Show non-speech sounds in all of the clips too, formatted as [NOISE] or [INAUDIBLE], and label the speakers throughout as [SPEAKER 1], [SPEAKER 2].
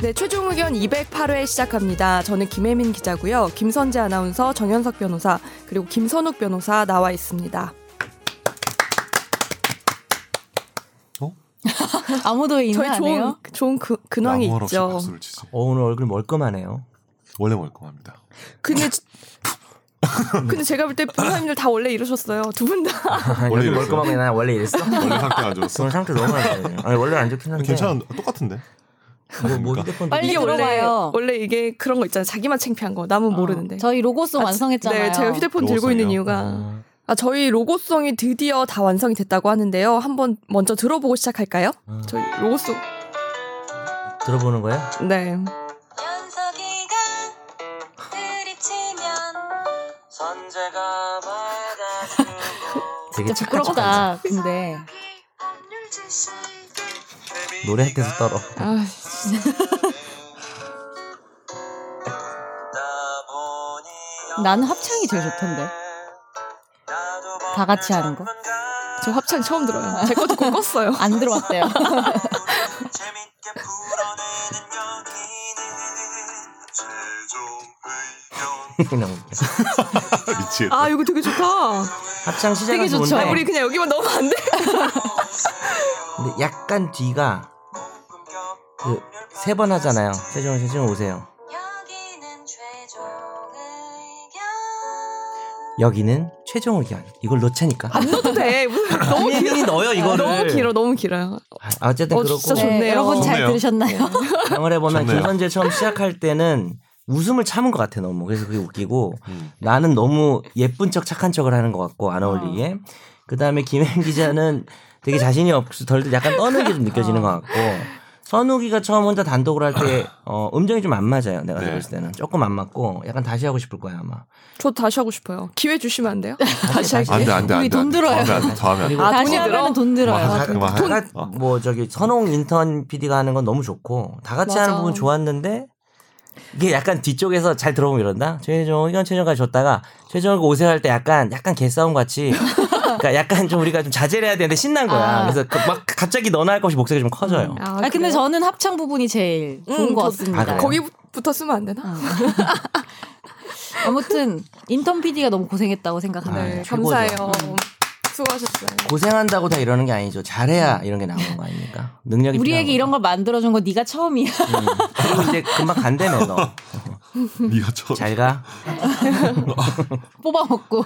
[SPEAKER 1] 네, 의견 208회 시작합니다. 저는 김혜민 기자고요. 김선재 아나운서, 정현석 변호사, 그리고 김선욱 변호사 나와 있습니다.
[SPEAKER 2] 어?
[SPEAKER 3] 아무도 인사
[SPEAKER 1] 저희
[SPEAKER 3] 안
[SPEAKER 1] 좋은
[SPEAKER 3] 해요?
[SPEAKER 1] 좋은 그, 근황이
[SPEAKER 2] 아무 말 없이
[SPEAKER 1] 있죠.
[SPEAKER 2] 박수를 치지.
[SPEAKER 4] 어, 오늘 얼굴 [LAUGHS] 멀끔하네요.
[SPEAKER 2] 원래 멀쩡합니다.
[SPEAKER 1] 근데 지- 근데 제가 볼 때 변호사님들 다 원래 이러셨어요. 두 분 다.
[SPEAKER 2] 원래
[SPEAKER 4] 여기
[SPEAKER 2] 이랬어요?
[SPEAKER 4] 멀끔하게 나 원래 이랬어?
[SPEAKER 2] [LAUGHS] 원래 상태
[SPEAKER 3] 아,
[SPEAKER 2] 안 좋았어.
[SPEAKER 4] 저는 상태 너무
[SPEAKER 2] [LAUGHS]
[SPEAKER 4] 안 좋아요. 아니 원래 안 좋긴 한데.
[SPEAKER 2] 괜찮은 똑같은데.
[SPEAKER 4] 뭐, 뭐
[SPEAKER 2] 그러니까.
[SPEAKER 4] 휴대폰
[SPEAKER 3] 빨리
[SPEAKER 1] 이게 원래
[SPEAKER 3] 들어봐요.
[SPEAKER 1] 원래 이게 그런 거 있잖아요. 자기만 창피한 거 남은 모르는데.
[SPEAKER 3] 어, 저희 로고송
[SPEAKER 1] 아,
[SPEAKER 3] 완성했잖아요.
[SPEAKER 1] 네, 제가 휴대폰 들고 있는
[SPEAKER 2] 로고송이요? 음.
[SPEAKER 1] 이유가
[SPEAKER 4] 어,
[SPEAKER 1] 아, 저희 로고송이 드디어 다 완성이 됐다고 하는데요. 한번 먼저 들어보고 시작할까요?
[SPEAKER 4] 음.
[SPEAKER 1] 저희 로고송
[SPEAKER 4] 들어보는 거야?
[SPEAKER 1] 네.
[SPEAKER 5] 연석이가 드립치면 선재가 받아주고
[SPEAKER 4] 되게
[SPEAKER 3] 진짜 부끄럽다. 근데
[SPEAKER 5] 안율지 씨
[SPEAKER 4] 노래할 때도 떨어. [LAUGHS]
[SPEAKER 1] 아,
[SPEAKER 3] 난 합창이 제일 좋던데. 다 같이 하는 거.
[SPEAKER 1] 저 합창 처음 들어요. 제 거 듣고 껐어요.
[SPEAKER 3] 안
[SPEAKER 1] [LAUGHS]
[SPEAKER 3] 들어봤대요.
[SPEAKER 1] 아,
[SPEAKER 5] 재밌게 풀어내는 여기는 최종 의견
[SPEAKER 4] 그냥 웃겨.
[SPEAKER 2] 미치겠다.
[SPEAKER 1] 아, 이거 되게 좋다.
[SPEAKER 4] 합창
[SPEAKER 3] 되게
[SPEAKER 4] 시작은
[SPEAKER 3] 좋죠.
[SPEAKER 4] 좋은데
[SPEAKER 1] 아, 우리 그냥 여기만 넣으면 안 돼?
[SPEAKER 4] 근데 약간 뒤가 그 세 번 하잖아요. 세종 세종 오세요.
[SPEAKER 5] 여기는 최종 의견
[SPEAKER 4] 여기는 최종 의견. 이걸 놓치니까.
[SPEAKER 1] 안 넣어도
[SPEAKER 4] [LAUGHS]
[SPEAKER 1] 돼. [LAUGHS] 무슨- 너무 길어.
[SPEAKER 4] 예민이
[SPEAKER 3] 아,
[SPEAKER 4] 넣어요 이거를.
[SPEAKER 1] 너무 길어, 너무 길어요.
[SPEAKER 4] 아, 어쨌든
[SPEAKER 1] 어,
[SPEAKER 4] 그렇고
[SPEAKER 1] 진짜 좋네. 좋네요.
[SPEAKER 3] 여러분 잘
[SPEAKER 2] 좋네요.
[SPEAKER 3] 들으셨나요?
[SPEAKER 4] 영어를 보면
[SPEAKER 2] 좋네요.
[SPEAKER 4] 김선재 처음 시작할 때는 웃음을 참은 것 같아 너무. 그래서 그게 웃기고
[SPEAKER 3] 아,
[SPEAKER 2] 음.
[SPEAKER 4] 나는 너무 예쁜 척 착한 척을 하는 것 같고 안 어울리게. 그다음에 김혜인 기자는 되게 자신이 없어 덜 약간 떠는 게 좀 느껴지는 것 같고 선욱이가 처음 혼자 단독을 할 때 어, 음정이 좀 안 맞아요. 내가
[SPEAKER 2] 네.
[SPEAKER 4] 들었을 때는 조금 안 맞고 약간 다시 하고 싶을
[SPEAKER 3] [LAUGHS]
[SPEAKER 4] 거야 아마.
[SPEAKER 1] 저 다시 하고 싶어요. 기회 주시면 안 돼요?
[SPEAKER 4] 다시
[SPEAKER 1] 할게요.
[SPEAKER 2] 안돼 안돼
[SPEAKER 3] 아, 우리
[SPEAKER 2] 안돼.
[SPEAKER 3] 돈 들어요.
[SPEAKER 2] 다음에 다음에.
[SPEAKER 4] 그리고
[SPEAKER 1] 아,
[SPEAKER 3] 다시
[SPEAKER 1] 돈이 들어?
[SPEAKER 3] 하면 돈 들어요.
[SPEAKER 2] 와, 돈-
[SPEAKER 4] 다 같-
[SPEAKER 2] 어.
[SPEAKER 4] 아, 그 뭐 저기 선홍 인턴 PD가 하는 건 너무 좋고 다 같이
[SPEAKER 1] 맞아.
[SPEAKER 4] 하는 부분 좋았는데 이게 약간 뒤쪽에서 잘 들어보면 이런다. 최종 의견 최종까지 줬다가 최종을 그 오세할 때 약간 약간 개싸움 같이
[SPEAKER 3] [LAUGHS]
[SPEAKER 4] 그러니까 약간 좀 우리가 좀 자제를 해야 되는데 신난 거야.
[SPEAKER 3] 아.
[SPEAKER 4] 그래서 그 막 갑자기 너나 할 것이 목소리가 좀 커져요.
[SPEAKER 1] 아,
[SPEAKER 3] 아, 근데
[SPEAKER 1] 그래요?
[SPEAKER 3] 저는 합창 부분이 제일 좋은
[SPEAKER 1] 음,
[SPEAKER 3] 것
[SPEAKER 1] 저도-
[SPEAKER 3] 같습니다.
[SPEAKER 4] 아, 그래요?
[SPEAKER 1] 거기부터 쓰면 안 되나?
[SPEAKER 3] 아무튼 인턴 PD가 너무 고생했다고
[SPEAKER 4] 아,
[SPEAKER 3] 생각합니다.
[SPEAKER 1] 네,
[SPEAKER 4] 최고죠.
[SPEAKER 1] 감사해요. 수고하셨어요.
[SPEAKER 4] 고생한다고 다 이러는 게 아니죠. 잘해야 이런 게 나오는 거 아닙니까? 능력이
[SPEAKER 3] 음. 우리에게
[SPEAKER 4] 필요한
[SPEAKER 3] 이런 걸 만들어준 거 네가 처음이야. [LAUGHS]
[SPEAKER 4] 거죠. 그리고 이제 금방 간대며 너.
[SPEAKER 2] [LAUGHS] 네가 저
[SPEAKER 4] 잘 가.
[SPEAKER 3] 뽑아먹고.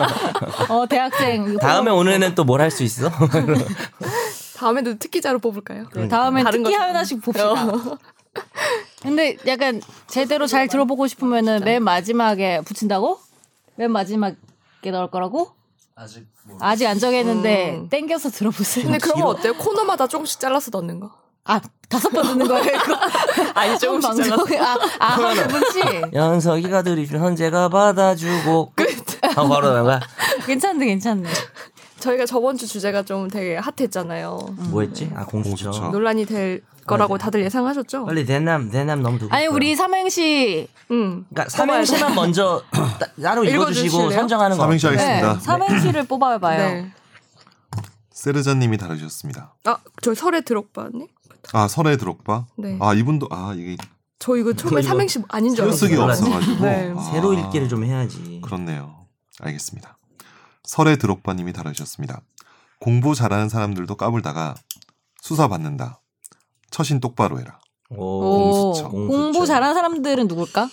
[SPEAKER 3] [LAUGHS] 어 대학생. 이거
[SPEAKER 4] 다음에 오늘은 또 뭘 할 수 있어?
[SPEAKER 1] 다음에도 특기자로 뽑을까요?
[SPEAKER 3] 뽑아먹고. 네, 다음엔
[SPEAKER 1] 네, 다른
[SPEAKER 3] 특기
[SPEAKER 1] 거-
[SPEAKER 3] 하나씩 봅시다. [LAUGHS] 근데 약간 제대로 잘 들어보고 싶으면은 맨 마지막에 붙인다고? 맨 마지막에 넣을 거라고?
[SPEAKER 4] 아직 뭐
[SPEAKER 3] 아직 안 정했는데
[SPEAKER 1] 음.
[SPEAKER 3] 땡겨서 들어보세요.
[SPEAKER 1] 근데 그런 거 어때요? 코너마다 조금씩 잘라서 넣는 거?
[SPEAKER 3] 아 다섯 번 듣는 거예요. 아니
[SPEAKER 1] 조금씩
[SPEAKER 3] 방송에 아한 분씩
[SPEAKER 4] 연석이가 드리준
[SPEAKER 3] [LAUGHS]
[SPEAKER 4] 현재가 받아주고 끝. 하고 바로 나가.
[SPEAKER 3] 괜찮네 괜찮네.
[SPEAKER 1] 저희가 저번 주 주제가 좀 되게 핫했잖아요.
[SPEAKER 4] 뭐였지? 아 공수처.
[SPEAKER 2] 음. 공수처.
[SPEAKER 1] 논란이 될 거라고
[SPEAKER 4] 맞아요.
[SPEAKER 1] 다들 예상하셨죠?
[SPEAKER 4] 빨리 대남 대남 너무 두고.
[SPEAKER 3] 아니 우리 삼행시
[SPEAKER 1] 음.
[SPEAKER 4] 그러니까
[SPEAKER 3] [LAUGHS]
[SPEAKER 4] 삼행시만 먼저 따- 따로 읽어주시고
[SPEAKER 1] 읽어주실래요?
[SPEAKER 4] 선정하는 거.
[SPEAKER 2] 삼행시
[SPEAKER 3] 네,
[SPEAKER 2] 하겠습니다.
[SPEAKER 3] 삼행시를 뽑아봐요.
[SPEAKER 1] 네.
[SPEAKER 2] 세르자님이 다루셨습니다.
[SPEAKER 1] 아, 저 설에 들어봤니?
[SPEAKER 2] 아 설의 드록바.
[SPEAKER 1] 네.
[SPEAKER 2] 아 이분도 아 이게
[SPEAKER 1] 저 이거
[SPEAKER 4] 어, 이거-
[SPEAKER 1] 처음에 삼행시 아닌 줄 알았어요.
[SPEAKER 2] 쓰기가
[SPEAKER 4] 몰라요.
[SPEAKER 2] 없어가지고
[SPEAKER 1] 네.
[SPEAKER 2] 아,
[SPEAKER 4] 새로 읽기를 좀 해야지.
[SPEAKER 2] 그렇네요. 알겠습니다. 설의 드록바님이 다루셨습니다. 공부 잘하는 사람들도 까불다가 수사 받는다. 처신 똑바로 해라.
[SPEAKER 4] 오.
[SPEAKER 3] 오,
[SPEAKER 2] 공수처.
[SPEAKER 3] 공부 잘하는 사람들은 누굴까?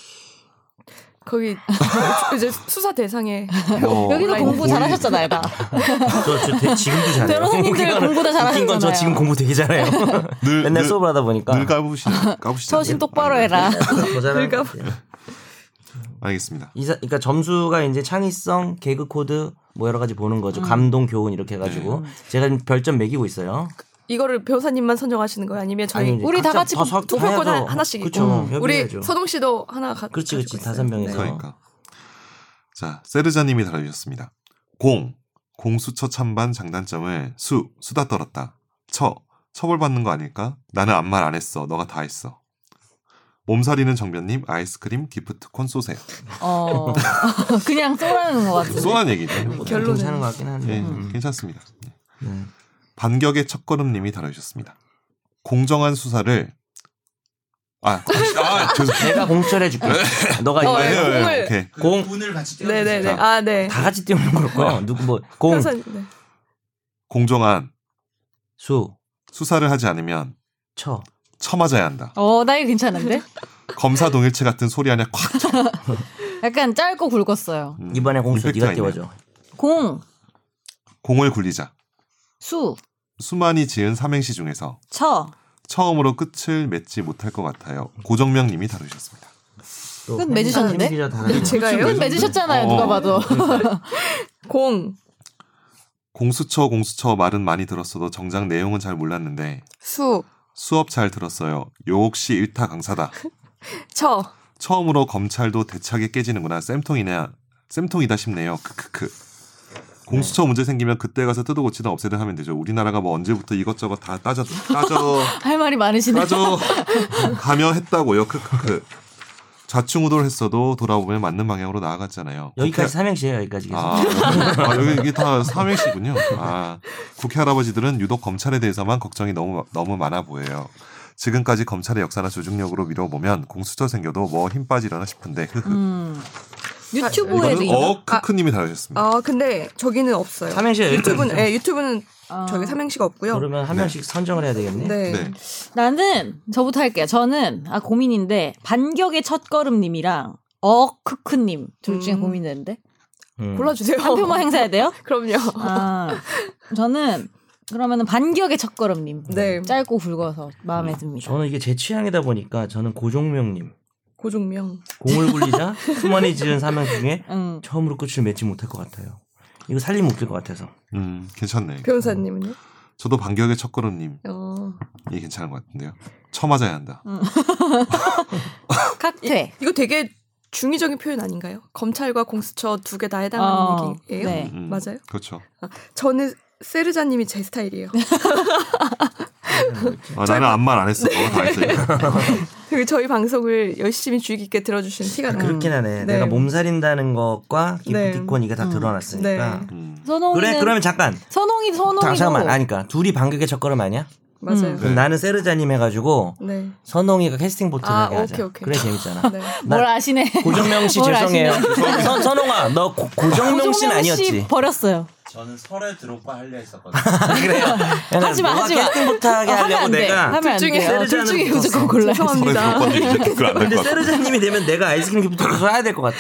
[SPEAKER 1] 거기 [LAUGHS] 이제 수사 대상에
[SPEAKER 2] 뭐,
[SPEAKER 3] [LAUGHS] 여기도
[SPEAKER 1] 온라인
[SPEAKER 3] 공부
[SPEAKER 2] 거의-
[SPEAKER 3] 잘하셨잖아요, 다.
[SPEAKER 4] 저, 저 대- 지금도 잘해요.
[SPEAKER 3] 변호사님들
[SPEAKER 4] 웃긴 건-
[SPEAKER 3] 공부 다
[SPEAKER 4] 웃긴 건 저
[SPEAKER 3] 잘하시잖아요.
[SPEAKER 4] 지금 공부 되게 잘해요.
[SPEAKER 2] 늘,
[SPEAKER 4] [LAUGHS] 맨날
[SPEAKER 2] 늘-
[SPEAKER 4] 수업을 하다 보니까.
[SPEAKER 2] 늘 까부시나 까부시죠.
[SPEAKER 3] [LAUGHS] 처신 똑바로 해라.
[SPEAKER 4] 더
[SPEAKER 1] 늘
[SPEAKER 4] 잘하는 것 같아요.
[SPEAKER 2] 알겠습니다.
[SPEAKER 4] 이사, 그러니까 점수가 이제 창의성, 개그 코드 뭐 여러 가지 보는
[SPEAKER 3] 음.
[SPEAKER 4] 거죠. 감동, 교훈 이렇게 해가지고
[SPEAKER 3] 네.
[SPEAKER 4] 제가 지금 별점 매기고 있어요.
[SPEAKER 1] 이거를 변호사님만 선정하시는 거예요? 아니면 저희
[SPEAKER 4] 이제
[SPEAKER 3] 우리 다
[SPEAKER 4] 각자
[SPEAKER 3] 같이
[SPEAKER 4] 더 서-
[SPEAKER 1] 투표권
[SPEAKER 4] 해야죠.
[SPEAKER 1] 하나씩
[SPEAKER 4] 그쵸,
[SPEAKER 1] 있고
[SPEAKER 4] 협의해야죠.
[SPEAKER 1] 우리 서동 씨도 하나 가,
[SPEAKER 4] 그렇지,
[SPEAKER 1] 가지고
[SPEAKER 4] 그렇지.
[SPEAKER 1] 있어요.
[SPEAKER 4] 다섯 명에서.
[SPEAKER 2] 그러니까. 자, 세르자님이 다루셨습니다. 공, 공수처 찬반 장단점을 수, 수다 떨었다. 처, 처벌받는 거 아닐까? 나는 아무 말 안 했어. 너가 다 했어. 몸살이는 정변님, 아이스크림, 기프트콘 쏘세요.
[SPEAKER 3] 어, [LAUGHS] 그냥 쏘라는 것 같은데.
[SPEAKER 2] 쏘란 얘기네요.
[SPEAKER 4] 뭐
[SPEAKER 1] 음, 결론은-
[SPEAKER 4] 괜찮은 것 같긴 한데.
[SPEAKER 2] 예,
[SPEAKER 4] 음.
[SPEAKER 2] 괜찮습니다. 예.
[SPEAKER 4] 네.
[SPEAKER 2] 반격의 첫걸음님이 다루셨습니다. 공정한 수사를 아, 아 죄송.
[SPEAKER 4] 내가 공철 해줄게. 너가
[SPEAKER 1] [LAUGHS] 어, 네.
[SPEAKER 4] 이거
[SPEAKER 1] 공을.
[SPEAKER 2] 오케이.
[SPEAKER 4] 공.
[SPEAKER 6] 분을 같이 떼어
[SPEAKER 1] 네네네. 아 네.
[SPEAKER 4] 다 같이 띄우는 걸
[SPEAKER 2] 네.
[SPEAKER 4] 거야. 누구 뭐 공
[SPEAKER 1] 선생님, 네.
[SPEAKER 2] 공정한
[SPEAKER 4] 수,
[SPEAKER 2] 수사를 하지 않으면
[SPEAKER 4] 처.
[SPEAKER 2] 처맞아야 한다.
[SPEAKER 3] 어, 나 이거 괜찮은데?
[SPEAKER 2] 검사 동일체 같은 소리 하냐 콱.
[SPEAKER 3] 약간 짧고 굵었어요.
[SPEAKER 2] 음,
[SPEAKER 4] 이번에 공수
[SPEAKER 2] 임팩트가
[SPEAKER 4] 네가
[SPEAKER 2] 있네요.
[SPEAKER 4] 띄워줘.
[SPEAKER 3] 공,
[SPEAKER 2] 공을 굴리자.
[SPEAKER 3] 수,
[SPEAKER 2] 수만이 지은 삼행시 중에서
[SPEAKER 3] 처.
[SPEAKER 2] 처음으로 끝을 맺지 못할 것 같아요. 고정명 님이 다루셨습니다.
[SPEAKER 4] 또
[SPEAKER 3] 끝 맺으셨는데?
[SPEAKER 4] 김 기자 다 다르네.
[SPEAKER 1] 제가요?
[SPEAKER 3] 맺으셨잖아요,
[SPEAKER 2] 어.
[SPEAKER 3] 누가 봐도.
[SPEAKER 2] [LAUGHS]
[SPEAKER 1] 공,
[SPEAKER 2] 공수처 공수처 말은 많이 들었어도 정작 내용은 잘 몰랐는데
[SPEAKER 1] 수,
[SPEAKER 2] 수업 잘 들었어요. 요 혹시 일타 강사다.
[SPEAKER 1] 처.
[SPEAKER 2] 처음으로 검찰도 대차게 깨지는구나. 쌤통이네. 쌤통이다 싶네요. 크크크. 공수처
[SPEAKER 4] 네.
[SPEAKER 2] 문제 생기면 그때 가서 뜯어 고치든 없애든 하면 되죠. 우리나라가 뭐 언제부터 이것저것 다 따져
[SPEAKER 4] [LAUGHS]
[SPEAKER 2] 따져
[SPEAKER 3] 할 말이 많으시네.
[SPEAKER 2] 따져 가며 했다고요. 크크크. 좌충우돌 했어도 돌아보면 맞는 방향으로 나아갔잖아요.
[SPEAKER 4] 여기까지 삼행시예요. 여기까지 계속.
[SPEAKER 2] 그러니까. 아, 아, 여기 이게 다 삼행시군요. 아, 국회 할아버지들은 유독 검찰에 대해서만 걱정이 너무 너무 많아 보여요. 지금까지 검찰의 역사나 조직력으로 미뤄보면 공수처 생겨도 뭐 힘 빠지려나 싶은데. 그
[SPEAKER 3] 음.
[SPEAKER 2] 이거는
[SPEAKER 3] 유튜브에도 있나?
[SPEAKER 2] 어 크크님이 다루셨습니다.
[SPEAKER 1] 아 근데 저기는 없어요.
[SPEAKER 4] 삼행시가
[SPEAKER 1] 유튜브는
[SPEAKER 4] 여기까지.
[SPEAKER 1] 예, 유튜브는
[SPEAKER 3] 아.
[SPEAKER 1] 저기 삼행시가 없고요.
[SPEAKER 4] 그러면 한
[SPEAKER 2] 네.
[SPEAKER 4] 명씩 선정을 해야 되겠네.
[SPEAKER 1] 네.
[SPEAKER 2] 네.
[SPEAKER 3] 나는 저부터 할게요. 저는 아 고민인데 반격의 첫걸음님이랑 어크크님 둘 중에
[SPEAKER 1] 음.
[SPEAKER 3] 고민되는데
[SPEAKER 4] 음.
[SPEAKER 1] 골라주세요. 어.
[SPEAKER 3] 한 표만 행사해야
[SPEAKER 1] [LAUGHS]
[SPEAKER 3] 돼요?
[SPEAKER 1] 그럼요.
[SPEAKER 3] 아 저는 그러면은 반격의 첫걸음님
[SPEAKER 1] 네.
[SPEAKER 3] 짧고 굵어서 마음에 듭니다.
[SPEAKER 4] 저는 이게 제 취향이다 보니까 저는 고종명님
[SPEAKER 1] 고종명.
[SPEAKER 4] 공을 굴리자 [LAUGHS] 수만이 지은 삼행시 중에
[SPEAKER 3] 응.
[SPEAKER 4] 처음으로 끝을 맺지 못할 것 같아요. 이거 살림 웃길 것 같아서.
[SPEAKER 2] 음, 괜찮네.
[SPEAKER 1] 변호사님은요?
[SPEAKER 2] 저도 반격의 첫걸음님이
[SPEAKER 1] 어.
[SPEAKER 2] 괜찮은 것 같은데요. 처맞아야 한다.
[SPEAKER 3] 칵퇴.
[SPEAKER 1] 이거 되게 중의적인 표현 아닌가요? 검찰과 공수처 두 개 다 해당하는
[SPEAKER 3] 어,
[SPEAKER 1] 얘기예요?
[SPEAKER 3] 네.
[SPEAKER 2] 음, 음.
[SPEAKER 1] 맞아요?
[SPEAKER 2] 그렇죠.
[SPEAKER 1] 저는 세르자님이 제
[SPEAKER 3] [LAUGHS]
[SPEAKER 1] 스타일이에요.
[SPEAKER 2] 아, 나는 아무 말 안 했어. 너가 다 했으니까.
[SPEAKER 1] 그리고 저희 방송을 열심히 주의 깊게 들어주시는 티가 나요.
[SPEAKER 4] 아, 그렇긴 음. 하네. 음.
[SPEAKER 1] 네.
[SPEAKER 4] 내가 몸살인다는 것과
[SPEAKER 1] 네.
[SPEAKER 4] 기프티콘 이게 다 드러났으니까.
[SPEAKER 1] 네.
[SPEAKER 2] 음.
[SPEAKER 3] 선홍이는
[SPEAKER 4] 그래 그러면 잠깐.
[SPEAKER 3] 선홍이 선홍이도
[SPEAKER 4] 자, 잠깐만 아니까 그러니까 둘이 반격의 첫걸음 아니야?
[SPEAKER 1] 맞아요.
[SPEAKER 2] 음.
[SPEAKER 4] 그럼 나는 세르자님 해가지고
[SPEAKER 3] [LAUGHS]
[SPEAKER 1] 네.
[SPEAKER 4] 선홍이가 캐스팅 보트
[SPEAKER 1] 아,
[SPEAKER 4] 하게 하자.
[SPEAKER 1] 오케이, 오케이.
[SPEAKER 4] 그래 재밌잖아.
[SPEAKER 1] 네.
[SPEAKER 3] 뭘 아시네.
[SPEAKER 4] 고정명 씨
[SPEAKER 3] 뭘
[SPEAKER 4] 죄송해요.
[SPEAKER 3] 아시네.
[SPEAKER 4] 선, 선홍아 너 고,
[SPEAKER 3] 고정명
[SPEAKER 4] 고정명 씨는
[SPEAKER 3] 씨
[SPEAKER 4] 아니었지.
[SPEAKER 3] 버렸어요.
[SPEAKER 6] 저는 설에 드롭바 할려 했었거든요.
[SPEAKER 1] 아,
[SPEAKER 4] 아,
[SPEAKER 3] [LAUGHS]
[SPEAKER 4] 그래요.
[SPEAKER 3] 하지 마,
[SPEAKER 4] 너가
[SPEAKER 3] 하지 마.
[SPEAKER 4] 캐스팅 보트 하게
[SPEAKER 3] 어, 하면
[SPEAKER 4] 하려고
[SPEAKER 3] 안 돼.
[SPEAKER 4] 내가.
[SPEAKER 3] 하면
[SPEAKER 1] 둘
[SPEAKER 3] 안
[SPEAKER 1] 중에
[SPEAKER 3] 돼요. 둘
[SPEAKER 4] 세르자는
[SPEAKER 3] 중에
[SPEAKER 4] 못
[SPEAKER 3] 무조건
[SPEAKER 4] 썼어.
[SPEAKER 3] 골라야 돼.
[SPEAKER 2] 서로
[SPEAKER 1] 죄송합니다.
[SPEAKER 2] 그런 건데 이제 그걸 안될것
[SPEAKER 4] 근데
[SPEAKER 2] 같아.
[SPEAKER 4] 세르자님이 되면 내가 아이스크림 기프트 써야
[SPEAKER 3] [LAUGHS]
[SPEAKER 4] 될것 같아.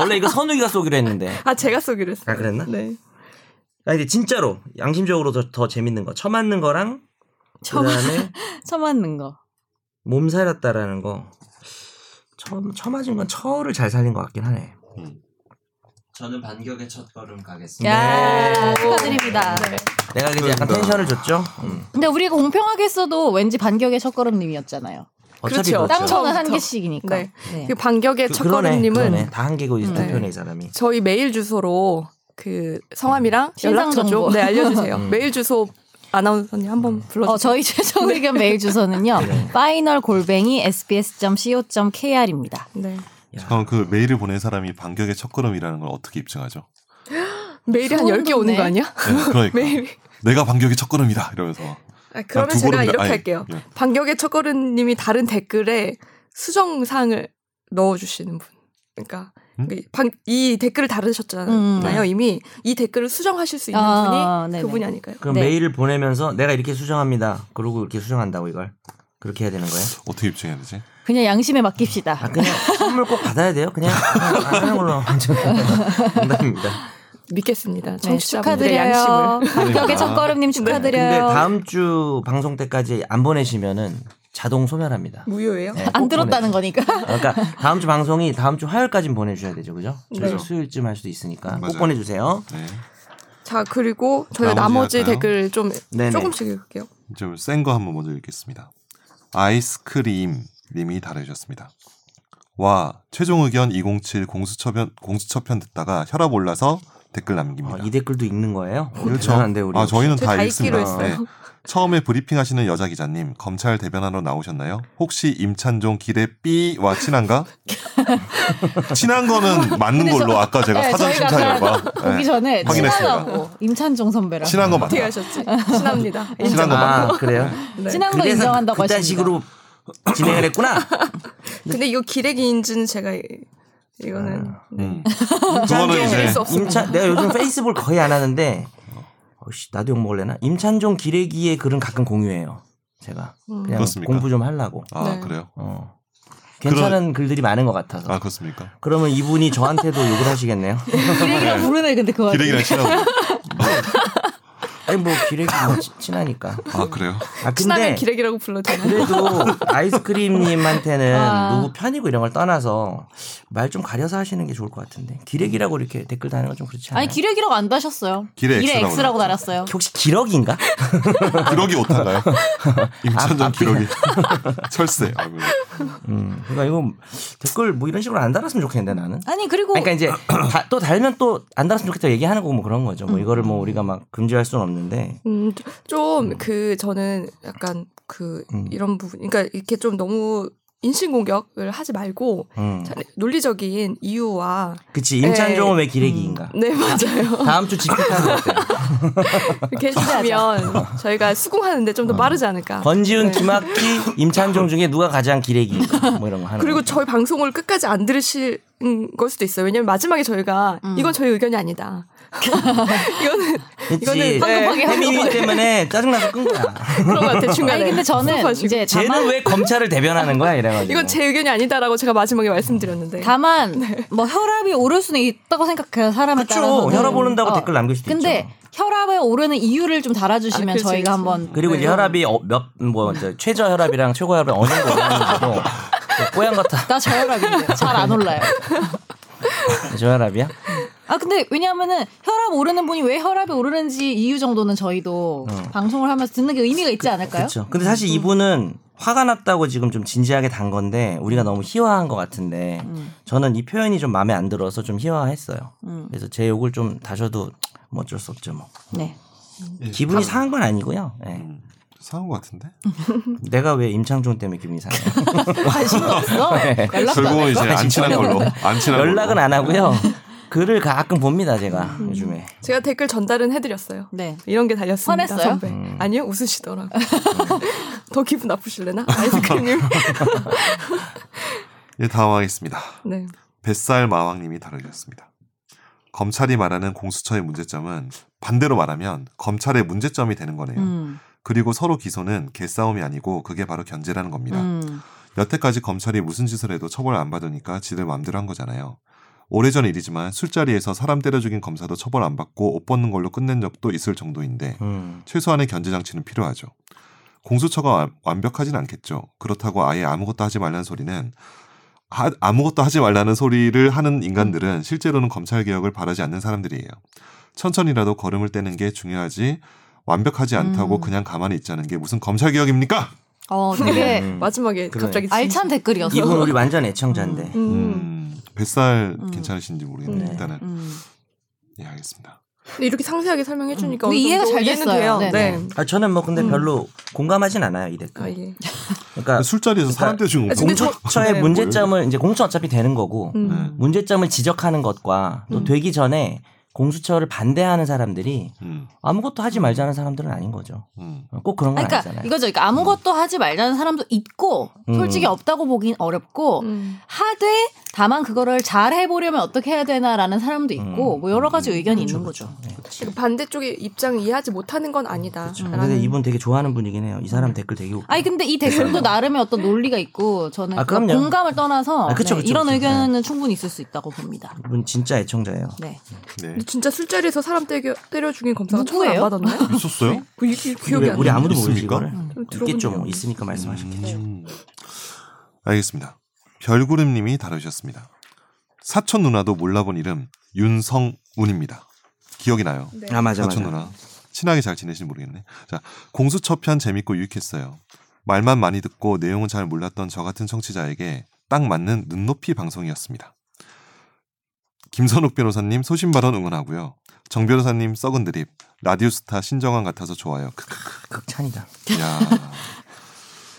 [SPEAKER 4] 원래 이거 선우이가 쏘기로 했는데.
[SPEAKER 1] [LAUGHS] 아 제가 쏘기로 했어요.
[SPEAKER 4] 아, 그랬나?
[SPEAKER 1] 네.
[SPEAKER 4] 아 근데 진짜로 양심적으로 더, 더 재밌는 거. 처맞는 거랑
[SPEAKER 3] 처맞-
[SPEAKER 4] 그다음에
[SPEAKER 3] 처맞는 거.
[SPEAKER 4] 몸살았다라는 거. 처음 처맞은 건 처를 잘 살린 것 같긴 하네.
[SPEAKER 6] 음. 저는 반격의 첫걸음 가겠습니다.
[SPEAKER 3] 야 축하드립니다.
[SPEAKER 4] 네. 내가 이제 약간
[SPEAKER 2] 그런가.
[SPEAKER 4] 텐션을 줬죠. 음.
[SPEAKER 3] 근데 우리가 공평하게 했어도 왠지 반격의 첫걸음님이었잖아요.
[SPEAKER 1] 그렇죠.
[SPEAKER 4] 어차피 그렇죠.
[SPEAKER 1] 땅콩
[SPEAKER 3] 땅콩은 한
[SPEAKER 1] 처음부터.
[SPEAKER 3] 개씩이니까.
[SPEAKER 1] 네.
[SPEAKER 3] 네.
[SPEAKER 1] 그 반격의
[SPEAKER 4] 그- 그러네,
[SPEAKER 1] 첫걸음님은
[SPEAKER 4] 그러네. 다 한계고 이
[SPEAKER 3] 음.
[SPEAKER 4] 대표네 이 사람이.
[SPEAKER 1] 저희 메일 주소로 그 성함이랑
[SPEAKER 3] 음. 신상
[SPEAKER 1] 연락처
[SPEAKER 3] 정보.
[SPEAKER 1] 좀네
[SPEAKER 3] [LAUGHS]
[SPEAKER 1] 알려주세요.
[SPEAKER 4] 음.
[SPEAKER 1] 메일 주소 아나운서님 한번 불러주세요. 네.
[SPEAKER 3] 어, 저희 최종 의견 메일 주소는요.
[SPEAKER 4] 네.
[SPEAKER 3] 파이널 골뱅이 sbs.co.kr입니다.
[SPEAKER 1] 네.
[SPEAKER 2] 그럼 그 메일을 보낸 사람이 반격의 첫걸음이라는 걸 어떻게 입증하죠?
[SPEAKER 1] 메일이 한
[SPEAKER 3] 소름
[SPEAKER 1] 10개 오는
[SPEAKER 3] 돋네.
[SPEAKER 1] 거 아니야? [LAUGHS]
[SPEAKER 2] 네, 그러니까
[SPEAKER 1] 메일이.
[SPEAKER 2] 내가 반격의 첫걸음이다 이러면서.
[SPEAKER 1] 아, 그러면
[SPEAKER 2] 두
[SPEAKER 1] 제가
[SPEAKER 2] 걸음이다.
[SPEAKER 1] 이렇게
[SPEAKER 2] 아니,
[SPEAKER 1] 할게요.
[SPEAKER 2] 예.
[SPEAKER 1] 반격의 첫걸음님이 다른 댓글에 수정사항을 넣어주시는 분. 그러니까
[SPEAKER 2] 음?
[SPEAKER 1] 이 방- 이 댓글을 다루셨잖아요.
[SPEAKER 3] 음.
[SPEAKER 1] 이미 이 댓글을 수정하실 수 있는
[SPEAKER 3] 아,
[SPEAKER 1] 분이
[SPEAKER 3] 네네.
[SPEAKER 1] 그분이 아닐까요?
[SPEAKER 4] 그럼
[SPEAKER 3] 네.
[SPEAKER 4] 메일을 보내면서 내가 이렇게 수정합니다. 그러고 이렇게 수정한다고 이걸 그렇게 해야 되는 거예요?
[SPEAKER 2] 어떻게 입증해야 되지?
[SPEAKER 3] 그냥 양심에 맡깁시다. 네,
[SPEAKER 4] 아 그냥 선물 꼭 받아야 돼요? 그냥 그냥 안 하는 걸로 농담입니다.
[SPEAKER 1] 믿겠습니다.
[SPEAKER 3] 네,
[SPEAKER 1] 청취자분들의
[SPEAKER 3] 축하드려요.
[SPEAKER 1] 양심을.
[SPEAKER 3] [LAUGHS] 반격의 첫걸음님 축하드려요.
[SPEAKER 4] 네. 근데 다음 주 방송 때까지 안 보내시면은 자동 소멸합니다.
[SPEAKER 1] 무효예요?
[SPEAKER 4] 네,
[SPEAKER 3] 안
[SPEAKER 4] 꼭
[SPEAKER 3] 들었다는
[SPEAKER 4] 보내주세요.
[SPEAKER 3] 거니까.
[SPEAKER 4] 아, 그러니까 다음 주 방송이 다음 주 화요일까지 보내주셔야 되죠, 그죠?
[SPEAKER 3] 네.
[SPEAKER 4] 그래서 수요일쯤 할 수도 있으니까 꼭
[SPEAKER 2] 맞아요.
[SPEAKER 4] 보내주세요.
[SPEAKER 2] 네.
[SPEAKER 1] 자 그리고 저희 나머지
[SPEAKER 2] 나머지 할까요?
[SPEAKER 1] 댓글 좀
[SPEAKER 4] 네네.
[SPEAKER 1] 조금씩 읽을게요.
[SPEAKER 2] 좀 센 거 한번 먼저 읽겠습니다. 아이스크림 님이 다루셨습니다. 와, 최종 의견 207 공수처 편, 공수처 편 듣다가 혈압 올라서 댓글 남깁니다.
[SPEAKER 4] 아, 이 댓글도 읽는 거예요?
[SPEAKER 2] 그렇죠.
[SPEAKER 4] 대단한데 우리.
[SPEAKER 2] 아, 저희는
[SPEAKER 1] 저희
[SPEAKER 2] 다
[SPEAKER 1] 다
[SPEAKER 2] 읽습니다. 네.
[SPEAKER 1] 읽기로 했어요.
[SPEAKER 2] 처음에 브리핑 하시는 여자 기자님, 검찰 대변하러 나오셨나요? 혹시 임찬종 기대 B와 친한가? [LAUGHS] 친한 거는 맞는
[SPEAKER 3] 근데 저-
[SPEAKER 2] 걸로 아까 제가
[SPEAKER 3] 네,
[SPEAKER 2] 사전
[SPEAKER 3] 저희가
[SPEAKER 2] 심사
[SPEAKER 3] 아까
[SPEAKER 2] 결과
[SPEAKER 3] 보기
[SPEAKER 2] 네,
[SPEAKER 3] 전에
[SPEAKER 2] 확인했습니다.
[SPEAKER 3] 친하다고 임찬종 선배랑
[SPEAKER 2] 친한 거 맞다.
[SPEAKER 1] 어떻게 하셨지? 친합니다.
[SPEAKER 2] 친한 거 맞다.
[SPEAKER 4] 아, 그래요?
[SPEAKER 1] 네.
[SPEAKER 3] 친한 거 인정한다고 네.
[SPEAKER 4] 그딴
[SPEAKER 3] 하십니다.
[SPEAKER 4] 식으로
[SPEAKER 3] [LAUGHS]
[SPEAKER 4] 진행을 했구나.
[SPEAKER 1] 근데 이거 기레기인지는 제가 이- 이거는
[SPEAKER 2] 음. 그거는 이제
[SPEAKER 1] 재밌어. 없을
[SPEAKER 4] 네. 임찬 내가
[SPEAKER 3] [LAUGHS]
[SPEAKER 4] 요즘 페이스북을 거의 안 하는데 어씨 나도 욕 먹을래나? 임찬종 기레기의 글은 가끔 공유해요. 제가
[SPEAKER 1] 음.
[SPEAKER 4] 그냥
[SPEAKER 2] 그렇습니까?
[SPEAKER 4] 공부 좀 하려고.
[SPEAKER 2] 아
[SPEAKER 1] 네.
[SPEAKER 2] 그래요?
[SPEAKER 4] 어. 괜찮은 글들이 많은 것 같아서.
[SPEAKER 2] 아 그렇습니까?
[SPEAKER 4] 그러면 이분이 저한테도
[SPEAKER 3] [LAUGHS]
[SPEAKER 4] 욕을 [LAUGHS] 하시겠네요.
[SPEAKER 3] 기레기랑 그 부르네 근데 그거.
[SPEAKER 2] 기레기랑 친하고
[SPEAKER 4] 아니 뭐 기레기 뭐 친- 친하니까.
[SPEAKER 2] 아 그래요?
[SPEAKER 4] 아
[SPEAKER 1] 친하면
[SPEAKER 4] 근데
[SPEAKER 1] 기레기라고 불러도 되나? [LAUGHS]
[SPEAKER 4] 그래도 아이스크림님한테는
[SPEAKER 3] 아.
[SPEAKER 4] 누구 편이고 이런 걸 떠나서 말 좀 가려서 하시는 게 좋을 것 같은데 기레기라고 이렇게 댓글 다는 건 좀 그렇지 않아요?
[SPEAKER 3] 아니 기레기라고 안 다셨어요.
[SPEAKER 2] 기레 X라고
[SPEAKER 3] X라고 달았어요.
[SPEAKER 4] 혹시 기러기인가?
[SPEAKER 2] 기러기
[SPEAKER 4] [LAUGHS]
[SPEAKER 2] 오타가요? 임찬정
[SPEAKER 4] 앞-
[SPEAKER 2] 기러기 철새 아, 그래요?
[SPEAKER 4] 음, 그러니까 이거 댓글 뭐 이런 식으로 안 달았으면 좋겠는데 나는.
[SPEAKER 3] 아니
[SPEAKER 1] 뭐
[SPEAKER 3] 그리고
[SPEAKER 4] 아니, 그러니까 이제
[SPEAKER 1] [CLEARS THROAT]
[SPEAKER 4] 다- 또 달면 또 안 달았으면 좋겠다 얘기하는 거고 뭐 그런 거죠. 뭐 이거를 뭐 우리가 막 금지할 수는 없는데.
[SPEAKER 1] 음, 좀 그 저는 약간 그
[SPEAKER 4] 음.
[SPEAKER 1] 이런 부분, 그러니까 이렇게 좀 너무 인신공격을 하지 말고
[SPEAKER 4] 음.
[SPEAKER 1] 자- 네, 논리적인 이유와
[SPEAKER 4] 그치 임찬종은 왜 기레기인가?
[SPEAKER 1] 네 [LAUGHS] 맞아요
[SPEAKER 4] 다음 주 집회하는
[SPEAKER 1] [LAUGHS]
[SPEAKER 4] 거 어때요?
[SPEAKER 1] 이렇게 해주시면 저희가 수긍하는데 좀 더 빠르지 않을까.
[SPEAKER 4] 권지훈,
[SPEAKER 1] 네.
[SPEAKER 4] 김학기, 임찬종 중에 누가 가장 기레기인가? 뭐 이런 거 하는.
[SPEAKER 1] 그리고
[SPEAKER 4] 거죠.
[SPEAKER 1] 저희 방송을 끝까지 안 들으신 걸 수도 있어요. 왜냐면 마지막에 저희가
[SPEAKER 3] 음.
[SPEAKER 1] 이건 저희 의견이 아니다. [LAUGHS] 이거는
[SPEAKER 4] 그치.
[SPEAKER 1] 이거는
[SPEAKER 3] 황급하게
[SPEAKER 1] 네,
[SPEAKER 4] 태민이 때문에 짜증나서 끈 거야.
[SPEAKER 1] 그런 것 같아요. 중간에.
[SPEAKER 3] 아니 근데 저는
[SPEAKER 1] 스톱하시고.
[SPEAKER 3] 이제
[SPEAKER 4] 그러니까 쟤는
[SPEAKER 3] 다만
[SPEAKER 4] 왜 검찰을 대변하는 거야 이래가지고.
[SPEAKER 1] 이건 제 의견이 아니다라고 제가 마지막에 말씀드렸는데.
[SPEAKER 3] 다만 뭐 혈압이 오를 수는 있다고 생각해요 사람에 따라서.
[SPEAKER 4] 네. 그렇죠. 혈압 오른다고 댓글 남길 수도
[SPEAKER 3] 근데
[SPEAKER 4] 있죠.
[SPEAKER 3] 혈압에 오르는 이유를 좀 달아주시면
[SPEAKER 1] 아, 그렇지, 그렇지.
[SPEAKER 3] 저희가 한번
[SPEAKER 4] 그리고
[SPEAKER 1] 네.
[SPEAKER 4] 이제 혈압이 어, 몇뭐 최저 혈압이랑 최고 혈압이 어느 정도 올라가는지도 그 꼬양 같아.
[SPEAKER 3] 나 저혈압인데 잘 안 올라요.
[SPEAKER 4] [LAUGHS] 저 혈압이야?
[SPEAKER 3] 아 근데 왜냐하면은 혈압 오르는 분이 왜 혈압이 오르는지 이유 정도는 저희도 방송을 하면서 듣는 게 의미가 있지 않을까요?
[SPEAKER 4] 어. 그렇죠. 근데 사실
[SPEAKER 1] 음.
[SPEAKER 4] 이분은 화가 났다고 지금 좀 진지하게 단 건데 우리가 너무 희화한 것 같은데
[SPEAKER 1] 음.
[SPEAKER 4] 저는 이 표현이 좀 마음에 안 들어서 좀 희화했어요. 그래서 제 욕을 좀 다셔도 뭐 어쩔 수 없죠 뭐.
[SPEAKER 3] 네.
[SPEAKER 4] 기분이 상한 건 아니고요. 예.
[SPEAKER 2] 음, 상한 것 같은데
[SPEAKER 4] 내가 왜 임창종 때문에 기분이 상해요?
[SPEAKER 3] 관심도 없어. 연락도 안
[SPEAKER 2] 결국은 이제 안 친한 걸로 안 친한 걸로
[SPEAKER 4] 연락은 안 하고요. 글을 가끔 봅니다 제가 요즘에.
[SPEAKER 1] 제가 댓글 전달은 해드렸어요.
[SPEAKER 3] 네.
[SPEAKER 1] 이런 게 달렸습니다.
[SPEAKER 3] 화냈어요?
[SPEAKER 1] 선배.
[SPEAKER 4] 음.
[SPEAKER 1] 아니요 웃으시더라고. [LAUGHS] 더 기분 나쁘실래나
[SPEAKER 4] [LAUGHS]
[SPEAKER 1] 아이스크림님.
[SPEAKER 2] 예 당황했습니다.
[SPEAKER 1] 네.
[SPEAKER 2] 뱃살 마왕님이 다루셨습니다. 검찰이 말하는 공수처의 문제점은 반대로 말하면 검찰의 문제점이 되는 거네요.
[SPEAKER 3] 음.
[SPEAKER 2] 그리고 서로 기소는 개싸움이 아니고 그게 바로 견제라는 겁니다.
[SPEAKER 3] 음.
[SPEAKER 2] 여태까지 검찰이 무슨 짓을 해도 처벌 안 받으니까 지들 마음대로 한 거잖아요. 오래전 일이지만 술자리에서 사람 때려 죽인 검사도 처벌 안 받고 옷 벗는 걸로 끝낸 적도 있을 정도인데
[SPEAKER 4] 음.
[SPEAKER 2] 최소한의 견제 장치는 필요하죠. 공수처가 와- 완벽하진 않겠죠. 그렇다고 아예 아무것도 하지 말라는 소리는 하- 아무것도 하지 말라는 소리를 하는 인간들은 실제로는 검찰 개혁을 바라지 않는 사람들이에요. 천천히라도 걸음을 떼는 게 중요하지 완벽하지 않다고
[SPEAKER 3] 음.
[SPEAKER 2] 그냥 가만히 있자는 게 무슨 검찰 개혁입니까?
[SPEAKER 3] 어
[SPEAKER 4] [LAUGHS]
[SPEAKER 3] 되게
[SPEAKER 4] 음.
[SPEAKER 1] 마지막에
[SPEAKER 4] 그러네.
[SPEAKER 1] 갑자기
[SPEAKER 3] 알찬 댓글이어서.
[SPEAKER 4] 이분 우리 완전 애청자인데.
[SPEAKER 1] 음.
[SPEAKER 2] 음, 뱃살
[SPEAKER 3] 음.
[SPEAKER 2] 괜찮으신지 모르겠네요.
[SPEAKER 1] 네.
[SPEAKER 2] 일단은
[SPEAKER 3] 음.
[SPEAKER 2] 예 알겠습니다.
[SPEAKER 1] 근데 이렇게 상세하게 설명해 주니까
[SPEAKER 3] 음.
[SPEAKER 1] 어느
[SPEAKER 3] 이해가
[SPEAKER 1] 정도
[SPEAKER 3] 잘
[SPEAKER 1] 이해는
[SPEAKER 3] 됐어요.
[SPEAKER 1] 돼요.
[SPEAKER 3] 네.
[SPEAKER 1] 네.
[SPEAKER 3] 음.
[SPEAKER 4] 아 저는 뭐 근데 별로 공감하진 않아요 이 댓글.
[SPEAKER 1] 아, 예.
[SPEAKER 4] 그러니까
[SPEAKER 2] 술자리에서 사람 때 죽은
[SPEAKER 1] 아, 근데
[SPEAKER 2] 거
[SPEAKER 1] 저-
[SPEAKER 4] 공처의
[SPEAKER 1] 네.
[SPEAKER 4] 문제점을 이제 공처 어차피 되는 거고
[SPEAKER 1] 음.
[SPEAKER 4] 문제점을 지적하는 것과 또
[SPEAKER 1] 음.
[SPEAKER 4] 되기 전에 공수처를 반대하는 사람들이
[SPEAKER 2] 음,
[SPEAKER 4] 아무것도 하지 말자는 사람들은 아닌 거죠.
[SPEAKER 2] 음.
[SPEAKER 4] 꼭 그런 건
[SPEAKER 3] 그러니까
[SPEAKER 4] 아니잖아요.
[SPEAKER 3] 이거죠. 그러니까 아무것도 하지 말자는 사람도 있고
[SPEAKER 4] 음.
[SPEAKER 3] 솔직히 없다고 보긴 어렵고
[SPEAKER 1] 음.
[SPEAKER 3] 하되 다만 그거를 잘 해보려면 어떻게 해야 되나라는 사람도 있고
[SPEAKER 4] 음. 그렇죠,
[SPEAKER 3] 뭐 여러 가지 의견이 있는 거죠.
[SPEAKER 4] 네,
[SPEAKER 1] 그러니까 반대쪽의 입장을 이해하지 못하는 건 아니다.
[SPEAKER 4] 그렇죠. 근데 이분 되게 좋아하는 분이긴 해요. 이 사람 댓글 되게 웃겨.
[SPEAKER 3] 음. 아니 근데 이 댓글도 나름의 어떤 논리가 있고 저는
[SPEAKER 4] 아,
[SPEAKER 3] 그러니까
[SPEAKER 4] 그럼요.
[SPEAKER 3] 공감을 떠나서
[SPEAKER 4] 아, 그쵸,
[SPEAKER 3] 네,
[SPEAKER 4] 그쵸,
[SPEAKER 3] 이런
[SPEAKER 4] 그쵸.
[SPEAKER 3] 의견은 충분히 있을 수 있다고 봅니다.
[SPEAKER 4] 이분 진짜 애청자예요.
[SPEAKER 3] 네.
[SPEAKER 2] 네.
[SPEAKER 1] 근데 진짜 술자리에서 사람 때려, 때려 죽인 검사가 처벌 안
[SPEAKER 3] 누구예요?
[SPEAKER 1] 받았나요?
[SPEAKER 3] [LAUGHS]
[SPEAKER 2] 있었어요?
[SPEAKER 1] 그 이- 이 기억이
[SPEAKER 4] 우리,
[SPEAKER 1] 안
[SPEAKER 4] 우리
[SPEAKER 1] 나요.
[SPEAKER 4] 아무도 모르지
[SPEAKER 2] 있습니까?
[SPEAKER 4] 이거를.
[SPEAKER 1] 들어본
[SPEAKER 4] 있겠죠.
[SPEAKER 1] 적이
[SPEAKER 4] 뭐
[SPEAKER 1] 없어요.
[SPEAKER 4] 있으니까 말씀하셨겠죠.
[SPEAKER 2] 음. 알겠습니다. 별구름님이 다루셨습니다. 사촌 누나도 몰라본 이름 윤성운입니다. 기억이 나요.
[SPEAKER 1] 네.
[SPEAKER 4] 아 맞아
[SPEAKER 2] 사촌
[SPEAKER 4] 맞아.
[SPEAKER 2] 누나 친하게 잘 지내시는지 모르겠네. 자 공수처 편 재밌고 유익했어요. 말만 많이 듣고 내용은 잘 몰랐던 저 같은 청취자에게 딱 맞는 눈높이 방송이었습니다. 김선욱 변호사님 소신 발언 응원하고요. 정 변호사님 썩은 드립 라디오스타 신정환 같아서 좋아요.
[SPEAKER 4] 극찬이다.
[SPEAKER 2] 야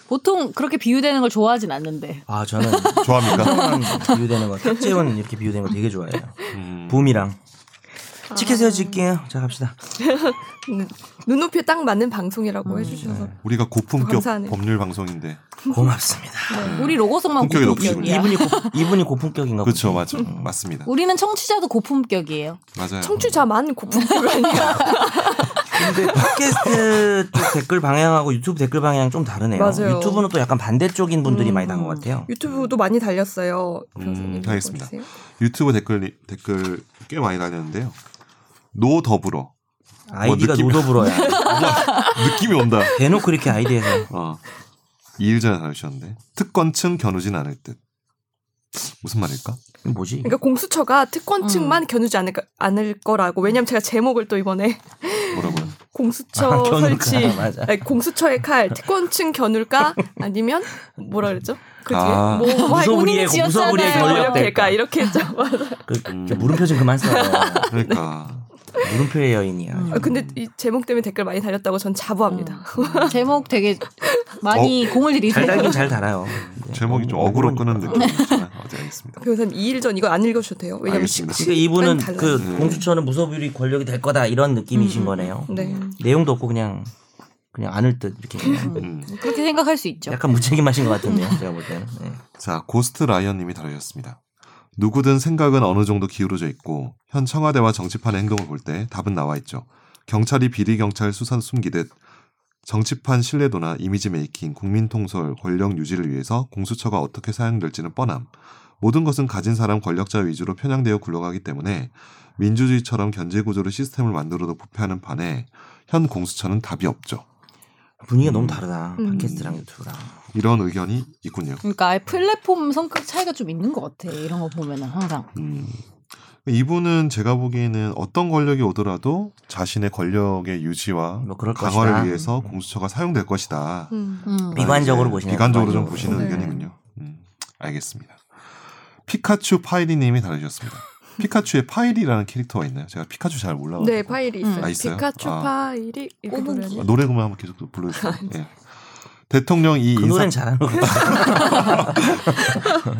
[SPEAKER 3] 보통 그렇게 비유되는 걸 좋아하진 않는데.
[SPEAKER 4] 아 저는 [LAUGHS]
[SPEAKER 2] 좋아합니까?
[SPEAKER 4] 비유되는 거, 탁재훈 이렇게 비유되는 거 되게 좋아해요.
[SPEAKER 2] 음,
[SPEAKER 4] 붐이랑 치킨 세워줄게요. 자 갑시다.
[SPEAKER 1] 눈높이에 딱 맞는 방송이라고
[SPEAKER 4] 음.
[SPEAKER 1] 해주셔서
[SPEAKER 4] 네.
[SPEAKER 2] 우리가 고품격
[SPEAKER 1] 감사하네요.
[SPEAKER 2] 법률 방송인데
[SPEAKER 4] 고맙습니다.
[SPEAKER 3] 네, 우리 로고성만
[SPEAKER 2] 품격이
[SPEAKER 1] 음.
[SPEAKER 3] 고품격이야.
[SPEAKER 2] 높으시군요.
[SPEAKER 4] 이분이 고, 이분이 고품격인가 보죠.
[SPEAKER 2] 그렇죠, 맞죠, 맞습니다,
[SPEAKER 3] 우리는 청취자도 고품격이에요.
[SPEAKER 2] 맞아요.
[SPEAKER 1] 청취자만
[SPEAKER 4] [LAUGHS]
[SPEAKER 1] 고품격 [LAUGHS] 아니야.
[SPEAKER 4] 근데 팟캐스트 쪽 댓글 방향하고 유튜브 댓글 방향 좀 다르네요.
[SPEAKER 1] 맞아요. 음.
[SPEAKER 4] 유튜브는 또 약간 반대쪽인 분들이 많이 난 것 같아요.
[SPEAKER 1] 유튜브도 많이 달렸어요.
[SPEAKER 2] 음,
[SPEAKER 1] 변호사님
[SPEAKER 2] 알겠습니다.
[SPEAKER 1] 읽어주세요.
[SPEAKER 2] 유튜브 댓글 댓글 꽤 많이 달렸는데요. 노 더불어
[SPEAKER 1] 뭐
[SPEAKER 4] 아이디가
[SPEAKER 2] 느낌-
[SPEAKER 4] 노더불어야.
[SPEAKER 2] 느낌이 온다.
[SPEAKER 4] 대놓고 이렇게 아이디에서
[SPEAKER 2] 어. 이일 전에 다루셨는데 특권층 겨누진 않을 듯. 무슨 말일까?
[SPEAKER 4] 이거 뭐지?
[SPEAKER 1] 그러니까 공수처가 특권층만
[SPEAKER 4] 음.
[SPEAKER 1] 겨누지 않을, 않을 거라고. 왜냐면 제가 제목을 또 이번에 [LAUGHS] 네.
[SPEAKER 2] 뭐라고요?
[SPEAKER 1] 공수처
[SPEAKER 4] 아, 겨누다.
[SPEAKER 1] 설치,
[SPEAKER 4] 맞아.
[SPEAKER 1] 아니, 공수처의 칼, 특권층 겨눌까? 아니면 뭐라 그랬죠? 그 뒤에
[SPEAKER 2] 아,
[SPEAKER 1] 뭐, 뭐 본인이
[SPEAKER 4] 무서운 우리의
[SPEAKER 1] 지었잖아요.
[SPEAKER 4] 무서운 우리의 권력
[SPEAKER 1] 이렇게
[SPEAKER 4] 될까?
[SPEAKER 1] 할까? 이렇게 했죠. [LAUGHS] 맞아.
[SPEAKER 4] 그, 저 물음표 좀 그만 써.
[SPEAKER 2] [LAUGHS] 그러니까
[SPEAKER 4] 물음표의 여인이야.
[SPEAKER 1] 아, 근데 이 제목 때문에 댓글 많이 달렸다고 전 자부합니다.
[SPEAKER 4] 음.
[SPEAKER 3] 제목 되게
[SPEAKER 4] 어?
[SPEAKER 3] 많이 공을
[SPEAKER 4] 잘
[SPEAKER 3] 들이세요.
[SPEAKER 4] 달긴 잘 달아요. 근데
[SPEAKER 2] 음.
[SPEAKER 1] 네.
[SPEAKER 2] 제목이 좀
[SPEAKER 4] 너무
[SPEAKER 2] 억울로
[SPEAKER 4] 억울하니까.
[SPEAKER 2] 끄는 느낌이 있잖아요. 어제 알겠습니다.
[SPEAKER 1] 변호사님 2일 전 이거 안 읽어주셔도 돼요. 왜냐면
[SPEAKER 2] 알겠습니다.
[SPEAKER 1] 시-
[SPEAKER 4] 그러니까 이분은
[SPEAKER 1] 시간
[SPEAKER 4] 그
[SPEAKER 1] 달라요.
[SPEAKER 4] 공수처는 무소불위 권력이 될 거다 이런 느낌이신 거네요.
[SPEAKER 1] 네.
[SPEAKER 4] 내용도 없고 그냥 그냥 안을 듯 이렇게 그냥
[SPEAKER 2] 음.
[SPEAKER 3] 그렇게 생각할 수 있죠.
[SPEAKER 4] 약간 무책임하신 것 같은데요.
[SPEAKER 1] 음.
[SPEAKER 4] 제가 볼 때는. 네.
[SPEAKER 2] 자, 고스트 라이언님이 다루셨습니다. 누구든 생각은 어느 정도 기울어져 있고 현 청와대와 정치판의 행동을 볼 때 답은 나와 있죠. 경찰이 비리 경찰 수산 숨기듯 정치판 신뢰도나 이미지 메이킹, 국민 통솔, 권력 유지를 위해서 공수처가 어떻게 사용될지는 뻔함. 모든 것은 가진 사람 권력자 위주로 편향되어 굴러가기 때문에 민주주의처럼 견제 구조로 시스템을 만들어도 부패하는 판에 현 공수처는 답이 없죠.
[SPEAKER 4] 분위기가 너무 다르다.
[SPEAKER 1] 음.
[SPEAKER 4] 팟캐스트랑 유튜브랑.
[SPEAKER 2] 이런 의견이 있군요.
[SPEAKER 3] 그러니까 아예 플랫폼 성격 차이가 좀 있는 것 같아. 이런 거 보면은 항상.
[SPEAKER 2] 음. 이분은 제가 보기에는 어떤 권력이 오더라도 자신의 권력의 유지와
[SPEAKER 4] 뭐 그럴
[SPEAKER 2] 강화를
[SPEAKER 4] 것이다.
[SPEAKER 2] 위해서 공수처가 사용될 것이다.
[SPEAKER 1] 음.
[SPEAKER 3] 음.
[SPEAKER 4] 비관적으로
[SPEAKER 2] 이제
[SPEAKER 4] 보시네요.
[SPEAKER 2] 비관적으로 좀
[SPEAKER 4] 비관적으로.
[SPEAKER 2] 보시는
[SPEAKER 1] 네.
[SPEAKER 2] 의견이군요. 음, 알겠습니다. 피카츄
[SPEAKER 1] [LAUGHS]
[SPEAKER 2] 파이리님이 다루셨습니다. 피카츄의 파이리라는 캐릭터가 있나요? 제가 피카츄 잘 몰라.
[SPEAKER 1] 네, 파일이 있어요.
[SPEAKER 2] 아, 있어요?
[SPEAKER 1] 피카츄
[SPEAKER 2] 아.
[SPEAKER 1] 파일이 이렇게
[SPEAKER 3] 꼬문
[SPEAKER 4] 아,
[SPEAKER 1] 노래하는-
[SPEAKER 2] 노래그만 한번 계속 또
[SPEAKER 1] [LAUGHS]
[SPEAKER 2] 불러주세요.
[SPEAKER 1] 아, 네.
[SPEAKER 2] 예. 대통령 이
[SPEAKER 4] 그
[SPEAKER 2] 인사
[SPEAKER 4] 노래는 잘하는 것 같아요. [LAUGHS]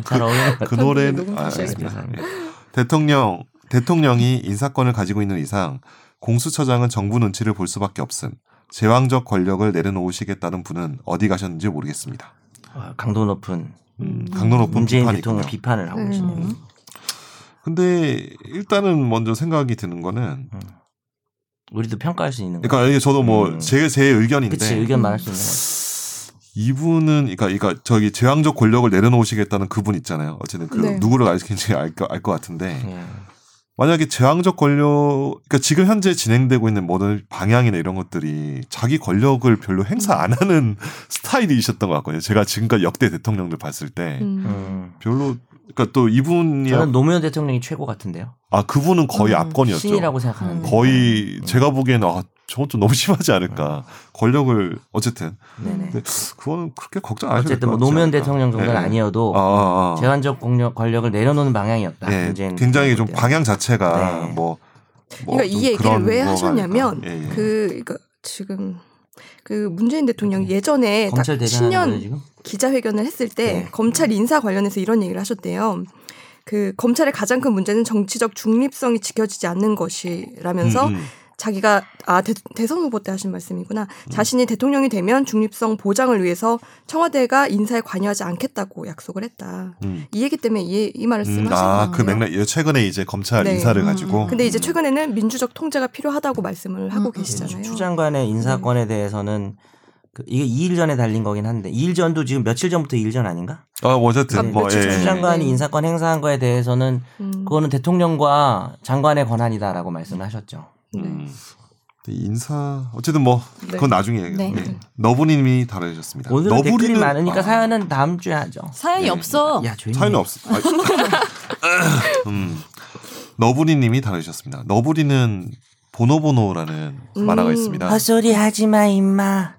[SPEAKER 4] 잘 어울리는 것
[SPEAKER 2] 그
[SPEAKER 4] 같아요.
[SPEAKER 2] 노래
[SPEAKER 1] 녹음
[SPEAKER 2] 아,
[SPEAKER 1] 다시
[SPEAKER 2] 알겠습니다.
[SPEAKER 4] 하겠습니다.
[SPEAKER 2] 예. 대통령 대통령이 인사권을 가지고 있는 이상 공수처장은 정부 눈치를 볼 수밖에 없음. 제왕적 권력을 내려놓으시겠다는 분은 어디 가셨는지 모르겠습니다.
[SPEAKER 4] 아, 강도 높은
[SPEAKER 2] 음, 강도 높은
[SPEAKER 4] 문재인
[SPEAKER 2] 비판이
[SPEAKER 4] 대통령
[SPEAKER 2] 있군요.
[SPEAKER 4] 비판을 하고 계시네요.
[SPEAKER 1] 음.
[SPEAKER 2] 근데 일단은 먼저 생각이 드는 거는
[SPEAKER 4] 우리도 평가할 수 있는 거.
[SPEAKER 2] 그러니까 네. 이게 저도 뭐
[SPEAKER 4] 음.
[SPEAKER 2] 제 제 의견인데
[SPEAKER 4] 그치 의견 많을 수 있는 거.
[SPEAKER 2] 이분은 그러니까 그러니까 저기 제왕적 권력을 내려놓으시겠다는 그분 있잖아요. 어쨌든 그
[SPEAKER 1] 네.
[SPEAKER 2] 누구를 알겠는지 알것 같은데
[SPEAKER 4] 예.
[SPEAKER 2] 만약에 제왕적 권력, 그러니까 지금 현재 진행되고 있는 모든 방향이나 이런 것들이 자기 권력을 별로 행사
[SPEAKER 1] 음.
[SPEAKER 2] 안 하는 [LAUGHS] 스타일이셨던 것 같거든요. 제가 지금까지 역대 대통령들 봤을 때
[SPEAKER 1] 음.
[SPEAKER 4] 음.
[SPEAKER 2] 별로, 그러니까 또 이분이
[SPEAKER 4] 저는 노무현 대통령이 최고 같은데요.
[SPEAKER 2] 아 그분은 거의
[SPEAKER 3] 음,
[SPEAKER 2] 압권이었죠.
[SPEAKER 4] 신이라고
[SPEAKER 1] 음.
[SPEAKER 4] 생각하는데.
[SPEAKER 2] 거의 제가 보기에는 아 저건 좀 너무 심하지 않을까.
[SPEAKER 4] 음.
[SPEAKER 2] 권력을 어쨌든
[SPEAKER 4] 네네.
[SPEAKER 2] 그거는 그렇게 걱정 안 하셔도
[SPEAKER 4] 어쨌든 뭐
[SPEAKER 2] 될것 같지
[SPEAKER 4] 노무현
[SPEAKER 2] 않을까.
[SPEAKER 4] 대통령 정도는
[SPEAKER 2] 예.
[SPEAKER 4] 아니어도
[SPEAKER 2] 아, 아, 아.
[SPEAKER 4] 제한적 공력 권력을 내려놓는 방향이었다.
[SPEAKER 2] 예,
[SPEAKER 4] 문재인
[SPEAKER 2] 굉장히 좀
[SPEAKER 4] 대통령
[SPEAKER 2] 방향 자체가
[SPEAKER 4] 네.
[SPEAKER 2] 뭐, 뭐
[SPEAKER 1] 그러니까 이
[SPEAKER 2] 좀
[SPEAKER 1] 얘기를
[SPEAKER 2] 그런
[SPEAKER 1] 왜
[SPEAKER 2] 거가
[SPEAKER 1] 하셨냐면
[SPEAKER 2] 아닐까. 예, 예.
[SPEAKER 1] 그, 그 지금 그 문재인 대통령 예전에
[SPEAKER 4] 때.
[SPEAKER 1] 딱
[SPEAKER 4] 네. 검찰 대장하는 거예요
[SPEAKER 1] 10년
[SPEAKER 4] 지금.
[SPEAKER 1] 기자회견을 했을 때
[SPEAKER 4] 네.
[SPEAKER 1] 검찰 인사 관련해서 이런 얘기를 하셨대요. 그 검찰의 가장 큰 문제는 정치적 중립성이 지켜지지 않는 것이라면서
[SPEAKER 2] 음, 음.
[SPEAKER 1] 자기가 아 대, 선 후보 때 하신 말씀이구나.
[SPEAKER 4] 음.
[SPEAKER 1] 자신이 대통령이 되면 중립성 보장을 위해서 청와대가 인사에 관여하지 않겠다고 약속을 했다.
[SPEAKER 2] 음.
[SPEAKER 1] 이 얘기 때문에 이, 이 말을 쓰신
[SPEAKER 2] 음,
[SPEAKER 1] 거예요.
[SPEAKER 2] 아, 그 맥락 예, 최근에 이제 검찰
[SPEAKER 1] 네.
[SPEAKER 2] 인사를
[SPEAKER 3] 음,
[SPEAKER 2] 가지고
[SPEAKER 3] 음.
[SPEAKER 1] 근데 이제 최근에는 민주적 통제가 필요하다고 말씀을 하고
[SPEAKER 3] 음,
[SPEAKER 1] 계시잖아요.
[SPEAKER 4] 예,
[SPEAKER 1] 네.
[SPEAKER 4] 추장관의 인사권에 대해서는 그 이게 2일 전에 달린 거긴 한데 2일 전도 지금 며칠 전부터 2일 전 아닌가?
[SPEAKER 2] 아, 뭐 어쨌든
[SPEAKER 1] 아,
[SPEAKER 2] 뭐
[SPEAKER 1] 며칠
[SPEAKER 2] 예.
[SPEAKER 1] 추장-
[SPEAKER 4] 추장관이
[SPEAKER 1] 네.
[SPEAKER 4] 인사권 행사한 거에 대해서는
[SPEAKER 1] 음,
[SPEAKER 4] 그거는 대통령과 장관의 권한이다라고 말씀을 하셨죠.
[SPEAKER 1] 네.
[SPEAKER 2] 음. 근데 인사 어쨌든 뭐 그건 나중에 얘기해요.
[SPEAKER 3] 네.
[SPEAKER 2] 예. 너부님이 다루셨습니다.
[SPEAKER 4] 오늘은 댓글이 많으니까
[SPEAKER 2] 아,
[SPEAKER 4] 사연은 다음 주에 하죠.
[SPEAKER 3] 사연이
[SPEAKER 2] 네.
[SPEAKER 3] 없어.
[SPEAKER 4] 야 조용히.
[SPEAKER 2] 사연은
[SPEAKER 4] 해.
[SPEAKER 2] 없어. 아, [LAUGHS] 음. 너부리님이 다루셨습니다. 너부리는 보노보노라는
[SPEAKER 1] 음.
[SPEAKER 2] 만화가 있습니다.
[SPEAKER 4] 헛소리 하지 마 임마.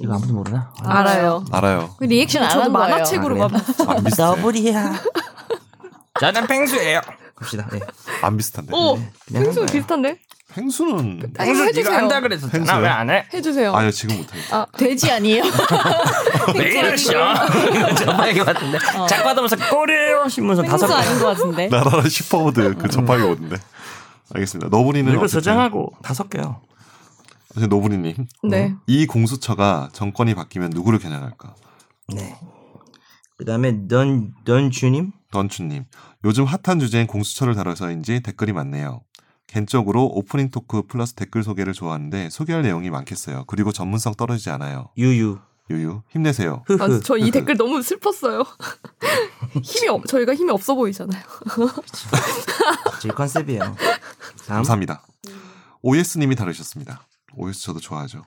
[SPEAKER 4] 이거 아무도 모르나?
[SPEAKER 3] 알아요.
[SPEAKER 2] 알아요.
[SPEAKER 3] 그 리액션 안
[SPEAKER 1] 저도
[SPEAKER 3] 한 거예요.
[SPEAKER 1] 만화책으로만
[SPEAKER 4] 아,
[SPEAKER 2] 안 비슷해.
[SPEAKER 4] 너블이야. [LAUGHS] 저는 펭수예요. 갑시다. 네.
[SPEAKER 2] 안 네, 비슷한데.
[SPEAKER 1] 오, [LAUGHS]
[SPEAKER 4] 그냥
[SPEAKER 1] 펭수
[SPEAKER 4] 한 거예요.
[SPEAKER 1] 비슷한데?
[SPEAKER 2] 펭수는
[SPEAKER 1] 아, 이거 해주세요.
[SPEAKER 4] 그랬었잖아.
[SPEAKER 2] 펭수요?
[SPEAKER 4] 왜안 해?
[SPEAKER 1] 해주세요.
[SPEAKER 2] 아요 지금 못하겠다.
[SPEAKER 1] 아,
[SPEAKER 3] 돼지 아니에요?
[SPEAKER 4] [LAUGHS] 왜 이러셔? [LAUGHS] 저번에 이거 같은데.
[SPEAKER 1] 어.
[SPEAKER 4] 작가도 면서 꼬리요 신문선 다섯
[SPEAKER 3] 펭수
[SPEAKER 4] 개.
[SPEAKER 3] 아닌 것 같은데.
[SPEAKER 4] 음.
[SPEAKER 2] 나라라 슈퍼워드 그 전파기 오는데. 알겠습니다. 너브리는
[SPEAKER 7] 이거
[SPEAKER 2] 어쨌든-
[SPEAKER 7] 저장하고 다 섞여요.
[SPEAKER 2] 어쨌든 노부리님
[SPEAKER 1] 네.
[SPEAKER 2] 이 공수처가 정권이 바뀌면 누구를 겨냥할까?
[SPEAKER 4] 네. 그다음에 넌 넌주님
[SPEAKER 2] 던추님 요즘 핫한 주제인 공수처를 다뤄서인지 댓글이 많네요. 개인적으로 오프닝 토크 플러스 댓글 소개를 좋아하는데 소개할 내용이 많겠어요. 그리고 전문성 떨어지지 않아요.
[SPEAKER 4] 유유
[SPEAKER 2] 유유 힘내세요.
[SPEAKER 1] 아,
[SPEAKER 2] [LAUGHS]
[SPEAKER 4] 흐흐
[SPEAKER 1] 저 이 댓글 너무 슬펐어요. [LAUGHS] 힘이 없, 저희가 힘이 없어 보이잖아요.
[SPEAKER 4] 제 컨셉이에요. 다음
[SPEAKER 2] 감사합니다. OS님이 다루셨습니다. OS 저도 좋아하죠.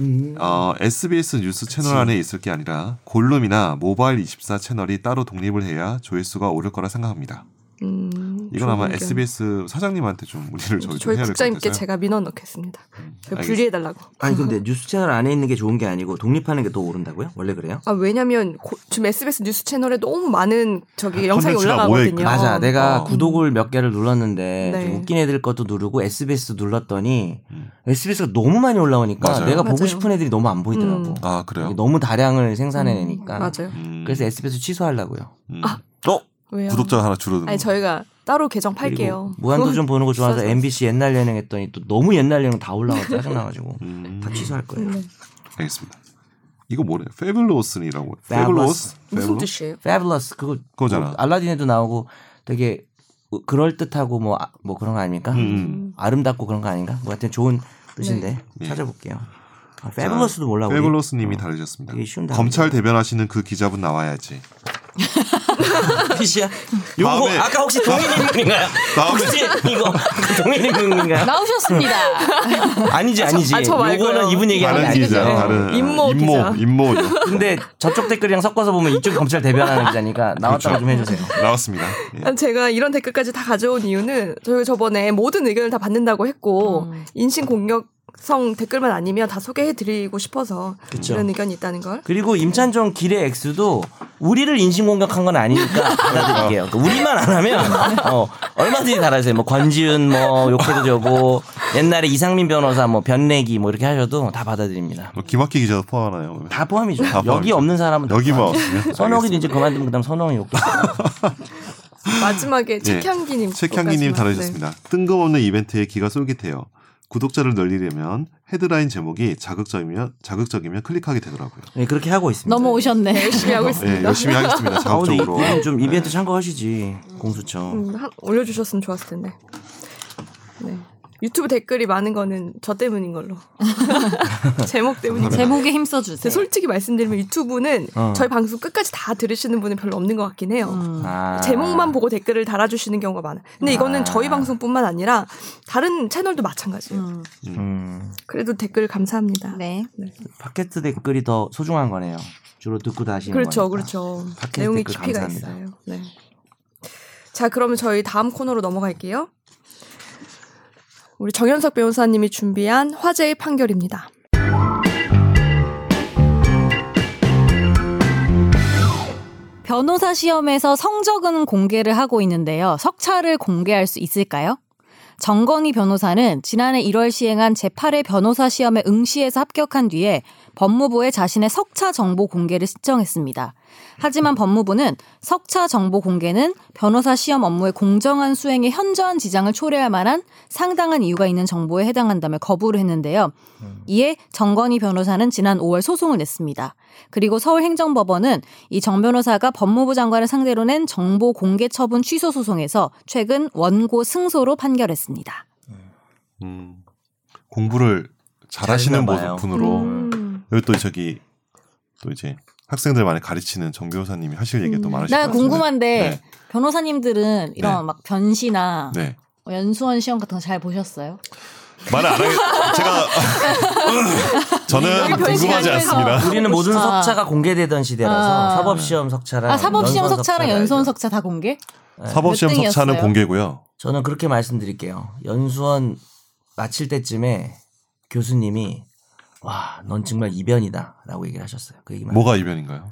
[SPEAKER 4] 음.
[SPEAKER 2] 어, SBS 뉴스 채널 안에 있을 게 아니라 골룸이나 모바일 24 채널이 따로 독립을 해야 조회수가 오를 거라 생각합니다.
[SPEAKER 1] 음,
[SPEAKER 2] 이건 아마
[SPEAKER 1] 좋은 의견.
[SPEAKER 2] SBS 사장님한테 좀 문의를 저희 좀
[SPEAKER 1] 저희
[SPEAKER 2] 해야 될 것
[SPEAKER 1] 국장님께
[SPEAKER 2] 같아서요.
[SPEAKER 1] 제가 민원 넣겠습니다.
[SPEAKER 2] 알겠습니다.
[SPEAKER 1] 분리해달라고.
[SPEAKER 4] 아니 근데 뉴스 채널 안에 있는 게 좋은 게 아니고 독립하는 게 더 오른다고요? 원래 그래요?
[SPEAKER 1] 아 왜냐면 고, 지금 SBS 뉴스 채널에 너무 많은 저기 영상이
[SPEAKER 2] 컨텐츠가 모여 있구나.
[SPEAKER 1] 올라가거든요.
[SPEAKER 4] 맞아. 내가
[SPEAKER 2] 어.
[SPEAKER 4] 구독을 몇 개를 눌렀는데
[SPEAKER 1] 네.
[SPEAKER 4] 좀 웃긴 애들 것도 누르고 SBS 눌렀더니
[SPEAKER 2] 음.
[SPEAKER 4] SBS가 너무 많이 올라오니까
[SPEAKER 2] 맞아요.
[SPEAKER 4] 내가 보고
[SPEAKER 1] 맞아요.
[SPEAKER 4] 싶은 애들이 너무 안 보이더라고.
[SPEAKER 1] 음.
[SPEAKER 2] 아 그래요?
[SPEAKER 4] 너무 다량을 생산해내니까.
[SPEAKER 1] 맞아요.
[SPEAKER 2] 음,
[SPEAKER 4] 그래서 SBS 취소하려고요.
[SPEAKER 2] 음.
[SPEAKER 7] 또
[SPEAKER 1] 왜요?
[SPEAKER 2] 구독자 하나 줄어드는.
[SPEAKER 1] 아니 저희가 따로 계정 팔게요.
[SPEAKER 4] 무한도전 보는 거 좋아서
[SPEAKER 1] 비싸서.
[SPEAKER 4] MBC 옛날 예능 했더니 또 너무 옛날 예능 다 올라와 짜증나가지고
[SPEAKER 2] 음,
[SPEAKER 4] 다 취소할 거예요.
[SPEAKER 1] 네.
[SPEAKER 2] 알겠습니다. 이거 뭐래? 페블로스니라고. 페블로스.
[SPEAKER 4] Fabulous.
[SPEAKER 1] 무슨 뜻이에요?
[SPEAKER 4] Fabulous 그거
[SPEAKER 2] 그거잖아.
[SPEAKER 4] 뭐 알라딘에도 나오고 되게 그럴 듯하고 뭐 뭐 그런 거 아닙니까?
[SPEAKER 2] 음.
[SPEAKER 4] 아름답고 그런 거 아닌가? 뭐 하여튼 좋은 뜻인데
[SPEAKER 2] 네.
[SPEAKER 4] 찾아볼게요. 아, Fabulous도 몰라 우리.
[SPEAKER 2] 페블로스님이
[SPEAKER 4] 어.
[SPEAKER 2] 다루셨습니다.
[SPEAKER 4] 되게 쉬운 단어.
[SPEAKER 2] 검찰 대변하시는 그 기자분 나와야지.
[SPEAKER 4] [LAUGHS] 피시야. 요거 뭐,
[SPEAKER 2] 다음에-
[SPEAKER 4] 아까 혹시
[SPEAKER 2] [LAUGHS]
[SPEAKER 4] 동인인물인가요?
[SPEAKER 2] 다음에
[SPEAKER 4] 혹시 이거 동인인물인가요? [LAUGHS]
[SPEAKER 3] 나오셨습니다.
[SPEAKER 4] 아니지 아니지.
[SPEAKER 1] 아, 저 말고요.
[SPEAKER 4] 요거는 이분 얘기하는 게
[SPEAKER 2] 다른
[SPEAKER 4] 아니죠.
[SPEAKER 2] 기자, 다른
[SPEAKER 1] 임모
[SPEAKER 2] 아,
[SPEAKER 1] 기자.
[SPEAKER 2] 임모, [LAUGHS] 임모
[SPEAKER 4] 근데 저쪽 댓글이랑 섞어서 보면 이쪽이 검찰 대변하는 기자니까
[SPEAKER 2] 그렇죠.
[SPEAKER 4] 나왔다고 좀 해주세요.
[SPEAKER 2] 나왔습니다. 예.
[SPEAKER 1] 아니, 제가 이런 댓글까지 다 가져온 이유는 저희가 저번에 모든 의견을 다 받는다고 했고 인신 공격성 댓글만 아니면 다 소개해드리고 싶어서
[SPEAKER 4] 그쵸.
[SPEAKER 1] 이런 의견이 있다는 걸.
[SPEAKER 4] 그리고 임찬종 길의 X도 우리를 인신공격한
[SPEAKER 2] [LAUGHS]
[SPEAKER 4] 건 아니니까 받아들일게요. 그러니까 우리만 안 하면 어, 얼마든지 달아주세요. 뭐 권지윤 뭐 욕해도 되고 옛날에 이상민 변호사 뭐 변내기 뭐 이렇게 하셔도 다 받아드립니다.
[SPEAKER 2] 뭐 김학기 기자도 포함하나요?
[SPEAKER 4] 다 포함이죠.
[SPEAKER 2] 다 포함이죠.
[SPEAKER 4] 여기 없는 사람은 다
[SPEAKER 2] 여기만
[SPEAKER 4] 포함이죠.
[SPEAKER 2] 없으면.
[SPEAKER 4] 선호기도 이제 그만두면 그다음 선호이 욕도
[SPEAKER 1] 마지막에
[SPEAKER 2] 네.
[SPEAKER 1] 책향기님.
[SPEAKER 2] 책향기님
[SPEAKER 1] 것까지만. 네.
[SPEAKER 2] 다루셨습니다. 뜬금없는 이벤트에 기가 쏠깃해요. 구독자를 늘리려면 헤드라인 제목이 자극적이면 자극적이면 클릭하게 되더라고요.
[SPEAKER 4] 네, 그렇게 하고 있습니다.
[SPEAKER 1] 네,
[SPEAKER 3] 넘어오셨네.
[SPEAKER 1] 열심히 하고
[SPEAKER 2] 예,
[SPEAKER 1] 있습니다.
[SPEAKER 2] 열심히 하겠습니다.
[SPEAKER 4] 아, 근데
[SPEAKER 2] 자극적으로. 네.
[SPEAKER 4] 이분은 좀 이벤트 참가하시지 공수처.
[SPEAKER 1] 음, 한- 올려주셨으면 좋았을 텐데. 네. 유튜브 댓글이 많은 거는 저 때문인 걸로. [LAUGHS] 제목 때문인 걸로.
[SPEAKER 3] 제목에
[SPEAKER 1] 근데
[SPEAKER 3] 힘써주세요.
[SPEAKER 1] 솔직히 말씀드리면 유튜브는
[SPEAKER 4] 어.
[SPEAKER 1] 저희 방송 끝까지 다 들으시는 분은 별로 없는 것 같긴 해요.
[SPEAKER 4] 아.
[SPEAKER 1] 제목만 보고 댓글을 달아주시는 경우가 많아요. 근데 이거는
[SPEAKER 4] 아.
[SPEAKER 1] 저희 방송뿐만 아니라 다른 채널도 마찬가지예요.
[SPEAKER 3] 음.
[SPEAKER 4] 음,
[SPEAKER 1] 그래도 댓글 감사합니다.
[SPEAKER 3] 네.
[SPEAKER 4] 팟캐스트 댓글이 더 소중한 거네요. 주로 듣고 다시는
[SPEAKER 1] 그렇죠,
[SPEAKER 4] 거니까.
[SPEAKER 1] 그렇죠.
[SPEAKER 4] 팟캐스트
[SPEAKER 1] 내용이
[SPEAKER 4] 댓글
[SPEAKER 1] 깊이가
[SPEAKER 4] 감사합니다.
[SPEAKER 1] 있어요. 네. 자, 그러면 저희 다음 코너로 넘어갈게요. 우리 정현석 변호사님이 준비한 화제의 판결입니다.
[SPEAKER 3] 변호사 시험에서 성적은 공개를 하고 있는데요. 석차를 공개할 수 있을까요? 정건희 변호사는 지난해 1월 시행한 제8회 변호사 시험에 응시해서 합격한 뒤에 법무부에 자신의 석차 정보 공개를 신청했습니다. 하지만 법무부는 석차 정보 공개는 변호사 시험 업무의 공정한 수행에 현저한 지장을 초래할 만한 상당한 이유가 있는 정보에 해당한다며 거부를 했는데요. 이에 정건희 변호사는 지난 5월 소송을 냈습니다. 그리고 서울행정법원은 이 정 변호사가 법무부 장관을 상대로 낸 정보 공개 처분 취소 소송에서 최근 원고 승소로 판결했습니다.
[SPEAKER 2] 음, 공부를 잘하시는
[SPEAKER 4] 잘했나 봐요.
[SPEAKER 2] 분으로
[SPEAKER 1] 음.
[SPEAKER 2] 여기 또 저기 또 이제 학생들 많이 가르치는 정 변호사님이 하실 얘기 또
[SPEAKER 1] 음.
[SPEAKER 2] 많으실 것
[SPEAKER 3] 나
[SPEAKER 4] 네.
[SPEAKER 2] 같은데.
[SPEAKER 3] 궁금한데 변호사님들은 이런
[SPEAKER 2] 네.
[SPEAKER 3] 막 변시나 뭐
[SPEAKER 2] 네. 네.
[SPEAKER 3] 연수원 시험 같은 거 잘 보셨어요?
[SPEAKER 2] 말을 안 하겠. 제가 [LAUGHS] 저는
[SPEAKER 3] 음. 변신
[SPEAKER 2] 궁금하지
[SPEAKER 3] 아니면서.
[SPEAKER 2] 않습니다.
[SPEAKER 4] 아, 우리는 모든
[SPEAKER 3] 아.
[SPEAKER 4] 석차가 공개되던 시대라서
[SPEAKER 3] 아.
[SPEAKER 4] 사법시험 석차랑
[SPEAKER 3] 아 사법시험
[SPEAKER 4] 연수원
[SPEAKER 3] 석차랑
[SPEAKER 4] 석차를
[SPEAKER 3] 연수원
[SPEAKER 4] 알죠.
[SPEAKER 3] 석차 다 공개?
[SPEAKER 4] 네,
[SPEAKER 2] 사법시험
[SPEAKER 3] 몇
[SPEAKER 2] 석차는
[SPEAKER 3] 등이었어요?
[SPEAKER 2] 공개고요.
[SPEAKER 4] 저는 그렇게 말씀드릴게요. 연수원 마칠 때쯤에 교수님이 와 넌 정말 이변이다라고 얘기를 하셨어요. 그 얘기만.
[SPEAKER 2] 뭐가 이변인가요?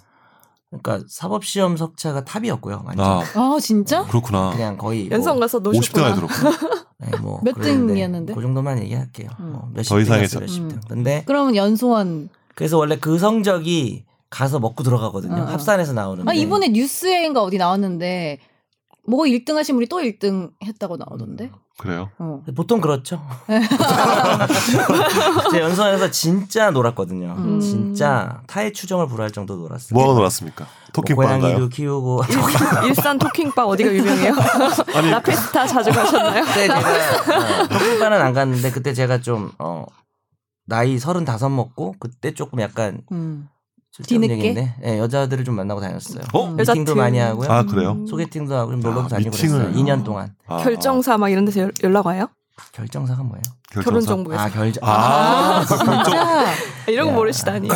[SPEAKER 4] 그러니까 사법시험 석차가 탑이었고요. 완전
[SPEAKER 2] 아
[SPEAKER 3] 아 진짜?
[SPEAKER 4] 네.
[SPEAKER 2] 그렇구나.
[SPEAKER 4] 그냥 거의
[SPEAKER 1] 연성
[SPEAKER 4] 뭐,
[SPEAKER 1] 가서
[SPEAKER 2] 50등
[SPEAKER 1] 노셨구나.
[SPEAKER 2] 안에 들었구나.
[SPEAKER 4] 네, 뭐
[SPEAKER 3] 몇
[SPEAKER 4] 그랬는데
[SPEAKER 3] 등이었는데?
[SPEAKER 4] 그 정도만 얘기할게요. 뭐 몇십
[SPEAKER 2] 더 이상의
[SPEAKER 4] 등이었어요,
[SPEAKER 2] 차-
[SPEAKER 4] 몇십 등.
[SPEAKER 3] 음.
[SPEAKER 4] 근데
[SPEAKER 3] 그러면 연수원
[SPEAKER 4] 그래서 원래 그 성적이 가서 먹고 들어가거든요.
[SPEAKER 3] 어, 어.
[SPEAKER 4] 네. 합산해서 나오는데.
[SPEAKER 3] 아 이번에 뉴스에인가 어디 나왔는데 뭐 1등 하신 분이 또 1등 했다고 나오던데.
[SPEAKER 2] 그래요?
[SPEAKER 4] 음.
[SPEAKER 3] 어.
[SPEAKER 4] 보통 그렇죠. 제 연습하면서 진짜 놀았거든요.
[SPEAKER 3] 음.
[SPEAKER 4] 진짜 타의 추정을 불허할 정도 놀았어요.
[SPEAKER 2] 뭐하고 놀았습니까? 토킹방가요?
[SPEAKER 4] 뭐 고양이도 키우고.
[SPEAKER 1] 일산, 일산 토킹바 어디가 유명해요? [LAUGHS]
[SPEAKER 2] 아니
[SPEAKER 1] 라페스타 자주 가셨나요?
[SPEAKER 4] 그때 제가 어, 토킹바는 안 갔는데 그때 제가 좀 어, 나이 35 먹고 그때 조금 약간
[SPEAKER 3] 음.
[SPEAKER 4] 쓸데없는
[SPEAKER 3] 뒤늦게?
[SPEAKER 4] 얘기인데, 예, 여자들을 좀 만나고 다녔어요.
[SPEAKER 2] 어?
[SPEAKER 3] 음.
[SPEAKER 1] 여자
[SPEAKER 4] 미팅도
[SPEAKER 1] 팀.
[SPEAKER 4] 많이 하고요.
[SPEAKER 2] 아 그래요?
[SPEAKER 4] 소개팅도 하고 좀 놀러도
[SPEAKER 2] 아,
[SPEAKER 4] 다니고
[SPEAKER 2] 미팅을.
[SPEAKER 4] 그랬어요. 2년 동안.
[SPEAKER 2] 아,
[SPEAKER 1] 음. 결정사 막 이런 데서 연- 연락 와요?
[SPEAKER 4] 결정사가 뭐예요?
[SPEAKER 2] 결정사?
[SPEAKER 1] 결혼 정보에서
[SPEAKER 4] 아, 결정.
[SPEAKER 2] 아, 결정
[SPEAKER 3] 진짜?
[SPEAKER 1] 이런 거
[SPEAKER 4] 야. [LAUGHS]
[SPEAKER 1] 모르시다니.
[SPEAKER 4] 어,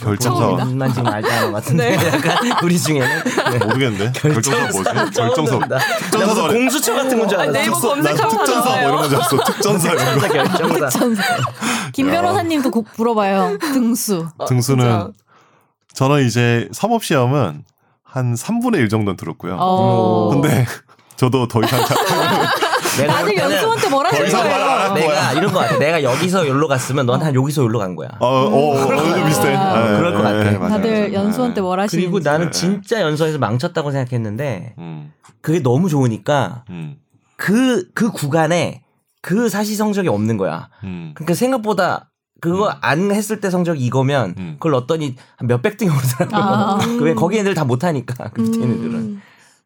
[SPEAKER 2] 결정사원.
[SPEAKER 4] 본인만 지금 알다는 것 같은데 약간 우리 중에는
[SPEAKER 2] 어, 모르겠는데 [LAUGHS] 결정사 뭐지? 결정사 특전사도 아니-
[SPEAKER 4] 공수처 같은 건 줄 알았어.
[SPEAKER 1] 네이버
[SPEAKER 2] 특전- 난
[SPEAKER 1] 검색하면
[SPEAKER 2] 특전사 뭐
[SPEAKER 1] 나와요.
[SPEAKER 2] 이런 건줄 알았어 특전사
[SPEAKER 4] [LAUGHS]
[SPEAKER 2] 이런 거
[SPEAKER 3] [LAUGHS]
[SPEAKER 4] 결정사.
[SPEAKER 3] 김 변호사님도 곧 물어봐요. 등수.
[SPEAKER 1] 진짜.
[SPEAKER 2] 등수는 저는 이제 사법시험은 한 3분의 1 정도는 들었고요
[SPEAKER 3] 어.
[SPEAKER 2] 아. 근데 [LAUGHS] 저도 더 이상 잘-
[SPEAKER 4] 내가
[SPEAKER 3] 다들
[SPEAKER 4] 그때는
[SPEAKER 3] 연수원 때 뭐라
[SPEAKER 2] 더
[SPEAKER 3] 하는
[SPEAKER 2] 이상 말
[SPEAKER 3] 거예요?
[SPEAKER 2] 안 할 거야
[SPEAKER 4] 내가 이런 거 같아. 내가 여기서 여기로 갔으면 넌 한 여기서 여기로 간 거야.
[SPEAKER 2] 어, 어, 어, 어느 좀 비슷해
[SPEAKER 3] 아,
[SPEAKER 2] 예,
[SPEAKER 4] 그럴 것
[SPEAKER 2] 예,
[SPEAKER 4] 같아.
[SPEAKER 2] 예, 맞아요,
[SPEAKER 3] 다들
[SPEAKER 2] 맞아요.
[SPEAKER 3] 연수원 때
[SPEAKER 2] 예.
[SPEAKER 3] 뭐뭘 하시는지.
[SPEAKER 4] 그리고
[SPEAKER 2] 네.
[SPEAKER 4] 나는 진짜 연수원에서 망쳤다고 생각했는데
[SPEAKER 2] 음,
[SPEAKER 4] 그게 너무 좋으니까
[SPEAKER 2] 음,
[SPEAKER 4] 그 그 구간에 그 사시 성적이 없는 거야.
[SPEAKER 2] 음.
[SPEAKER 4] 그러니까 생각보다 그거
[SPEAKER 2] 음.
[SPEAKER 4] 안 했을 때 성적이 이거면
[SPEAKER 2] 음.
[SPEAKER 4] 그걸 넣었더니 한 몇백 등이 오더라고요.
[SPEAKER 3] 아.
[SPEAKER 4] 그 [LAUGHS] 왜 거기 애들 다 못하니까 그 밑에 있는 애들은
[SPEAKER 1] 음.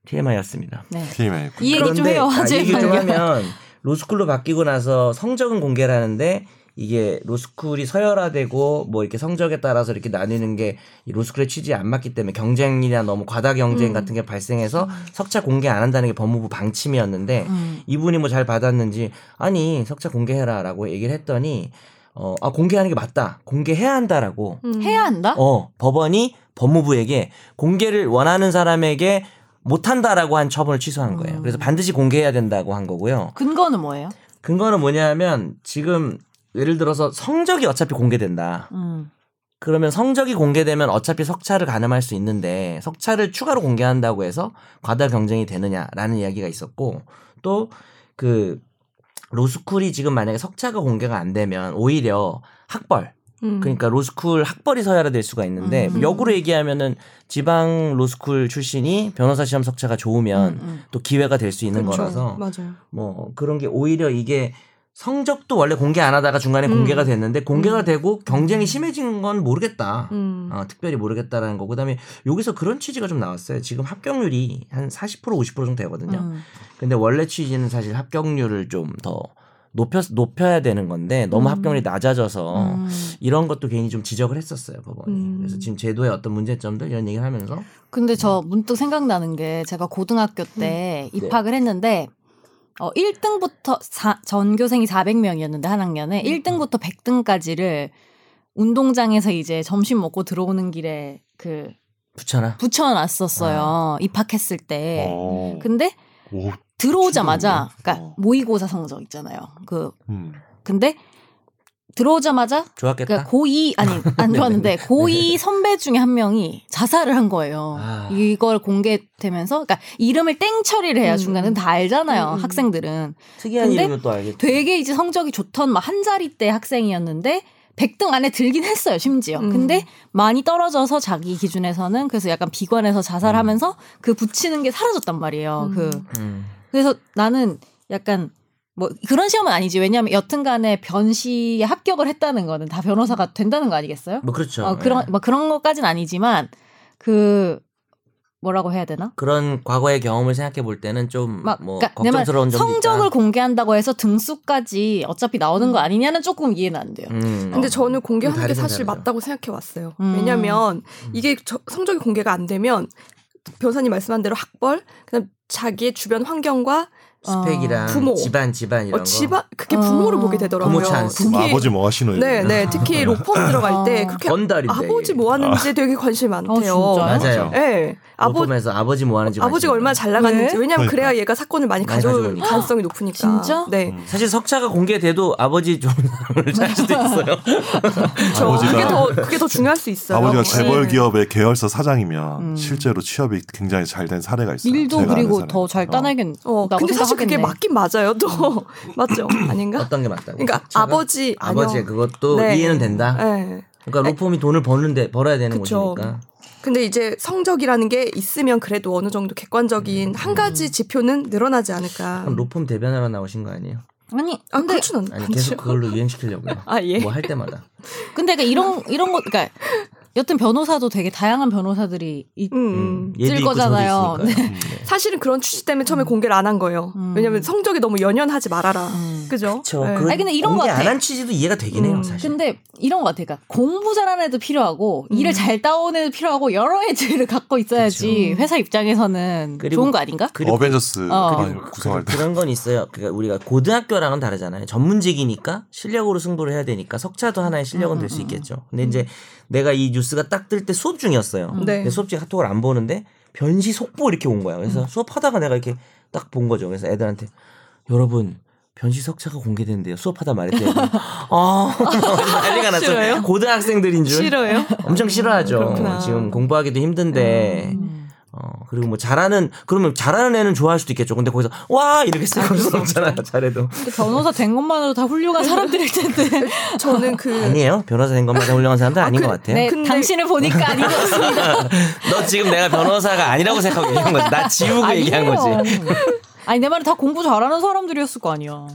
[SPEAKER 4] TMI였습니다.
[SPEAKER 3] 네.
[SPEAKER 2] TMI
[SPEAKER 3] 이 얘기 좀
[SPEAKER 4] 그런데
[SPEAKER 3] 해요.
[SPEAKER 4] 아, 이
[SPEAKER 3] 화제
[SPEAKER 4] 얘기 좀
[SPEAKER 3] 발견.
[SPEAKER 4] 하면 로스쿨로 바뀌고 나서 성적은 공개를 하는데 이게 로스쿨이 서열화되고 뭐 이렇게 성적에 따라서 이렇게 나뉘는 게이 로스쿨의 취지에 안 맞기 때문에 경쟁이나 너무 과다 경쟁
[SPEAKER 1] 음.
[SPEAKER 4] 같은 게 발생해서 석차 공개 안 한다는 게 법무부 방침이었는데
[SPEAKER 3] 음.
[SPEAKER 4] 이분이 뭐 잘 받았는지 아니 석차 공개해라라고 얘기를 했더니 어 아 공개하는 게 맞다 공개해야 한다라고
[SPEAKER 1] 음.
[SPEAKER 3] 해야 한다?
[SPEAKER 4] 어 법원이 법무부에게 공개를 원하는 사람에게 못한다라고 한 처분을 취소한 거예요. 그래서 반드시 공개해야 된다고 한 거고요.
[SPEAKER 3] 근거는 뭐예요?
[SPEAKER 4] 근거는 뭐냐면 지금 예를 들어서 성적이 어차피 공개된다.
[SPEAKER 3] 음.
[SPEAKER 4] 그러면 성적이 공개되면 어차피 석차를 가늠할 수 있는데 석차를 추가로 공개한다고 해서 과다 경쟁이 되느냐라는 이야기가 있었고 또 그 로스쿨이 지금 만약에 석차가 공개가 안 되면 오히려 학벌
[SPEAKER 1] 음.
[SPEAKER 4] 그러니까 로스쿨 학벌이 서야라 될 수가 있는데
[SPEAKER 3] 음.
[SPEAKER 4] 역으로 얘기하면은 지방 로스쿨 출신이 변호사 시험 석차가 좋으면
[SPEAKER 3] 음, 음.
[SPEAKER 4] 또 기회가 될 수 있는
[SPEAKER 1] 그렇죠.
[SPEAKER 4] 거라서
[SPEAKER 1] 맞아요.
[SPEAKER 4] 뭐 그런 게 오히려 이게 성적도 원래 공개 안 하다가 중간에
[SPEAKER 1] 음.
[SPEAKER 4] 공개가 됐는데 공개가
[SPEAKER 1] 음.
[SPEAKER 4] 되고 경쟁이 심해진 건 모르겠다.
[SPEAKER 1] 음.
[SPEAKER 4] 어, 특별히 모르겠다라는 거. 그다음에 여기서 그런 취지가 좀 나왔어요. 지금 합격률이 한 40% 50% 정도 되거든요.
[SPEAKER 3] 음.
[SPEAKER 4] 근데 원래 취지는 사실 합격률을 좀 더 높여 높여야 되는 건데 너무
[SPEAKER 1] 음.
[SPEAKER 4] 합격률이 낮아져서
[SPEAKER 3] 음.
[SPEAKER 4] 이런 것도 괜히 좀 지적을 했었어요 법원이.
[SPEAKER 1] 음.
[SPEAKER 4] 그래서 지금 제도의 어떤 문제점들 이런 얘기를 하면서
[SPEAKER 3] 근데 저 문득 생각나는 게 제가 고등학교 때 입학을 했는데 어 1등부터 전교생이 400명이었는데 한 학년에 1등부터 100등까지를 운동장에서 이제 점심 먹고 들어오는 길에 그
[SPEAKER 4] 부천아
[SPEAKER 3] 붙여 놨었어요. 입학했을 때.
[SPEAKER 2] 어.
[SPEAKER 3] 예. 근데
[SPEAKER 2] 오,
[SPEAKER 3] 들어오자마자
[SPEAKER 2] 친구인데?
[SPEAKER 3] 그러니까
[SPEAKER 2] 어.
[SPEAKER 3] 모의고사 성적 있잖아요. 그
[SPEAKER 2] 음.
[SPEAKER 3] 근데 들어오자마자
[SPEAKER 4] 좋았겠다.
[SPEAKER 3] 그러니까 고2 아니 안 좋았는데 고2 선배 중에 한 명이 자살을 한 거예요.
[SPEAKER 4] 아.
[SPEAKER 3] 이걸 공개되면서 그러니까 이름을 땡 처리를 해야
[SPEAKER 1] 음.
[SPEAKER 3] 중간에 다
[SPEAKER 1] 음,
[SPEAKER 3] 알잖아요.
[SPEAKER 1] 음.
[SPEAKER 3] 학생들은
[SPEAKER 4] 특이한
[SPEAKER 3] 근데
[SPEAKER 4] 이름을 또 알겠다.
[SPEAKER 3] 되게 이제 성적이 좋던 막 한 자리대 학생이었는데 100등 안에 들긴 했어요, 심지어.
[SPEAKER 1] 음.
[SPEAKER 3] 근데 많이 떨어져서 자기 기준에서는 그래서 약간 비관해서 자살하면서 그 붙이는 게 사라졌단 말이에요.
[SPEAKER 1] 음.
[SPEAKER 3] 그
[SPEAKER 4] 음.
[SPEAKER 3] 그래서 나는 약간 뭐 그런 시험은 아니지. 왜냐하면 여튼간에 변시에 합격을 했다는 거는 다 변호사가 된다는 거 아니겠어요?
[SPEAKER 4] 뭐 그렇죠.
[SPEAKER 3] 어, 그런
[SPEAKER 4] 예.
[SPEAKER 3] 뭐 그런 것까진 아니지만 그 뭐라고 해야 되나?
[SPEAKER 4] 그런 과거의 경험을 생각해 볼 때는 좀 뭐
[SPEAKER 3] 막 그러니까 내 말,
[SPEAKER 4] 걱정스러운 점도
[SPEAKER 3] 성적을
[SPEAKER 4] 있다.
[SPEAKER 3] 공개한다고 해서 등수까지 어차피 나오는 거 아니냐는 조금 이해는 안 돼요.
[SPEAKER 4] 음.
[SPEAKER 1] 근데
[SPEAKER 4] 어.
[SPEAKER 1] 저는 공개하는 게
[SPEAKER 4] 다르죠,
[SPEAKER 1] 사실
[SPEAKER 4] 다르죠.
[SPEAKER 1] 맞다고 생각해 왔어요.
[SPEAKER 3] 음.
[SPEAKER 1] 왜냐하면 이게 저- 성적이 공개가 안 되면 변호사님 말씀한 대로 학벌, 그다음 자기의 주변 환경과
[SPEAKER 4] 스펙이랑
[SPEAKER 1] 아, 부모.
[SPEAKER 4] 집안 집안 이런
[SPEAKER 1] 어, 집안 그게
[SPEAKER 3] 어.
[SPEAKER 1] 부모를 보게 되더라고요.
[SPEAKER 4] 부모 찬스.
[SPEAKER 1] 특히-
[SPEAKER 2] 아버지 뭐 하시노
[SPEAKER 1] 네, 네.
[SPEAKER 4] [LAUGHS]
[SPEAKER 1] 특히 로펌 들어갈 때
[SPEAKER 3] 어.
[SPEAKER 1] 그렇게
[SPEAKER 4] 거. 건달인데.
[SPEAKER 1] 아버지 뭐 하는지 되게 관심 많대요.
[SPEAKER 3] 어, 진짜요?
[SPEAKER 4] 맞아요.
[SPEAKER 1] 네. 아버,
[SPEAKER 4] 로펌에서 아버지 뭐 하는지
[SPEAKER 1] 아버지가
[SPEAKER 4] 관심이
[SPEAKER 1] 얼마나
[SPEAKER 4] 있어요.
[SPEAKER 1] 잘 나갔는지.
[SPEAKER 3] 왜?
[SPEAKER 1] 왜냐하면
[SPEAKER 2] 그러니까.
[SPEAKER 1] 그래야 얘가 사건을 많이
[SPEAKER 4] 많이
[SPEAKER 1] 가져올
[SPEAKER 4] 가져오니까.
[SPEAKER 1] 가능성이 높으니까.
[SPEAKER 3] 진짜?
[SPEAKER 2] 음.
[SPEAKER 1] 네.
[SPEAKER 4] 사실 석차가 공개돼도 아버지 좋은 사람을 잘
[SPEAKER 1] [LAUGHS]
[SPEAKER 4] 수도 있어요. [LAUGHS]
[SPEAKER 1] 그렇죠.
[SPEAKER 2] 아버지가-
[SPEAKER 1] 그게 더, 그게 더 중요할 수 있어요.
[SPEAKER 2] 아버지가
[SPEAKER 1] 네.
[SPEAKER 2] 재벌 기업의 계열사 사장이면
[SPEAKER 3] 음.
[SPEAKER 2] 실제로 취업이 굉장히 잘 된 사례가 있어요.
[SPEAKER 3] 일도
[SPEAKER 2] 제가 아는
[SPEAKER 3] 그리고
[SPEAKER 2] 사례.
[SPEAKER 3] 더 잘 따내겠다고
[SPEAKER 1] 어, 근데 사실 그게
[SPEAKER 3] 생각하겠네.
[SPEAKER 1] 맞긴 맞아요.
[SPEAKER 2] [LAUGHS]
[SPEAKER 1] 또. 맞죠? 아닌가?
[SPEAKER 4] 어떤 게 맞다고?
[SPEAKER 1] 그러니까
[SPEAKER 4] 석차가?
[SPEAKER 1] 아버지, 아니요.
[SPEAKER 4] 아버지의 그것도
[SPEAKER 1] 네.
[SPEAKER 4] 이해는 된다.
[SPEAKER 1] 네.
[SPEAKER 3] 아,
[SPEAKER 4] 그러니까 로펌이 돈을 버는데 벌어야 되는
[SPEAKER 1] 그쵸.
[SPEAKER 4] 곳이니까
[SPEAKER 1] 근데 이제 성적이라는 게 있으면 그래도 어느 정도 객관적인 한 가지 지표는 늘어나지 않을까.
[SPEAKER 3] 음.
[SPEAKER 4] 그럼 로펌 대변하러 나오신 거 아니에요?
[SPEAKER 3] 아니
[SPEAKER 1] 아,
[SPEAKER 3] 근데
[SPEAKER 1] 그렇진 않-
[SPEAKER 4] 아니
[SPEAKER 1] 않죠.
[SPEAKER 4] 계속 그걸로 유행시키려고요.
[SPEAKER 3] [LAUGHS] 아 예.
[SPEAKER 4] 뭐 할 때마다.
[SPEAKER 3] [LAUGHS] 근데 그러니까 이런 이런 거 그러니까 여튼 변호사도 되게 다양한 변호사들이 있-
[SPEAKER 1] 음.
[SPEAKER 4] 얘도 있고
[SPEAKER 3] 거잖아요.
[SPEAKER 4] 저도 있으니까요. 네.
[SPEAKER 1] 사실은 그런 취지 때문에 처음에 공개를 안 한 거예요.
[SPEAKER 3] 음.
[SPEAKER 1] 왜냐면 성적이 너무 연연하지 말아라.
[SPEAKER 3] 음.
[SPEAKER 1] 그죠?
[SPEAKER 4] 저
[SPEAKER 1] 네.
[SPEAKER 4] 그런
[SPEAKER 3] 아니, 근데 이런 거
[SPEAKER 4] 공개
[SPEAKER 3] 같아.
[SPEAKER 4] 안한 취지도 이해가 되긴 해요
[SPEAKER 1] 음,
[SPEAKER 4] 사실.
[SPEAKER 3] 근데 이런 것 같아. 그러니까 공부 잘하는 애도 필요하고
[SPEAKER 1] 음.
[SPEAKER 3] 일을 잘 따오는 애도 필요하고 여러 애들을 갖고 있어야지
[SPEAKER 1] 그쵸.
[SPEAKER 3] 회사 입장에서는
[SPEAKER 4] 음. 그리고
[SPEAKER 3] 좋은 거 아닌가?
[SPEAKER 4] 그리고
[SPEAKER 2] 어벤져스
[SPEAKER 3] 어.
[SPEAKER 2] 많이
[SPEAKER 4] 그리고
[SPEAKER 2] 구성할 때.
[SPEAKER 4] 그런 건 있어요. 그러니까 우리가 고등학교랑은 다르잖아요. 전문직이니까 실력으로 승부를 해야 되니까 석차도 하나의
[SPEAKER 1] 음,
[SPEAKER 4] 실력은 될 수 있겠죠. 근데 이제 내가 이 뉴스가 딱 뜰 때 수업 중이었어요.
[SPEAKER 1] 네.
[SPEAKER 4] 근데 수업중 카톡을 안 보는데 변시 속보 이렇게 온 거야.
[SPEAKER 1] 음.
[SPEAKER 4] 그래서 수업하다가 내가 이렇게 딱 본 거죠. 그래서 애들한테 여러분 변시 석차가 공개됐는데요.
[SPEAKER 1] [LAUGHS]
[SPEAKER 4] 수업하다 말했대요. 아 [LAUGHS] 난리가 났어요.
[SPEAKER 1] 싫어요?
[SPEAKER 4] 고등학생들인 줄
[SPEAKER 1] 싫어요?
[SPEAKER 3] 아,
[SPEAKER 4] 엄청 싫어하죠.
[SPEAKER 1] 음, 그렇구나.
[SPEAKER 4] 지금 공부하기도 힘든데
[SPEAKER 3] 음.
[SPEAKER 4] 어, 그리고 뭐 잘하는, 그러면 잘하는 애는 좋아할 수도 있겠죠. 근데 거기서, 와! 이렇게 쓸 수는
[SPEAKER 1] 그렇죠.
[SPEAKER 4] 없잖아요. 잘해도.
[SPEAKER 3] 근데 변호사 된 것만으로 다 훌륭한 사람들일
[SPEAKER 4] [LAUGHS] 네,
[SPEAKER 3] 텐데.
[SPEAKER 1] 저는 그
[SPEAKER 4] 아니에요. 변호사 된 것마다 훌륭한 사람도 아닌 것 같아요.
[SPEAKER 3] 네,
[SPEAKER 1] 근데-
[SPEAKER 3] 당신을 보니까 아닌 것 같습니다.
[SPEAKER 4] 너 지금 내가 변호사가
[SPEAKER 1] [LAUGHS]
[SPEAKER 4] 아니라고 생각하고 얘기한 거지. 나 지우고 얘기한 거지.
[SPEAKER 3] 아니에요. 아니 내 말은 다 공부 잘하는 사람들이었을 거 아니야.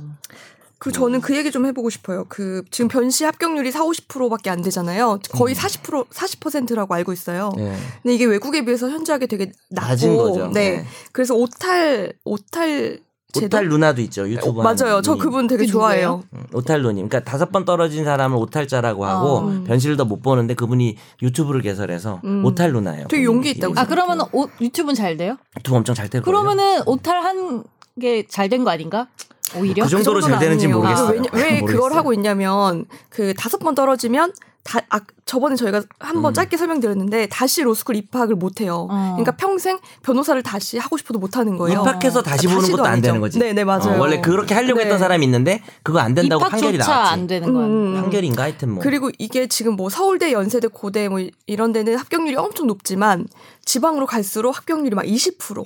[SPEAKER 1] 그
[SPEAKER 4] 음.
[SPEAKER 1] 저는 그 얘기 좀 해보고 싶어요. 그 지금 변시 합격률이 4, 50%밖에 안 되잖아요. 거의 40% 40%라고 알고 있어요.
[SPEAKER 4] 음. 네.
[SPEAKER 1] 근데 이게 외국에 비해서 현저하게 되게 낮고,
[SPEAKER 4] 낮은 거죠.
[SPEAKER 1] 네. 그래서 오탈 오탈 제도? 어,
[SPEAKER 4] 오탈 루나도 있죠. 유튜브. 하는
[SPEAKER 1] 맞아요. 저
[SPEAKER 4] 분이.
[SPEAKER 1] 그분 되게
[SPEAKER 3] 그게
[SPEAKER 1] 좋아해요.
[SPEAKER 4] 음, 오탈루님. 그러니까 다섯 번 떨어진 사람을 오탈자라고 하고,
[SPEAKER 3] 아,
[SPEAKER 1] 음.
[SPEAKER 4] 변실을 더 못 보는데 그분이 유튜브를 개설해서
[SPEAKER 1] 음.
[SPEAKER 4] 오탈루나예요.
[SPEAKER 1] 되게 용기 있다고
[SPEAKER 3] 아 그러면 오, 유튜브는 잘 돼요?
[SPEAKER 4] 유튜브 엄청 잘 될 거예요.
[SPEAKER 3] 그러면은 오탈 한 게 잘 된 거 아닌가? 오히려
[SPEAKER 4] 그 정도로
[SPEAKER 1] 어, 정도는
[SPEAKER 4] 잘 되는지
[SPEAKER 1] 아니에요.
[SPEAKER 4] 모르겠어요.
[SPEAKER 1] 그 왜냐- 왜
[SPEAKER 4] 모르겠어요.
[SPEAKER 1] 그걸 하고 있냐면 그 다섯 번 떨어지면 다 아, 저번에 저희가 한번
[SPEAKER 4] 음.
[SPEAKER 1] 짧게 설명드렸는데 다시 로스쿨 입학을 못 해요.
[SPEAKER 3] 어.
[SPEAKER 1] 그러니까 평생 변호사를 다시 하고 싶어도 못 하는 거예요. 그러니까
[SPEAKER 4] 입학해서 다시 보는
[SPEAKER 1] 다시도
[SPEAKER 4] 것도 안
[SPEAKER 1] 아니죠.
[SPEAKER 4] 되는 거지.
[SPEAKER 1] 네, 네, 맞아요.
[SPEAKER 4] 어, 원래 그렇게 하려고
[SPEAKER 1] 네.
[SPEAKER 4] 했던 사람이 있는데 그거 안 된다고 판결이
[SPEAKER 3] 입학조차
[SPEAKER 4] 나왔지.
[SPEAKER 3] 안 되는 거
[SPEAKER 1] 음.
[SPEAKER 3] 아니야?
[SPEAKER 4] 판결인가 하여튼 뭐.
[SPEAKER 1] 그리고 이게 지금 뭐 서울대, 연세대, 고대 뭐 이- 이런 데는 합격률이 엄청 높지만 지방으로 갈수록 합격률이 막 20%.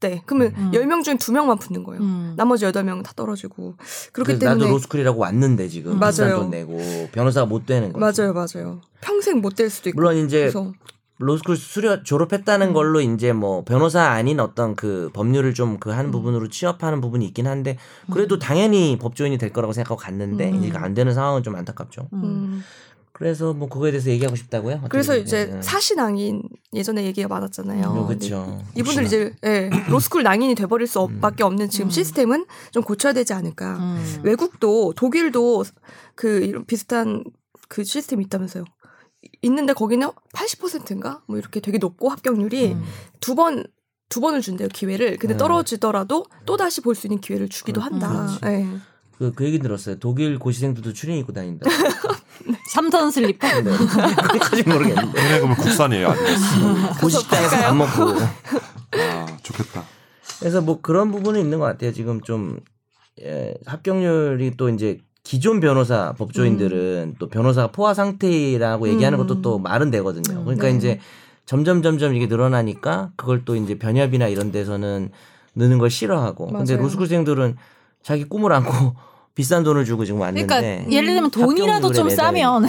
[SPEAKER 1] 네. 그러면
[SPEAKER 3] 음.
[SPEAKER 1] 10명 중에 2명만 붙는 거예요.
[SPEAKER 3] 음.
[SPEAKER 1] 나머지 8명은 다 떨어지고. 그렇기
[SPEAKER 4] 그래서 나도
[SPEAKER 1] 때문에
[SPEAKER 4] 로스쿨이라고 왔는데 지금
[SPEAKER 1] 맞아요.
[SPEAKER 4] 비싼 돈 내고 변호사가 못 되는 거지.
[SPEAKER 1] 맞아요, 맞아요. 평생 못 될 수도 있고.
[SPEAKER 4] 물론 이제
[SPEAKER 1] 그래서 음.
[SPEAKER 4] 로스쿨 수료 졸업했다는 걸로 이제 뭐 변호사 아닌 어떤 그 법률을 좀 그
[SPEAKER 1] 음.
[SPEAKER 4] 하는 부분으로 취업하는 부분이 있긴 한데 그래도 당연히 법조인이 될 거라고 생각하고 갔는데
[SPEAKER 3] 음.
[SPEAKER 4] 이제 안 되는 상황은 좀 안타깝죠.
[SPEAKER 3] 음.
[SPEAKER 1] 음.
[SPEAKER 4] 그래서 뭐 그거에 대해서 얘기하고 싶다고요? 어떻게
[SPEAKER 1] 그래서
[SPEAKER 4] 보면.
[SPEAKER 1] 이제
[SPEAKER 4] 네.
[SPEAKER 1] 사신앙인 예전에 얘기가 많았잖아요.
[SPEAKER 4] 어, 그쵸.
[SPEAKER 1] 이분들 이제 예, 로스쿨 낭인이 돼버릴 수밖에 없는 지금
[SPEAKER 3] 음.
[SPEAKER 1] 시스템은 좀 고쳐야 되지 않을까.
[SPEAKER 3] 음.
[SPEAKER 1] 외국도 독일도 그 이런 비슷한 그 시스템이 있다면서요. 있는데 거기는 80%인가? 뭐 이렇게 되게 높고 합격률이
[SPEAKER 3] 음.
[SPEAKER 1] 두 번, 두 번을 준대요, 기회를. 근데
[SPEAKER 4] 네.
[SPEAKER 1] 떨어지더라도 또 다시 볼 수 있는 기회를 주기도
[SPEAKER 4] 그렇-
[SPEAKER 1] 한다.
[SPEAKER 4] 그렇지.
[SPEAKER 1] 예.
[SPEAKER 4] 그, 그 얘기 들었어요. 독일 고시생들도 추린 입고 다닌다. [LAUGHS]
[SPEAKER 3] 삼선 슬리퍼?
[SPEAKER 4] 네. 그까지 모르겠는데.
[SPEAKER 2] 걔네 그러면 국산이에요. 아니면
[SPEAKER 4] 고시당에서 밥 먹고. 그렇죠.
[SPEAKER 2] 아 좋겠다.
[SPEAKER 4] 그래서 뭐 그런 부분은 있는 것 같아요. 지금 좀 예, 합격률이 또 이제 기존 변호사 법조인들은 또 변호사가 포화 상태라고 얘기하는
[SPEAKER 1] 음.
[SPEAKER 4] 것도 또 말은 되거든요.
[SPEAKER 3] 음,
[SPEAKER 4] 그러니까
[SPEAKER 1] 네.
[SPEAKER 4] 이제 점점 점점 이게 늘어나니까 그걸 또 이제 변협이나 이런 데서는 느는 걸 싫어하고. 근데
[SPEAKER 1] 맞아요.
[SPEAKER 4] 로스쿨생들은 자기 꿈을 안고 [LAUGHS] 비싼 돈을 주고 지금 왔는데.
[SPEAKER 3] 그러니까 예를 들면 돈이라도 좀
[SPEAKER 4] 음, 합격률에
[SPEAKER 3] 싸면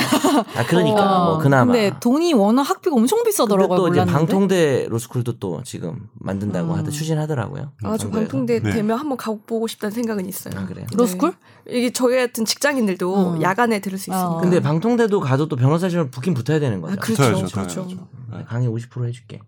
[SPEAKER 4] 아 그러니까
[SPEAKER 3] 어,
[SPEAKER 4] 뭐 그나마.
[SPEAKER 3] 근데 돈이 워낙 학비가 엄청
[SPEAKER 4] 근데
[SPEAKER 3] 비싸더라고요. 음.
[SPEAKER 4] 또 이제
[SPEAKER 3] 몰랐는데.
[SPEAKER 4] 방통대 로스쿨도 또 지금 만든다고 하더 추진하더라고요.
[SPEAKER 1] 아, 저
[SPEAKER 4] 정부에서.
[SPEAKER 1] 방통대
[SPEAKER 2] 네.
[SPEAKER 1] 되면 한번 가보고 싶다는 생각은 있어요.
[SPEAKER 4] 아, 그래요.
[SPEAKER 3] 로스쿨?
[SPEAKER 1] 네. 이게 저희 같은 직장인들도
[SPEAKER 3] 음.
[SPEAKER 1] 야간에 들을 수 있으니까.
[SPEAKER 3] 어.
[SPEAKER 4] 근데 방통대도 가도 또 변호사 시험 붙긴 붙어야 되는
[SPEAKER 1] 아,
[SPEAKER 4] 거죠. 아,
[SPEAKER 1] 그렇죠.
[SPEAKER 2] 저요, 저,
[SPEAKER 1] 그렇죠.
[SPEAKER 2] 저요, 저. 네.
[SPEAKER 4] 강의 50% 해줄게.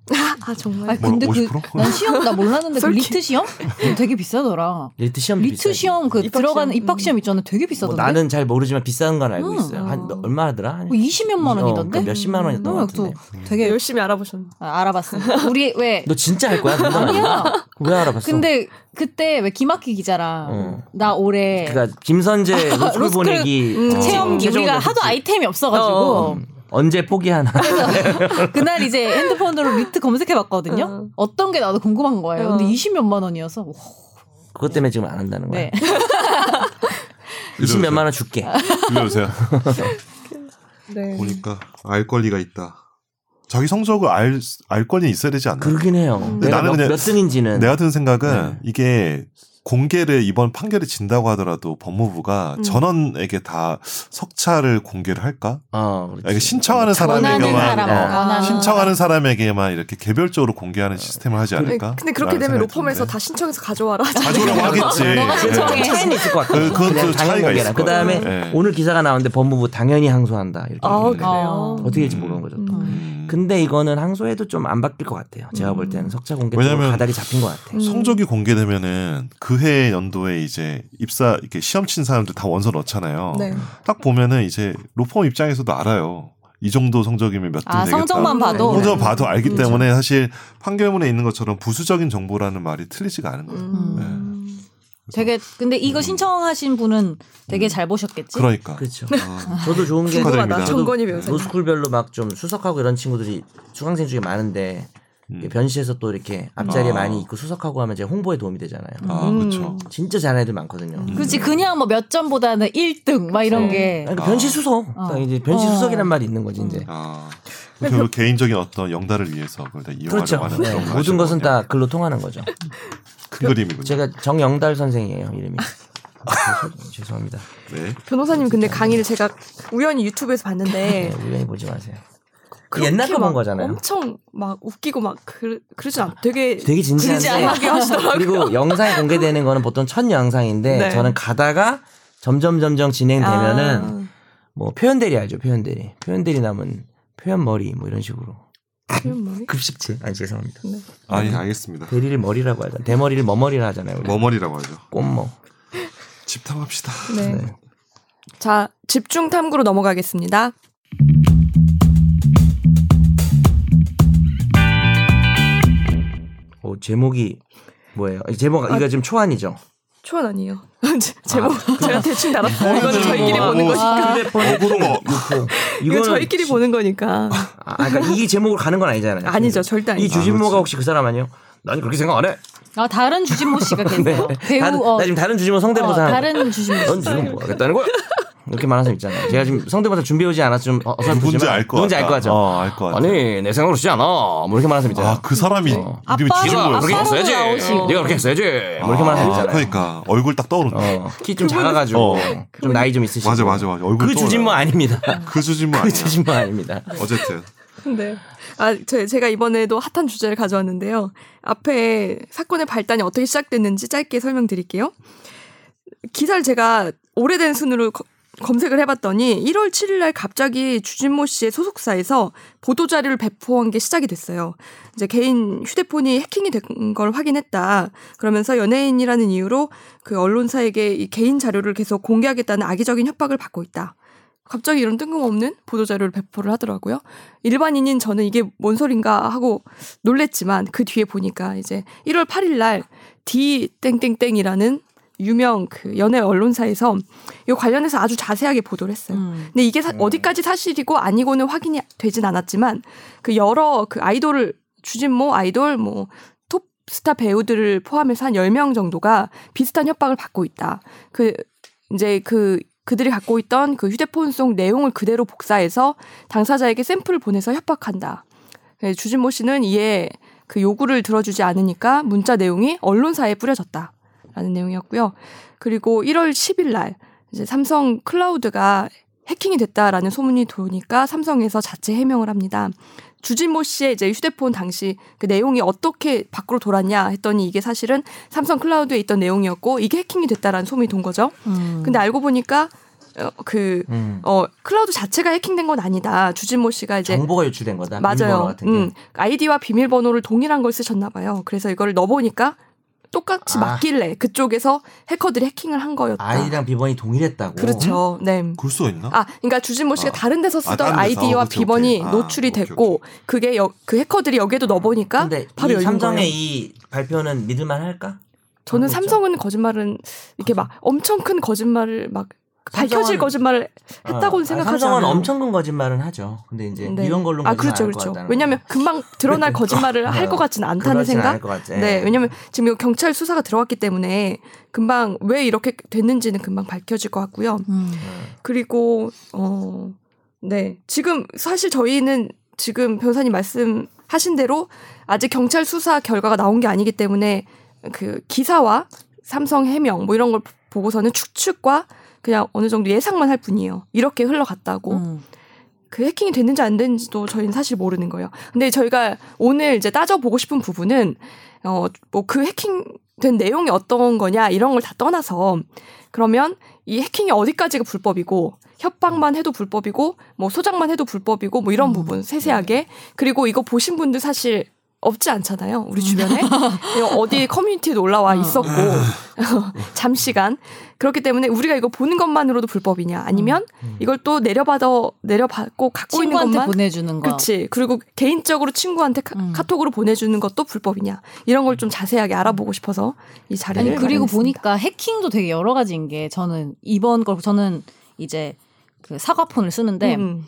[SPEAKER 1] 아, 정말.
[SPEAKER 3] 아니,
[SPEAKER 2] 뭐,
[SPEAKER 3] 근데 그,
[SPEAKER 2] 50%?
[SPEAKER 3] 난 시험 나 몰랐는데 그
[SPEAKER 1] 솔직히.
[SPEAKER 3] 리트 시험? 그거 되게 비싸더라.
[SPEAKER 4] 리트 시험
[SPEAKER 3] 리트 시험 그
[SPEAKER 1] 입학
[SPEAKER 3] 들어가는
[SPEAKER 1] 시험,
[SPEAKER 3] 입학
[SPEAKER 1] 음.
[SPEAKER 3] 시험 있잖아. 되게
[SPEAKER 4] 뭐
[SPEAKER 3] 비싸던데.
[SPEAKER 4] 나는 잘 모르지만 비싼 건 알고
[SPEAKER 3] 음.
[SPEAKER 4] 있어요. 한 너- 얼마 하더라? 한
[SPEAKER 3] 뭐 20몇만
[SPEAKER 4] 어,
[SPEAKER 3] 원이던데.
[SPEAKER 4] 그러니까 몇십만 원이었던 것
[SPEAKER 3] 음, 또
[SPEAKER 4] 같은데.
[SPEAKER 3] 되게
[SPEAKER 1] 열심히 알아보셨네.
[SPEAKER 3] 아, 알아봤어. 우리 왜
[SPEAKER 4] 너 진짜 할 거야? 그건 아니야. 왜 알아봤어?
[SPEAKER 3] 근데 그때 왜 김학기 기자랑
[SPEAKER 4] 어.
[SPEAKER 3] 나 올해
[SPEAKER 4] 그니까 그러니까 김선재 로스쿨
[SPEAKER 3] 아, 로스쿨
[SPEAKER 4] 보내기
[SPEAKER 1] 음,
[SPEAKER 4] 어,
[SPEAKER 3] 체험기
[SPEAKER 4] 최종
[SPEAKER 3] 우리가
[SPEAKER 4] 등급지. 음,
[SPEAKER 3] 하도 아이템이 없어가지고
[SPEAKER 1] 어.
[SPEAKER 4] 언제 포기하나?
[SPEAKER 3] [LAUGHS]
[SPEAKER 4] [LAUGHS]
[SPEAKER 3] 그날 이제 핸드폰으로 리트 검색해봤거든요.
[SPEAKER 1] 어.
[SPEAKER 3] 어. 떤게 나도 궁금한 거예요. 근데
[SPEAKER 1] 어.
[SPEAKER 3] 20몇만 원이어서 와,
[SPEAKER 4] 그것 때문에 지금 안 한다는 거야.
[SPEAKER 3] 네. 아,
[SPEAKER 4] 20 몇만 원 줄게.
[SPEAKER 2] [LAUGHS] 빌려주세요.
[SPEAKER 1] 네.
[SPEAKER 2] 보니까 알 권리가 있다. 자기 성적을 알, 알 권리 있어야 되지 않나?
[SPEAKER 4] 그러긴 해요.
[SPEAKER 1] 근데
[SPEAKER 4] 내가
[SPEAKER 2] 나는
[SPEAKER 4] 몇,
[SPEAKER 2] 그냥
[SPEAKER 4] 몇 등인지는 네.
[SPEAKER 2] 내가 드는 생각은 이게 공개를 이번 판결이 진다고 하더라도 법무부가
[SPEAKER 1] 음.
[SPEAKER 2] 전원에게 다 석차를 공개를 할까?
[SPEAKER 4] 어, 그렇지.
[SPEAKER 2] 아, 이거 신청하는 사람에게만
[SPEAKER 3] 원하는 사람,
[SPEAKER 4] 아,
[SPEAKER 3] 원하는
[SPEAKER 2] 신청하는 사람에게만 이렇게 개별적으로 공개하는 시스템을 하지 않을까?
[SPEAKER 1] 근데 그렇게 되면
[SPEAKER 2] 라는 생각이
[SPEAKER 1] 로펌에서 네. 그렇죠.
[SPEAKER 2] 드는데.
[SPEAKER 1] 다 신청해서 가져와라. [LAUGHS] 아,
[SPEAKER 2] 가져오라고 하겠지. 예. 네.
[SPEAKER 3] 너가 신청해.
[SPEAKER 4] 차이는 있을 것
[SPEAKER 2] 그-
[SPEAKER 4] 같아요.
[SPEAKER 2] 그것도 차이가 있을 것
[SPEAKER 4] 그 다음에
[SPEAKER 2] 같아요. 네.
[SPEAKER 4] 오늘 기사가 나왔는데 법무부 당연히 항소한다. 이렇게
[SPEAKER 1] 아,
[SPEAKER 4] 얘기했는데
[SPEAKER 1] 그래요?
[SPEAKER 4] 어떻게 될지
[SPEAKER 2] 음.
[SPEAKER 4] 모르는 거죠. 또.
[SPEAKER 3] 음.
[SPEAKER 2] 음.
[SPEAKER 4] 근데 이거는 항소해도 좀 안 바뀔 것 같아요. 제가 볼 때는 석차 공개
[SPEAKER 2] 왜냐면-
[SPEAKER 4] 쪽으로 가닥이 잡힌 것 같아요.
[SPEAKER 1] 음.
[SPEAKER 2] 성적이 공개되면은 그 해 연도에 이제 입사 이렇게 시험 친 사람들 다 원서 넣잖아요.
[SPEAKER 1] 네.
[SPEAKER 2] 딱 보면은 이제 로펌 입장에서도 알아요. 이 정도 성적이면 몇 등
[SPEAKER 3] 아,
[SPEAKER 2] 되겠다. 어.
[SPEAKER 3] 성적만 봐도.
[SPEAKER 2] 혼자 봐도 알기
[SPEAKER 1] 그렇죠.
[SPEAKER 2] 때문에 사실 판결문에 있는 것처럼 부수적인 정보라는 말이 틀리지가 않은 거예요.
[SPEAKER 1] 음.
[SPEAKER 3] 되게 근데
[SPEAKER 2] 음.
[SPEAKER 3] 이거 신청하신 분은 되게 잘 보셨겠지.
[SPEAKER 2] 그러니까.
[SPEAKER 4] 그렇죠.
[SPEAKER 2] 어,
[SPEAKER 4] 저도 좋은 게
[SPEAKER 2] 축하드립니다.
[SPEAKER 1] 궁금하다. 정건희 변호사. 님
[SPEAKER 4] 로스쿨별로 막 좀 수석하고 이런 친구들이 중학생 중에 많은데
[SPEAKER 2] 음.
[SPEAKER 4] 변시에서 또 이렇게 앞자리에
[SPEAKER 2] 아.
[SPEAKER 4] 많이 있고 수석하고 하면 제 홍보에 도움이 되잖아요.
[SPEAKER 2] 아,
[SPEAKER 1] 음.
[SPEAKER 2] 그렇죠.
[SPEAKER 4] 진짜 잘하는 애들 많거든요.
[SPEAKER 2] 음.
[SPEAKER 3] 그렇지 그냥 뭐 몇 점보다는 1등 막 이런
[SPEAKER 4] 어.
[SPEAKER 1] 네.
[SPEAKER 3] 게
[SPEAKER 4] 아니, 음. 변시 수석.
[SPEAKER 3] 어.
[SPEAKER 4] 딱 이제 변시
[SPEAKER 3] 어.
[SPEAKER 4] 수석이란 말이 있는 거지 이제.
[SPEAKER 2] 아. 결국 개인적인 어떤 영달을 위해서 그걸 다
[SPEAKER 1] 음.
[SPEAKER 2] 이용하려고
[SPEAKER 4] 그렇죠.
[SPEAKER 2] 하는
[SPEAKER 4] 네, 그렇죠.
[SPEAKER 2] 그런 거
[SPEAKER 4] 모든
[SPEAKER 2] 하시는
[SPEAKER 4] 것은
[SPEAKER 2] 거군요.
[SPEAKER 4] 다 글로 통하는 거죠.
[SPEAKER 2] 큰 그림이군요.
[SPEAKER 4] 제가 정영달 선생이에요 이름이. 아, [LAUGHS] 죄송- 죄송합니다.
[SPEAKER 2] 네.
[SPEAKER 1] 변호사님 근데 강의를 제가 우연히 유튜브에서
[SPEAKER 4] [LAUGHS] 네,
[SPEAKER 1] 봤는데
[SPEAKER 4] 우연히 보지 마세요.
[SPEAKER 1] 그렇게
[SPEAKER 4] 옛날 거본
[SPEAKER 1] 막
[SPEAKER 4] 거잖아요.
[SPEAKER 1] 엄청 막 웃기고 막 그, 그러진 않. 되게
[SPEAKER 4] 되게 진지한데
[SPEAKER 1] 진지하게 하시더라고요.
[SPEAKER 4] 그리고 영상이 공개되는 거는 보통 첫 영상인데
[SPEAKER 1] 네.
[SPEAKER 4] 저는 가다가 점점 점점 진행되면은
[SPEAKER 1] 아,
[SPEAKER 4] 뭐 표현 대리 알죠? 표현 대리. 표현 대리 남은 표현 머리 뭐 이런 식으로.
[SPEAKER 1] 그런 말이?
[SPEAKER 4] 급식체. 아 예, 네. 죄송합니다.
[SPEAKER 1] 네.
[SPEAKER 2] 아니, 알겠습니다.
[SPEAKER 4] 대리를 머리라고 하잖아. 대머리를 머머리라 하잖아요. 우리.
[SPEAKER 2] 음. 그 머머리라고 하죠.
[SPEAKER 4] 꽃머.
[SPEAKER 2] 집탐합시다.
[SPEAKER 1] 네.
[SPEAKER 4] 네.
[SPEAKER 1] 자, 집중 탐구로 넘어가겠습니다.
[SPEAKER 4] 어, 제목이 뭐예요? 이 제목 이거 지금 초안이죠.
[SPEAKER 1] 초원 아니에요. [LAUGHS] 제- 제목 제가 대충 아, 달았어요.
[SPEAKER 2] 뭐
[SPEAKER 1] 이거는 저희끼리
[SPEAKER 2] 뭐
[SPEAKER 1] 보는
[SPEAKER 2] 뭐
[SPEAKER 1] 거니까.
[SPEAKER 2] 어그로 뭐.
[SPEAKER 1] 이거 저희끼리 보는 거니까.
[SPEAKER 4] 아, 그러니까 이 제목으로 가는 건 아니잖아요.
[SPEAKER 1] 아니죠, 절대
[SPEAKER 4] 이
[SPEAKER 1] 아니죠.
[SPEAKER 4] 주진모가
[SPEAKER 2] 아,
[SPEAKER 4] 혹시 그 사람 아니에요? 난 그렇게 생각 안 해.
[SPEAKER 3] 아 다른 주진모 씨가 계세요? 배우
[SPEAKER 4] 다른-
[SPEAKER 3] 어,
[SPEAKER 4] 나 지금 다른 주진모 성대모사.
[SPEAKER 3] 어,
[SPEAKER 4] 하는
[SPEAKER 3] 다른 주진모 씨.
[SPEAKER 4] 넌 지금 뭐 하겠다는 거야? 이렇게 말하는 사람 있잖아요. 제가 지금 성대모사 준비해오지 않아서 좀 어, 어설프지만
[SPEAKER 2] 누군지 알것
[SPEAKER 4] 누군지 알
[SPEAKER 2] 같다.
[SPEAKER 4] 것 같죠.
[SPEAKER 2] 어, 알것 같아.
[SPEAKER 4] 아니 내 생각으로 쓰지 않아. 뭐 이렇게 말하는 사람 있잖아요.
[SPEAKER 2] 아, 그 사람이
[SPEAKER 4] 어.
[SPEAKER 2] 이름이
[SPEAKER 3] 아빠가-
[SPEAKER 2] 주진모였어.
[SPEAKER 4] 그렇게
[SPEAKER 3] 아빠로
[SPEAKER 4] 했어야지.
[SPEAKER 3] 나오시고.
[SPEAKER 4] 네가 그렇게 했어야지. 뭐 이렇게 말하는
[SPEAKER 2] 아,
[SPEAKER 4] 사람 있잖아요. 어.
[SPEAKER 2] 그러니까 얼굴 딱 떠오른다.
[SPEAKER 4] 키 좀 작아가지고
[SPEAKER 2] 어.
[SPEAKER 4] 좀 나이 좀 있으시고.
[SPEAKER 2] 맞아, 맞아, 맞아. 얼굴
[SPEAKER 4] 그
[SPEAKER 2] 떠올라요.
[SPEAKER 4] 주진모 아닙니다.
[SPEAKER 2] 그 주진모
[SPEAKER 4] 그
[SPEAKER 2] 아니야.
[SPEAKER 4] 주진모 아닙니다.
[SPEAKER 2] 어쨌든
[SPEAKER 1] 네. 아, 저, 제가 이번에도 핫한 주제를 가져왔는데요. 앞에 사건의 발단이 어떻게 시작됐는지 짧게 설명드릴게요. 기사를 제가 오래된 순으로 거- 검색을 해봤더니 1월 7일 날 갑자기 주진모 씨의 소속사에서 보도 자료를 배포한 게 시작이 됐어요. 이제 개인 휴대폰이 해킹이 된 걸 확인했다. 그러면서 연예인이라는 이유로 그 언론사에게 이 개인 자료를 계속 공개하겠다는 악의적인 협박을 받고 있다. 갑자기 이런 뜬금없는 보도 자료를 배포를 하더라고요. 일반인인 저는 이게 뭔 소린가 하고 놀랬지만 그 뒤에 보니까 이제 1월 8일 날 D 땡땡땡이라는 유명 그 연예 언론사에서 이 관련해서 아주 자세하게 보도를 했어요.
[SPEAKER 3] 음.
[SPEAKER 1] 근데 이게 사- 어디까지 사실이고 아니고는 확인이 되진 않았지만 그 여러 그 아이돌을 주진모 아이돌 뭐 톱스타 배우들을 포함해서 한 10명 정도가 비슷한 협박을 받고 있다. 그 이제 그 그들이 갖고 있던 그 휴대폰 속 내용을 그대로 복사해서 당사자에게 샘플을 보내서 협박한다. 예, 주진모 씨는 이에 그 요구를 들어주지 않으니까 문자 내용이 언론사에 뿌려졌다. 라는 내용이었고요. 그리고 1월 10일 날 이제 삼성 클라우드가 해킹이 됐다라는 소문이 도니까 삼성에서 자체 해명을 합니다. 주진모 씨의 이제 휴대폰 당시 그 내용이 어떻게 밖으로 돌았냐 했더니 이게 사실은 삼성 클라우드에 있던 내용이었고 이게 해킹이 됐다라는 소문이 돈 거죠.
[SPEAKER 3] 음.
[SPEAKER 1] 근데 알고 보니까 어, 그
[SPEAKER 4] 음.
[SPEAKER 1] 어, 클라우드 자체가 해킹된 건 아니다. 주진모 씨가 이제
[SPEAKER 4] 정보가 유출된 거다. 비밀번호
[SPEAKER 1] 맞아요.
[SPEAKER 4] 같은 게.
[SPEAKER 1] 음, 아이디와 비밀번호를 동일한 걸 쓰셨나 봐요. 그래서 이걸 넣어보니까 똑같이
[SPEAKER 4] 아.
[SPEAKER 1] 맞길래 그쪽에서 해커들이 해킹을 한 거였다.
[SPEAKER 4] 아이랑 비번이 동일했다고.
[SPEAKER 1] 그렇죠. 네.
[SPEAKER 2] 굴 수가
[SPEAKER 4] 어?
[SPEAKER 2] 있나?
[SPEAKER 1] 아, 그러니까 주진모 씨가
[SPEAKER 2] 아.
[SPEAKER 1] 다른 데서
[SPEAKER 2] 아,
[SPEAKER 1] 쓰던
[SPEAKER 2] 다른 데서.
[SPEAKER 1] 아, 이디와
[SPEAKER 2] 오케이, 오케이.
[SPEAKER 1] 비번이
[SPEAKER 2] 아,
[SPEAKER 1] 노출이
[SPEAKER 2] 오케이,
[SPEAKER 1] 됐고 그게 여- 그 해커들이 여기에도 넣어보니까
[SPEAKER 4] 근데
[SPEAKER 1] 바로
[SPEAKER 4] 이
[SPEAKER 1] 열린 거예요.
[SPEAKER 4] 삼성의 이 발표는 믿을만 할까?
[SPEAKER 1] 저는
[SPEAKER 4] 그렇죠.
[SPEAKER 1] 삼성은 거짓말은 이렇게 막 엄청 큰 거짓말을 막 밝혀질
[SPEAKER 4] 삼성은-
[SPEAKER 1] 거짓말을 했다고는
[SPEAKER 4] 아,
[SPEAKER 1] 생각하지
[SPEAKER 4] 삼성은
[SPEAKER 1] 않아요.
[SPEAKER 4] 엄청 큰 거짓말은 하죠. 근데 이제
[SPEAKER 1] 네.
[SPEAKER 4] 이런 걸로
[SPEAKER 1] 아 그렇죠 그렇죠. 왜냐하면 금방
[SPEAKER 4] [LAUGHS]
[SPEAKER 1] 드러날 거짓말을 할 것 같지는 않다는 생각. 네, 왜냐면 지금 이거 경찰 수사가 들어갔기 때문에 금방 왜 이렇게 됐는지는 금방 밝혀질 것 같고요.
[SPEAKER 3] 음.
[SPEAKER 1] 그리고 어, 네, 지금 사실 저희는 지금 변호사님 말씀하신 대로 아직 경찰 수사 결과가 나온 게 아니기 때문에 그 기사와 삼성 해명 뭐 이런 걸 보고서는 추측과 그냥 어느 정도 예상만 할 뿐이에요. 이렇게 흘러갔다고.
[SPEAKER 3] 음.
[SPEAKER 1] 그 해킹이 됐는지 안 됐는지도 저희는 사실 모르는 거예요. 근데 저희가 오늘 이제 따져보고 싶은 부분은, 어, 뭐 그 해킹된 내용이 어떤 거냐, 이런 걸 다 떠나서, 그러면 이 해킹이 어디까지가 불법이고, 협박만 해도 불법이고, 뭐 소장만 해도 불법이고, 뭐 이런
[SPEAKER 3] 음.
[SPEAKER 1] 부분 세세하게. 그리고 이거 보신 분들 사실 없지 않잖아요. 우리 주변에. 그냥 어디 커뮤니티에도 올라와 있었고, [LAUGHS] 잠시간. 그렇기 때문에 우리가 이거 보는 것만으로도 불법이냐, 아니면
[SPEAKER 4] 음.
[SPEAKER 1] 이걸 또 내려받아 내려받고 갖고 있는
[SPEAKER 3] 친구한테
[SPEAKER 1] 것만
[SPEAKER 3] 보내주는 거.
[SPEAKER 1] 그치 그리고 개인적으로 친구한테 카,
[SPEAKER 3] 음.
[SPEAKER 1] 톡으로 보내주는 것도 불법이냐 이런 걸 좀 자세하게 알아보고 싶어서 이 자리를
[SPEAKER 3] 아니 그리고
[SPEAKER 1] 마련했습니다.
[SPEAKER 3] 보니까 해킹도 되게 여러 가지인 게 저는 이번 걸 저는 이제 그 사과폰을 쓰는데
[SPEAKER 1] 음.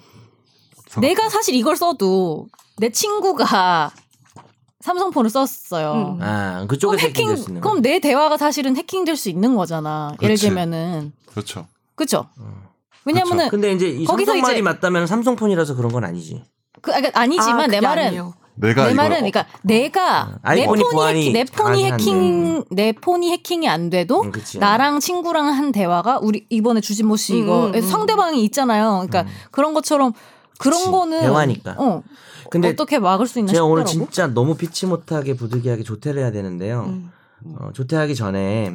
[SPEAKER 3] 내가 사실 이걸 써도 내 친구가 삼성폰을 썼어요.
[SPEAKER 1] 음.
[SPEAKER 4] 아
[SPEAKER 3] 그럼
[SPEAKER 4] 그쪽에서 해킹될 수
[SPEAKER 3] 해킹
[SPEAKER 4] 있는
[SPEAKER 3] 그럼 내 대화가 사실은 해킹될 수 있는 거잖아. 예를
[SPEAKER 2] 그치.
[SPEAKER 3] 들면은
[SPEAKER 2] 그렇죠.
[SPEAKER 3] 그죠?
[SPEAKER 4] 음.
[SPEAKER 3] 왜냐면은
[SPEAKER 4] 거. 근데 이제 이
[SPEAKER 3] 거기서
[SPEAKER 4] 삼성 말이
[SPEAKER 3] 이제-
[SPEAKER 4] 맞다면 삼성폰이라서 그런 건 아니지.
[SPEAKER 3] 그 아니, 아니지만
[SPEAKER 1] 아,
[SPEAKER 3] 내
[SPEAKER 1] 그게
[SPEAKER 3] 말은
[SPEAKER 1] 아니에요.
[SPEAKER 2] 내가 이걸
[SPEAKER 3] 내
[SPEAKER 2] 어,
[SPEAKER 3] 말은 그러니까 내가 내
[SPEAKER 4] 어, 아이폰이
[SPEAKER 3] 폰이
[SPEAKER 4] 보안이
[SPEAKER 3] 해킹, 내 폰이
[SPEAKER 4] 강한데.
[SPEAKER 3] 해킹 내 폰이 해킹이 안
[SPEAKER 1] 어?
[SPEAKER 3] 돼도
[SPEAKER 4] 음, 그치.
[SPEAKER 3] 나랑 친구랑 한 대화가 우리 이번에 주진모 씨 이거
[SPEAKER 1] 음, 음, 음.
[SPEAKER 3] 상대방이 있잖아요. 그러니까 그런 것처럼 그런
[SPEAKER 4] 음. 그치.
[SPEAKER 3] 거는
[SPEAKER 4] 대화니까.
[SPEAKER 3] 어,
[SPEAKER 4] 근데
[SPEAKER 3] 어떻게 막을 수 있나
[SPEAKER 4] 제가
[SPEAKER 3] 싶더라고.
[SPEAKER 4] 오늘 진짜 너무 피치 못하게 부득이하게 조퇴를 해야 되는데요.
[SPEAKER 1] 음.
[SPEAKER 4] 어, 조퇴하기 전에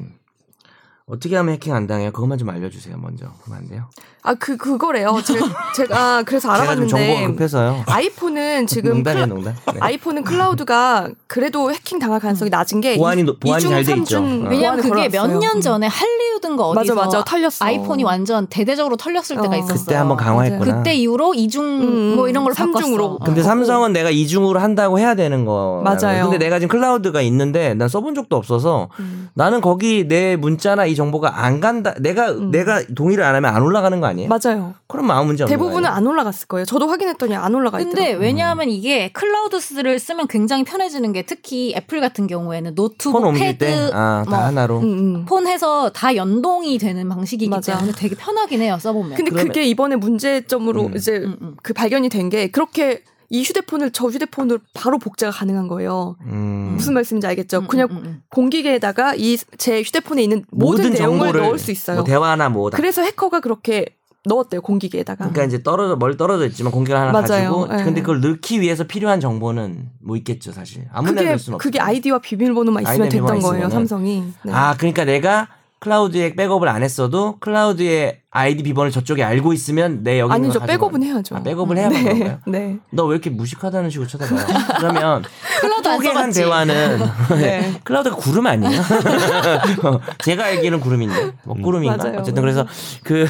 [SPEAKER 4] 어떻게 하면 해킹 안 당해요? 그것만 좀 알려주세요 먼저. 그럼 안 돼요?
[SPEAKER 1] 아그 그거래요
[SPEAKER 4] [LAUGHS]
[SPEAKER 1] 제, 제가 그래서
[SPEAKER 4] 제가 좀 정보가
[SPEAKER 1] 알아봤는데
[SPEAKER 4] 급해서요.
[SPEAKER 1] 아이폰은 지금
[SPEAKER 4] 농담이에요
[SPEAKER 1] 클라-
[SPEAKER 4] 농담. 네.
[SPEAKER 1] 아이폰은 클라우드가 그래도 해킹 당할 가능성이 낮은 게
[SPEAKER 4] 보안이 노- 보안이
[SPEAKER 1] 이중,
[SPEAKER 4] 잘돼 있죠.
[SPEAKER 1] 삼중
[SPEAKER 4] 어.
[SPEAKER 3] 음. 왜냐면
[SPEAKER 1] 보안을
[SPEAKER 3] 그게 몇
[SPEAKER 1] 걸어놨어요.
[SPEAKER 3] 년
[SPEAKER 1] 음.
[SPEAKER 3] 전에 할리우드인가
[SPEAKER 1] 아. 맞아
[SPEAKER 3] 어디서
[SPEAKER 1] 맞아 털렸어
[SPEAKER 3] 아이폰이 완전 대대적으로 털렸을 때가
[SPEAKER 1] 어.
[SPEAKER 3] 있었어요.
[SPEAKER 4] 그때 한번 아. 강화했구나.
[SPEAKER 3] 그때 이후로 이중
[SPEAKER 1] 음,
[SPEAKER 3] 뭐 이런 걸로
[SPEAKER 1] 삼중으로.
[SPEAKER 3] 바꿨어.
[SPEAKER 4] 근데 삼성은 내가 이중으로 한다고 해야 되는 거.
[SPEAKER 1] 맞아요.
[SPEAKER 4] 근데 내가 지금 클라우드가 있는데 난 써본 적도 없어서
[SPEAKER 1] 음.
[SPEAKER 4] 나는 거기 내 문자나 이 정보가 안 간다. 내가
[SPEAKER 1] 음.
[SPEAKER 4] 내가 동의를 안 하면 안 올라가는 거 아니에요?
[SPEAKER 1] 맞아요
[SPEAKER 4] 그럼 아무 문제 없는
[SPEAKER 1] 대부분은
[SPEAKER 4] 거
[SPEAKER 1] 안 올라갔을 거예요 저도 확인했더니 안 올라가 있더라고요
[SPEAKER 4] 음.
[SPEAKER 3] 근데 왜냐하면 이게 클라우드스를 쓰면 굉장히 편해지는 게 특히 애플 같은 경우에는 노트북,
[SPEAKER 4] 폰
[SPEAKER 3] 패드,
[SPEAKER 4] 옮길 때 아 다
[SPEAKER 3] 뭐.
[SPEAKER 4] 하나로.
[SPEAKER 1] 음, 음.
[SPEAKER 3] 폰 해서 다 연동이 되는 방식이기
[SPEAKER 1] 맞아.
[SPEAKER 3] 때문에 되게 편하긴 해요 써보면.
[SPEAKER 1] 근데
[SPEAKER 4] 그러면-
[SPEAKER 1] 그게 이번에 문제점으로
[SPEAKER 4] 음.
[SPEAKER 1] 이제
[SPEAKER 3] 음, 음.
[SPEAKER 1] 그 발견이 된 게 그렇게 이 휴대폰을 저 휴대폰으로 바로 복제가 가능한 거예요.
[SPEAKER 4] 음.
[SPEAKER 1] 무슨 말씀인지 알겠죠?
[SPEAKER 3] 음,
[SPEAKER 1] 그냥
[SPEAKER 3] 음, 음, 음.
[SPEAKER 1] 공기계에다가 이 제 휴대폰에 있는 모든, 내용을 넣을 수 있어요.
[SPEAKER 4] 뭐 대화나 뭐 다.
[SPEAKER 1] 그래서 해커가 그렇게 넣었대요 공기계에다가.
[SPEAKER 4] 그러니까 이제 떨어져 멀리 떨어져 있지만 공기를 하나
[SPEAKER 1] 맞아요.
[SPEAKER 4] 가지고
[SPEAKER 1] 예.
[SPEAKER 4] 근데 그걸 넣기 위해서 필요한 정보는 뭐 있겠죠 사실 아무나
[SPEAKER 1] 그게
[SPEAKER 4] 넣을 수는 없죠.
[SPEAKER 1] 그게 아이디와 비밀번호만 있으면
[SPEAKER 4] 아이디와
[SPEAKER 1] 됐던
[SPEAKER 4] 비밀번호만
[SPEAKER 1] 거예요
[SPEAKER 4] 있으면은.
[SPEAKER 1] 삼성이. 네.
[SPEAKER 4] 아 그러니까 내가 클라우드에 백업을 안 했어도 클라우드의 아이디 비번을 저쪽에 알고 있으면 내 여기 있는
[SPEAKER 1] 니죠
[SPEAKER 4] 걸
[SPEAKER 1] 백업은
[SPEAKER 4] 가져가는
[SPEAKER 1] 해야죠.
[SPEAKER 4] 아, 백업을 해야 하는
[SPEAKER 1] 네.
[SPEAKER 4] 건가요?
[SPEAKER 1] 네.
[SPEAKER 4] 너왜 이렇게 무식하다는
[SPEAKER 1] [LAUGHS]
[SPEAKER 4] 식으로 쳐다봐요? 그러면
[SPEAKER 3] 클라우드 안
[SPEAKER 4] 소개한
[SPEAKER 3] 써봤지.
[SPEAKER 4] 대화는
[SPEAKER 1] 네.
[SPEAKER 4] 클라우드가 구름 아니에요? [LAUGHS] 어, 제가 알기로는 구름인데 뭐 구름인가?
[SPEAKER 1] 맞아요.
[SPEAKER 4] 어쨌든 그래서 그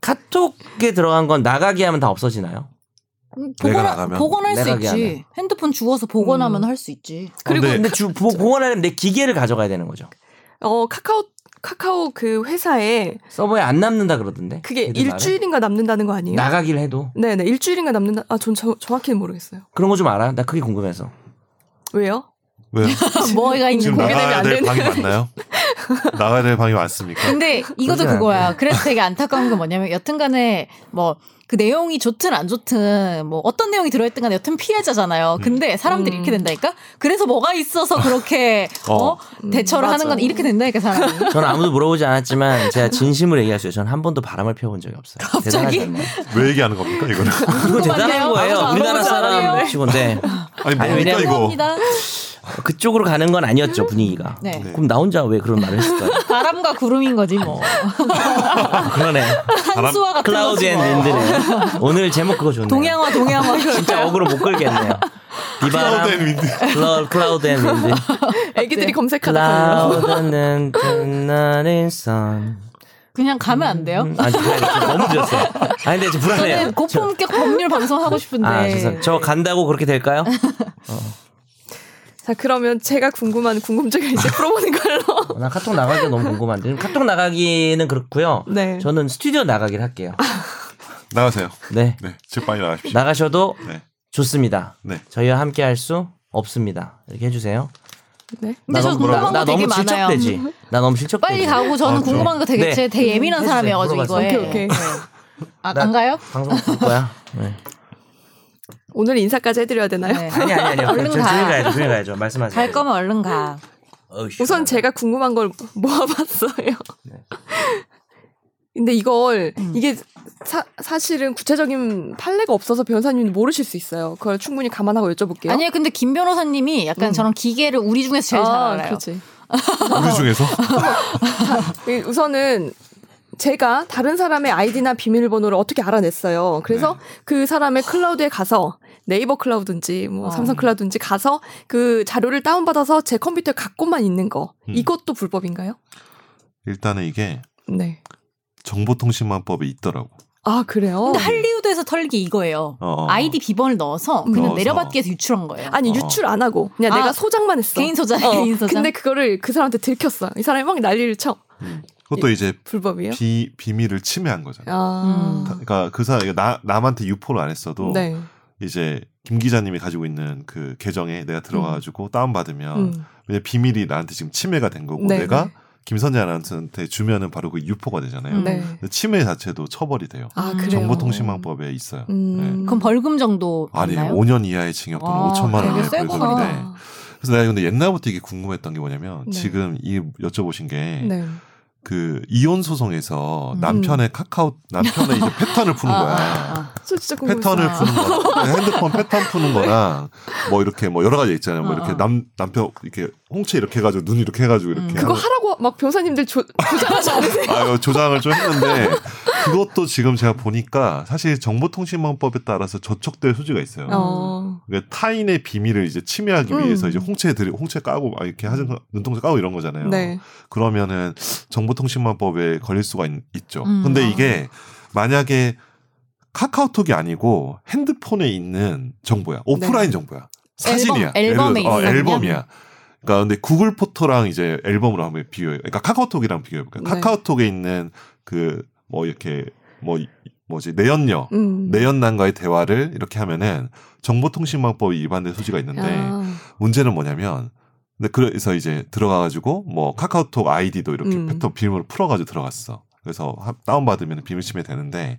[SPEAKER 4] 카톡에 들어간 건 나가기 하면 다 없어지나요?
[SPEAKER 3] 음,
[SPEAKER 2] 내가
[SPEAKER 3] 복원
[SPEAKER 2] 나가면
[SPEAKER 3] 복원할 수
[SPEAKER 4] 내가
[SPEAKER 3] 있지.
[SPEAKER 4] 하면.
[SPEAKER 3] 핸드폰 주워서 복원하면 할 수 있지.
[SPEAKER 2] 그리고
[SPEAKER 4] 근데 주, 보, 보관하려면 내 기계를 가져가야 되는 거죠.
[SPEAKER 1] 어 카카오 카카오 그 회사에
[SPEAKER 4] 서버에 안 남는다 그러던데.
[SPEAKER 1] 그게
[SPEAKER 4] 걔들 말에.
[SPEAKER 1] 일주일인가 남는다는 거 아니에요?
[SPEAKER 4] 나가기를 해도
[SPEAKER 1] 네네 일주일인가 남는다. 아전 정확히는 모르겠어요.
[SPEAKER 4] 그런 거 좀 알아? 나 그게 궁금해서.
[SPEAKER 1] 왜요?
[SPEAKER 2] 왜요?
[SPEAKER 3] [LAUGHS] 뭐가 있는
[SPEAKER 2] 지금
[SPEAKER 1] 공개되면
[SPEAKER 2] 나가야
[SPEAKER 1] 안
[SPEAKER 2] 될
[SPEAKER 1] 되는
[SPEAKER 2] 방이 맞나요? 나가야 될 방이
[SPEAKER 3] [LAUGHS]
[SPEAKER 2] 맞습니까?
[SPEAKER 3] [LAUGHS] 근데 이것도
[SPEAKER 4] 그러진
[SPEAKER 3] 그거야. 그래서 되게 안타까운 게 뭐냐면 여튼간에 뭐 그 내용이 좋든 안 좋든 뭐 어떤 내용이 들어있든 간에 여튼 피해자잖아요. 근데
[SPEAKER 1] 음.
[SPEAKER 3] 사람들이 이렇게 된다니까? 그래서 뭐가 있어서
[SPEAKER 4] [LAUGHS]
[SPEAKER 3] 그렇게 어,
[SPEAKER 2] 어.
[SPEAKER 3] 대처를
[SPEAKER 1] 음,
[SPEAKER 3] 하는 건
[SPEAKER 1] 맞아.
[SPEAKER 3] 이렇게 된다니까 사람이.
[SPEAKER 4] 저는 [LAUGHS] 아무도 물어보지 않았지만 제가 진심으로 얘기하세요. 저는 한 번도 바람을 피워본 적이 없어요.
[SPEAKER 3] 갑자기?
[SPEAKER 4] 대단하잖아요.
[SPEAKER 2] 왜 얘기하는 겁니까 이거는? [LAUGHS]
[SPEAKER 4] 그거 대단한
[SPEAKER 3] 궁금한데요?
[SPEAKER 4] 거예요.
[SPEAKER 3] 아무도 안
[SPEAKER 4] 우리나라
[SPEAKER 3] 물어보지
[SPEAKER 4] 사람
[SPEAKER 3] 않았네요.
[SPEAKER 4] 치고인데
[SPEAKER 2] 아니
[SPEAKER 4] 아니,
[SPEAKER 2] 뭡니까
[SPEAKER 4] 왜냐면-
[SPEAKER 2] 이거?
[SPEAKER 3] 죄송합니다.
[SPEAKER 4] 그쪽으로 가는 건 아니었죠 분위기가.
[SPEAKER 3] 네.
[SPEAKER 2] 네.
[SPEAKER 4] 그럼 나 혼자 왜 그런 말을 했을까?
[SPEAKER 3] 바람과 구름인 거지 뭐.
[SPEAKER 4] 아,
[SPEAKER 3] [LAUGHS]
[SPEAKER 4] 그러네.
[SPEAKER 3] 한수와 같은
[SPEAKER 4] 클라우드
[SPEAKER 3] 거지
[SPEAKER 4] 앤
[SPEAKER 3] 뭐.
[SPEAKER 4] 윈드네. 오늘 제목 그거 좋네요.
[SPEAKER 3] 동양화 동양화.
[SPEAKER 4] [LAUGHS] 진짜 억으로 못 끌겠네요.
[SPEAKER 2] 클라우드 앤
[SPEAKER 4] 비바람
[SPEAKER 2] 윈드.
[SPEAKER 4] 클라- 클라우드 앤 윈드.
[SPEAKER 3] 네.
[SPEAKER 1] 애기들이 검색하다.
[SPEAKER 3] [LAUGHS]
[SPEAKER 4] 클라우드는 빛나는 선.
[SPEAKER 3] 그냥 가면 안 돼요?
[SPEAKER 4] 아, 죄송해요. 너무 늦었어요. 아, 근데 저 불안해요.
[SPEAKER 3] 저는 고품격 법률 방송 하고 싶은데.
[SPEAKER 4] 아, 죄송해요. 저 간다고
[SPEAKER 3] [LAUGHS]
[SPEAKER 4] 그렇게 될까요?
[SPEAKER 1] [LAUGHS] 자 그러면 제가 궁금한 궁금증을 이제 풀어보는
[SPEAKER 3] [LAUGHS]
[SPEAKER 1] 걸로.
[SPEAKER 4] 나 카톡 나가기가 너무 궁금한데. 카톡 나가기는 그렇고요.
[SPEAKER 1] 네.
[SPEAKER 4] 저는 스튜디오 나가기를 할게요.
[SPEAKER 3] 아.
[SPEAKER 2] 나가세요.
[SPEAKER 4] 네.
[SPEAKER 2] 네, 제 빨리
[SPEAKER 1] [LAUGHS]
[SPEAKER 2] 나가십시오.
[SPEAKER 4] 나가셔도
[SPEAKER 2] 네,
[SPEAKER 4] 좋습니다.
[SPEAKER 2] 네.
[SPEAKER 4] 저희와 함께 할 수 없습니다. 이렇게 해주세요.
[SPEAKER 1] 네.
[SPEAKER 3] 근데 저 궁금한
[SPEAKER 4] 나
[SPEAKER 3] 거 되게
[SPEAKER 4] 너무
[SPEAKER 3] 많아요.
[SPEAKER 4] 질척대지. 나 너무 질척대지.
[SPEAKER 3] 빨리 가고 저는
[SPEAKER 2] 아, 그래요?
[SPEAKER 3] 궁금한 거 되게
[SPEAKER 4] 네.
[SPEAKER 3] 제 되게 예민한
[SPEAKER 4] 해주세요.
[SPEAKER 3] 사람이어가지고
[SPEAKER 4] 물어봐서.
[SPEAKER 3] 이거에.
[SPEAKER 1] 오케이 오케이.
[SPEAKER 3] 아,
[SPEAKER 4] 나-
[SPEAKER 3] 안 가요?
[SPEAKER 4] 방송 볼
[SPEAKER 3] [LAUGHS]
[SPEAKER 4] 거야. 네.
[SPEAKER 1] 오늘 인사까지 해드려야 되나요?
[SPEAKER 3] 네.
[SPEAKER 4] 아니 아니 아니요.
[SPEAKER 3] 얼른
[SPEAKER 4] 저
[SPEAKER 3] 가.
[SPEAKER 4] 조용히 가야죠. 조용히 가야죠. 말씀하세요.
[SPEAKER 3] 갈 거면 얼른 가.
[SPEAKER 1] [LAUGHS]
[SPEAKER 4] 어이씨.
[SPEAKER 1] 우선 제가 궁금한 걸 모아봤어요.
[SPEAKER 4] 네.
[SPEAKER 1] 근데 이걸
[SPEAKER 3] 음.
[SPEAKER 1] 이게 사, 실은 구체적인 판례가 없어서 변호사님이 모르실 수 있어요. 그걸 충분히 감안하고 여쭤볼게요.
[SPEAKER 3] 아니에요. 근데 김 변호사님이 약간
[SPEAKER 1] 음.
[SPEAKER 3] 저런 기계를 우리 중에서 제일 잘
[SPEAKER 1] 아,
[SPEAKER 3] 알아요.
[SPEAKER 1] 그렇지.
[SPEAKER 2] 우리 중에서
[SPEAKER 1] 이- 우선은 제가 다른 사람의 아이디나 비밀번호를 어떻게 알아냈어요. [LAUGHS] 그래서
[SPEAKER 3] 네.
[SPEAKER 1] 그 사람의 클라우드에 가서 네이버 클라우드인지 뭐
[SPEAKER 3] 어.
[SPEAKER 1] 삼성 클라우드인지 가서 그 자료를 다운받아서 제 컴퓨터에 갖고만 있는 거
[SPEAKER 2] 음.
[SPEAKER 1] 이것도 불법인가요?
[SPEAKER 2] 일단은 이게
[SPEAKER 1] 네.
[SPEAKER 2] 정보통신망법에 있더라고.
[SPEAKER 1] 아 그래요?
[SPEAKER 3] 근데 할리우드에서 털기 이거예요.
[SPEAKER 2] 어, 음. 어.
[SPEAKER 3] 아이디 비번을 넣어서 그냥
[SPEAKER 2] 넣어서.
[SPEAKER 3] 내려받기에서 유출한 거예요.
[SPEAKER 1] 아니
[SPEAKER 2] 어.
[SPEAKER 1] 유출 안 하고 그냥
[SPEAKER 3] 아,
[SPEAKER 1] 내가 소장만 했어.
[SPEAKER 3] 개인 소장,
[SPEAKER 1] 어,
[SPEAKER 3] 개인 소장.
[SPEAKER 1] 근데 그거를 그 사람한테 들켰어. 이 사람이 막 난리를 쳐.
[SPEAKER 2] 음. 그것도 이제
[SPEAKER 1] 불법이에요?
[SPEAKER 2] 비 비밀을 침해한 거잖아. 요
[SPEAKER 1] 아.
[SPEAKER 3] 음.
[SPEAKER 2] 그러니까 그 사람 나 남한테 유포를 안 했어도
[SPEAKER 1] 네.
[SPEAKER 2] 이제 김 기자님이 가지고 있는 그 계정에 내가 들어가가지고 다운 받으면
[SPEAKER 1] 음.
[SPEAKER 2] 왜냐 비밀이 나한테 지금 침해가 된 거고
[SPEAKER 1] 네.
[SPEAKER 2] 내가 김선재 아나운서한테 주면은 바로 그 유포가 되잖아요.
[SPEAKER 3] 음.
[SPEAKER 1] 네.
[SPEAKER 2] 근데 침해 자체도 처벌이 돼요.
[SPEAKER 1] 아
[SPEAKER 3] 음.
[SPEAKER 1] 그래요.
[SPEAKER 2] 정보통신망법에 있어요. 네.
[SPEAKER 1] 음.
[SPEAKER 3] 그럼 벌금 정도
[SPEAKER 2] 아니
[SPEAKER 3] 나요
[SPEAKER 2] 5년 이하의 징역 또는
[SPEAKER 3] 와,
[SPEAKER 2] 5천만 원
[SPEAKER 3] 되게
[SPEAKER 2] 이하의
[SPEAKER 3] 세구나. 네.
[SPEAKER 2] 벌금인데
[SPEAKER 1] 아,
[SPEAKER 2] 그래서 내가 근데 옛날부터 이게 궁금했던 게 뭐냐면
[SPEAKER 1] 네.
[SPEAKER 2] 지금 이 여쭤보신 게 그
[SPEAKER 1] 네.
[SPEAKER 2] 이혼 소송에서
[SPEAKER 3] 음.
[SPEAKER 2] 남편의 카카오 남편의 이제 패턴을 푸는
[SPEAKER 3] 아,
[SPEAKER 2] 거야.
[SPEAKER 3] 아, 아.
[SPEAKER 1] 저 진짜 궁금했어요.
[SPEAKER 2] 패턴을 푸는 거, 핸드폰 패턴 푸는 거랑 뭐 이렇게 뭐 여러 가지 있잖아요. 뭐
[SPEAKER 3] 어,
[SPEAKER 2] 이렇게
[SPEAKER 3] 어.
[SPEAKER 2] 남 남편 이렇게 홍채 이렇게 해가지고 눈 이렇게 해가지고 이렇게
[SPEAKER 3] 음.
[SPEAKER 1] 그거
[SPEAKER 2] 하는-
[SPEAKER 1] 하라고 막 변호사님들 조, 조장하지
[SPEAKER 3] [LAUGHS]
[SPEAKER 1] 않으세요?
[SPEAKER 2] 아유 조장을 좀 했는데 그것도 지금 제가 보니까 사실 정보통신망법에 따라서 저촉될 소지가 있어요.
[SPEAKER 1] 어.
[SPEAKER 2] 그러니까 타인의 비밀을 이제 침해하기
[SPEAKER 1] 음.
[SPEAKER 2] 위해서 이제 홍채 들이 홍채 까고 막 이렇게 하는
[SPEAKER 3] 음.
[SPEAKER 2] 거- 눈동자 까고 이런 거잖아요.
[SPEAKER 1] 네.
[SPEAKER 2] 그러면은 정보통신망법에 걸릴 수가 있, 죠
[SPEAKER 3] 음.
[SPEAKER 2] 근데 이게 만약에 카카오톡이 아니고 핸드폰에 있는 정보야. 오프라인 정보야. 사진이야.
[SPEAKER 3] 네. 앨범,
[SPEAKER 2] 예를
[SPEAKER 3] 앨범에
[SPEAKER 2] 들어서, 어,
[SPEAKER 3] 있었냐?
[SPEAKER 2] 앨범이야. 그러니까 근데 구글 포토랑 이제 앨범으로 한번 비교해. 그러니까 카카오톡이랑 비교해 볼까? 요
[SPEAKER 1] 네.
[SPEAKER 2] 카카오톡에 있는 그 뭐 이렇게 뭐 이- 뭐지? 내연녀
[SPEAKER 1] 음.
[SPEAKER 2] 내연남과의 대화를 이렇게 하면은 정보통신망법이 위반될 소지가 있는데
[SPEAKER 1] 아.
[SPEAKER 2] 문제는 뭐냐면 근데 그래서 이제 들어가가지고 뭐 카카오톡 아이디도 이렇게
[SPEAKER 1] 음.
[SPEAKER 2] 패턴 비밀번호 풀어가지고 들어갔어. 그래서 하- 다운받으면 비밀 침해 되는데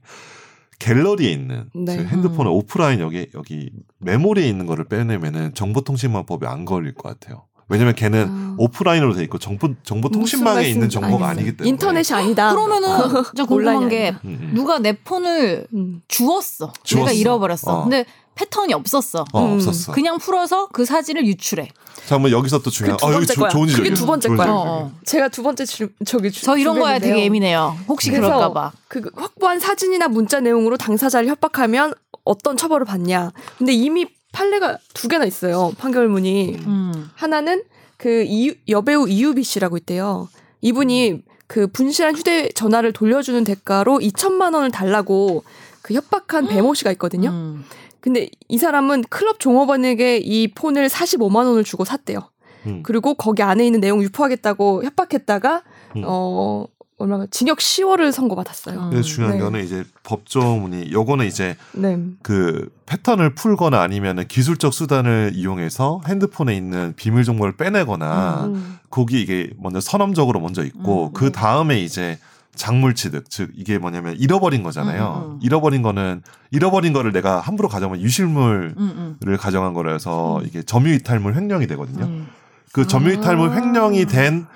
[SPEAKER 2] 갤러리에 있는
[SPEAKER 1] 네.
[SPEAKER 2] 즉 핸드폰의 오프라인 여기 여기 메모리에 있는 거를 빼내면은 정보통신망법에 안 걸릴 것 같아요. 왜냐면 걔는
[SPEAKER 1] 아.
[SPEAKER 2] 오프라인으로 돼 있고 정보 정보통신망에
[SPEAKER 1] 무슨
[SPEAKER 2] 있는
[SPEAKER 1] 말씀인지
[SPEAKER 2] 정보가
[SPEAKER 1] 알겠어요.
[SPEAKER 2] 아니기 때문에
[SPEAKER 1] 인터넷이 아니다.
[SPEAKER 3] 그러면은 진짜
[SPEAKER 1] 온라인이
[SPEAKER 3] 궁금한 게
[SPEAKER 1] 아니라.
[SPEAKER 2] 음, 음.
[SPEAKER 3] 누가 내 폰을
[SPEAKER 1] 음.
[SPEAKER 3] 주웠어.
[SPEAKER 2] 주웠어.
[SPEAKER 3] 내가 잃어버렸어.
[SPEAKER 2] 어.
[SPEAKER 3] 근데 패턴이 없었어.
[SPEAKER 2] 어,
[SPEAKER 1] 음.
[SPEAKER 2] 없었어.
[SPEAKER 3] 그냥 풀어서 그 사진을 유출해.
[SPEAKER 2] 잠깐만 여기서 또 중요한
[SPEAKER 1] 그두
[SPEAKER 2] 아 여기
[SPEAKER 1] 번째
[SPEAKER 2] 조-
[SPEAKER 1] 거야.
[SPEAKER 2] 좋은
[SPEAKER 1] 그게
[SPEAKER 2] 지적이에요.
[SPEAKER 1] 두 번째
[SPEAKER 2] 좋은
[SPEAKER 1] 거야.
[SPEAKER 3] 어,
[SPEAKER 2] 지적이에요.
[SPEAKER 3] 어.
[SPEAKER 1] 제가 두 번째 주, 저기 주,
[SPEAKER 3] 저 이런 거에 되게
[SPEAKER 1] 준비했는데요.
[SPEAKER 3] 예민해요. 혹시
[SPEAKER 1] 그래서
[SPEAKER 3] 그럴까봐.
[SPEAKER 1] 그 확보한 사진이나 문자 내용으로 당사자를 협박하면 어떤 처벌을 받냐. 근데 이미 판례가 두 개나 있어요. 판결문이.
[SPEAKER 3] 음.
[SPEAKER 1] 하나는 그 이유- 여배우 이유비 씨라고 있대요. 이분이 그 분실한 휴대 전화를 돌려주는 대가로 2천만 원을 달라고 그 협박한 배모 씨가 있거든요.
[SPEAKER 3] 음.
[SPEAKER 1] 근데 이 사람은 클럽 종업원에게 이 폰을 45만 원을 주고 샀대요.
[SPEAKER 2] 음.
[SPEAKER 1] 그리고 거기 안에 있는 내용 유포하겠다고 협박했다가
[SPEAKER 2] 음.
[SPEAKER 1] 어 얼마 징역 10월을 선고받았어요.
[SPEAKER 3] 음.
[SPEAKER 2] 근데 중요한
[SPEAKER 1] 네.
[SPEAKER 2] 거는 이제 법조문이 요거는 이제
[SPEAKER 1] 네.
[SPEAKER 2] 그 패턴을 풀거나 아니면은 기술적 수단을 이용해서 핸드폰에 있는 비밀 정보를 빼내거나
[SPEAKER 1] 음.
[SPEAKER 2] 거기 이게 먼저 선언적으로 먼저 있고
[SPEAKER 3] 음,
[SPEAKER 2] 그 다음에 이제 작물 취득 즉 이게 뭐냐면 잃어버린 거잖아요.
[SPEAKER 3] 음, 음.
[SPEAKER 2] 잃어버린 거는 잃어버린 거를 내가 함부로 가져면 유실물을
[SPEAKER 3] 음,
[SPEAKER 2] 가정한 거라서
[SPEAKER 3] 음.
[SPEAKER 2] 이게 점유이탈물 횡령이
[SPEAKER 3] 음,
[SPEAKER 2] 되거든요.
[SPEAKER 3] 음.
[SPEAKER 2] 그 점유이탈물
[SPEAKER 1] 아.
[SPEAKER 2] 횡령이 된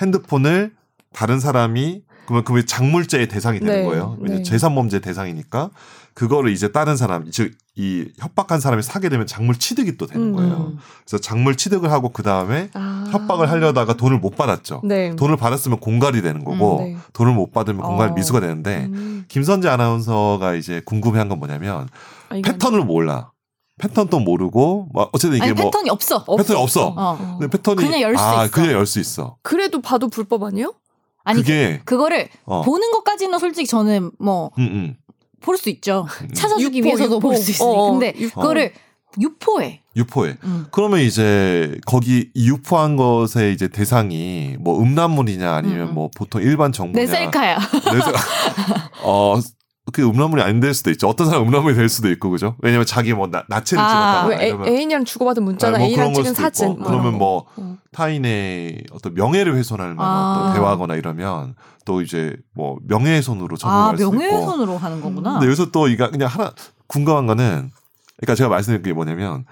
[SPEAKER 2] 핸드폰을 다른 사람이 그러면 그게 작물죄의 대상이 되는
[SPEAKER 1] 네,
[SPEAKER 2] 거예요. 왜냐
[SPEAKER 1] 네.
[SPEAKER 2] 재산범죄 대상이니까 그거를 이제 다른 사람 즉 이 협박한 사람이 사게 되면 작물 취득이 또 되는
[SPEAKER 1] 음.
[SPEAKER 2] 거예요. 그래서 작물 취득을 하고 그 다음에
[SPEAKER 1] 아.
[SPEAKER 2] 협박을 하려다가 돈을 못 받았죠.
[SPEAKER 1] 네.
[SPEAKER 2] 돈을 받았으면 공갈이 되는 거고
[SPEAKER 1] 음, 네. 아.
[SPEAKER 2] 돈을 못 받으면 공갈
[SPEAKER 3] 어.
[SPEAKER 2] 미수가 되는데
[SPEAKER 1] 음.
[SPEAKER 2] 김선재 아나운서가 이제 궁금해한 건 뭐냐면
[SPEAKER 1] 아, 이거
[SPEAKER 2] 패턴을 몰라 패턴도 모르고 막 어쨌든 이게
[SPEAKER 3] 아니
[SPEAKER 2] 뭐
[SPEAKER 3] 패턴이 없어.
[SPEAKER 2] 패턴이 없어.
[SPEAKER 3] 어.
[SPEAKER 2] 근데 네, 패턴이
[SPEAKER 3] 그냥 열수
[SPEAKER 2] 아,
[SPEAKER 3] 있어.
[SPEAKER 2] 그냥 열 수 있어.
[SPEAKER 1] 그래도 봐도 불법 아니에요?
[SPEAKER 3] 아니 그
[SPEAKER 2] 그게
[SPEAKER 3] 그거를
[SPEAKER 2] 어.
[SPEAKER 3] 보는 것까지는 솔직히 저는 뭐 볼
[SPEAKER 2] 음, 음.
[SPEAKER 3] 수 있죠.
[SPEAKER 2] 음.
[SPEAKER 3] 찾아주기
[SPEAKER 1] 유포,
[SPEAKER 3] 위해서도
[SPEAKER 1] 유포.
[SPEAKER 3] 볼 수 있으니.
[SPEAKER 1] 어, 어.
[SPEAKER 3] 근데
[SPEAKER 1] 유포.
[SPEAKER 3] 그거를 유포해.
[SPEAKER 2] 유포해.
[SPEAKER 3] 음.
[SPEAKER 2] 그러면 이제 거기 이 유포한 것의 이제 대상이 뭐 음란물이냐 아니면
[SPEAKER 3] 음, 음.
[SPEAKER 2] 뭐 보통 일반 정보냐.
[SPEAKER 3] 내 셀카야.
[SPEAKER 2] 내 셀- [LAUGHS] 어, 그 음란물이 안 될 수도 있죠. 어떤 사람 음란물이 될 수도 있고 그죠? 왜냐면 자기 뭐 나, 나체를 네, 뭐
[SPEAKER 3] 아,
[SPEAKER 2] 찍었다.
[SPEAKER 1] 왜 애, 애인이랑 주고받은 문자나 애인이랑 찍은 사진 뭐 이런
[SPEAKER 2] 그러면
[SPEAKER 1] 거.
[SPEAKER 2] 뭐
[SPEAKER 1] 어.
[SPEAKER 2] 타인의 어떤 명예를 훼손할 만한
[SPEAKER 3] 아.
[SPEAKER 2] 어떤 대화거나 이러면 또 이제 뭐 명예훼손으로 적용할
[SPEAKER 3] 아
[SPEAKER 2] 수도 있고.
[SPEAKER 3] 명예훼손으로 하는 거구나.
[SPEAKER 2] 근데 여기서 또 이가 그냥 하나 궁금한 거는 그러니까 제가 말씀드린 게 뭐냐면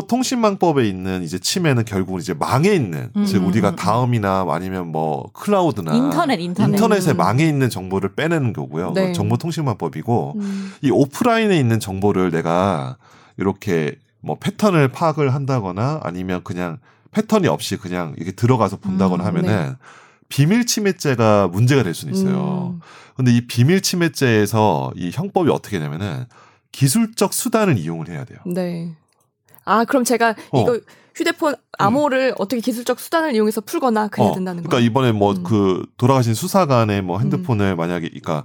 [SPEAKER 2] 정보통신망법에 있는 이제 침해는 결국은 이제 망에 있는
[SPEAKER 3] 음,
[SPEAKER 2] 즉
[SPEAKER 3] 음,
[SPEAKER 2] 우리가
[SPEAKER 3] 음, 음.
[SPEAKER 2] 다음이나 아니면 뭐 클라우드나
[SPEAKER 3] 인터넷 인터넷.
[SPEAKER 2] 인터넷에
[SPEAKER 1] 음.
[SPEAKER 2] 망에 있는 정보를 빼내는 거고요.
[SPEAKER 1] 네.
[SPEAKER 2] 그건 정보통신망법이고
[SPEAKER 1] 음.
[SPEAKER 2] 이 오프라인에 있는 정보를 내가 이렇게 뭐 패턴을 파악을 한다거나 아니면 그냥 패턴이 없이 그냥 이렇게 들어가서 본다거나
[SPEAKER 3] 음,
[SPEAKER 2] 하면은 비밀 침해죄가 문제가 될 수는 뭐 있어요.
[SPEAKER 1] 음.
[SPEAKER 2] 근데 이 비밀 침해죄에서 이 형법이 어떻게 되냐면은 기술적 수단을 이용을 해야 돼요.
[SPEAKER 1] 네. 아 그럼 제가
[SPEAKER 2] 어.
[SPEAKER 1] 이거 휴대폰 암호를 어떻게 기술적 수단을 이용해서 풀거나 그래야
[SPEAKER 2] 어,
[SPEAKER 1] 된다는
[SPEAKER 2] 그러니까
[SPEAKER 1] 거예요.
[SPEAKER 2] 이번에 뭐
[SPEAKER 1] 음.
[SPEAKER 2] 그 돌아가신 수사관의 뭐 핸드폰을 만약에 그러니까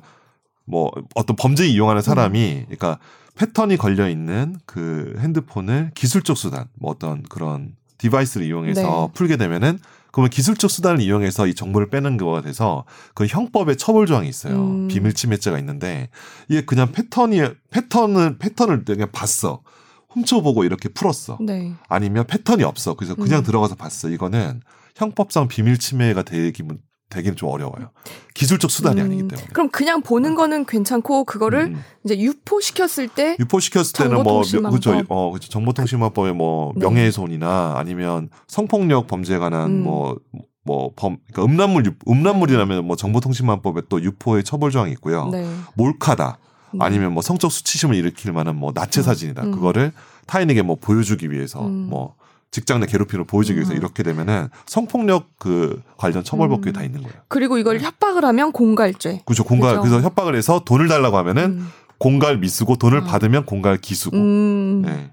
[SPEAKER 2] 뭐 어떤 범죄에 이용하는
[SPEAKER 1] 음.
[SPEAKER 2] 사람이 그러니까 패턴이 걸려 있는 그 핸드폰을 기술적 수단 뭐 어떤 그런 디바이스를 이용해서
[SPEAKER 1] 네.
[SPEAKER 2] 풀게 되면은 그러면 기술적 수단을 이용해서 이 정보를 빼는 거가 돼서 그 형법에 처벌 조항이 있어요.
[SPEAKER 1] 음.
[SPEAKER 2] 비밀 침해죄가 있는데 이게 그냥 패턴이 패턴을 패턴을 그냥 봤어. 훔쳐보고 이렇게 풀었어.
[SPEAKER 1] 네.
[SPEAKER 2] 아니면 패턴이 없어. 그래서 그냥
[SPEAKER 1] 음.
[SPEAKER 2] 들어가서 봤어. 이거는 형법상 비밀 침해가 되기는 되긴 좀 어려워요. 기술적 수단이
[SPEAKER 1] 음.
[SPEAKER 2] 아니기 때문에.
[SPEAKER 1] 그럼 그냥 보는 거는 괜찮고 그거를
[SPEAKER 2] 음, 음.
[SPEAKER 1] 이제 유포시켰을 때
[SPEAKER 2] 유포시켰을 때는 뭐
[SPEAKER 1] 정보통신망법.
[SPEAKER 2] 그렇죠. 어, 그렇죠. 정보통신망법에 뭐
[SPEAKER 1] 네.
[SPEAKER 2] 명예훼손이나 아니면 성폭력 범죄에 관한
[SPEAKER 1] 음.
[SPEAKER 2] 뭐 뭐범 그러니까 음란물 유- 음란물이라면 뭐 정보통신망법에 또 유포의 처벌 조항이 있고요.
[SPEAKER 1] 네.
[SPEAKER 2] 몰카다.
[SPEAKER 1] 음.
[SPEAKER 2] 아니면 뭐 성적 수치심을 일으킬 만한 뭐 나체
[SPEAKER 1] 음.
[SPEAKER 2] 사진이다.
[SPEAKER 1] 음.
[SPEAKER 2] 그거를 타인에게 뭐 보여주기 위해서
[SPEAKER 1] 음.
[SPEAKER 2] 뭐 직장 내 괴롭힘을 보여주기 위해서
[SPEAKER 1] 음.
[SPEAKER 2] 이렇게 되면은 성폭력 그 관련 처벌법규
[SPEAKER 1] 음.
[SPEAKER 2] 다 있는 거예요.
[SPEAKER 1] 그리고 이걸
[SPEAKER 2] 네.
[SPEAKER 1] 협박을 하면 공갈죄.
[SPEAKER 2] 그죠 공갈
[SPEAKER 1] 그죠.
[SPEAKER 2] 그래서 협박을 해서 돈을 달라고 하면은
[SPEAKER 1] 음.
[SPEAKER 2] 공갈 미수고 돈을
[SPEAKER 1] 음.
[SPEAKER 2] 받으면 공갈 기수고.
[SPEAKER 1] 음.
[SPEAKER 2] 어. 네.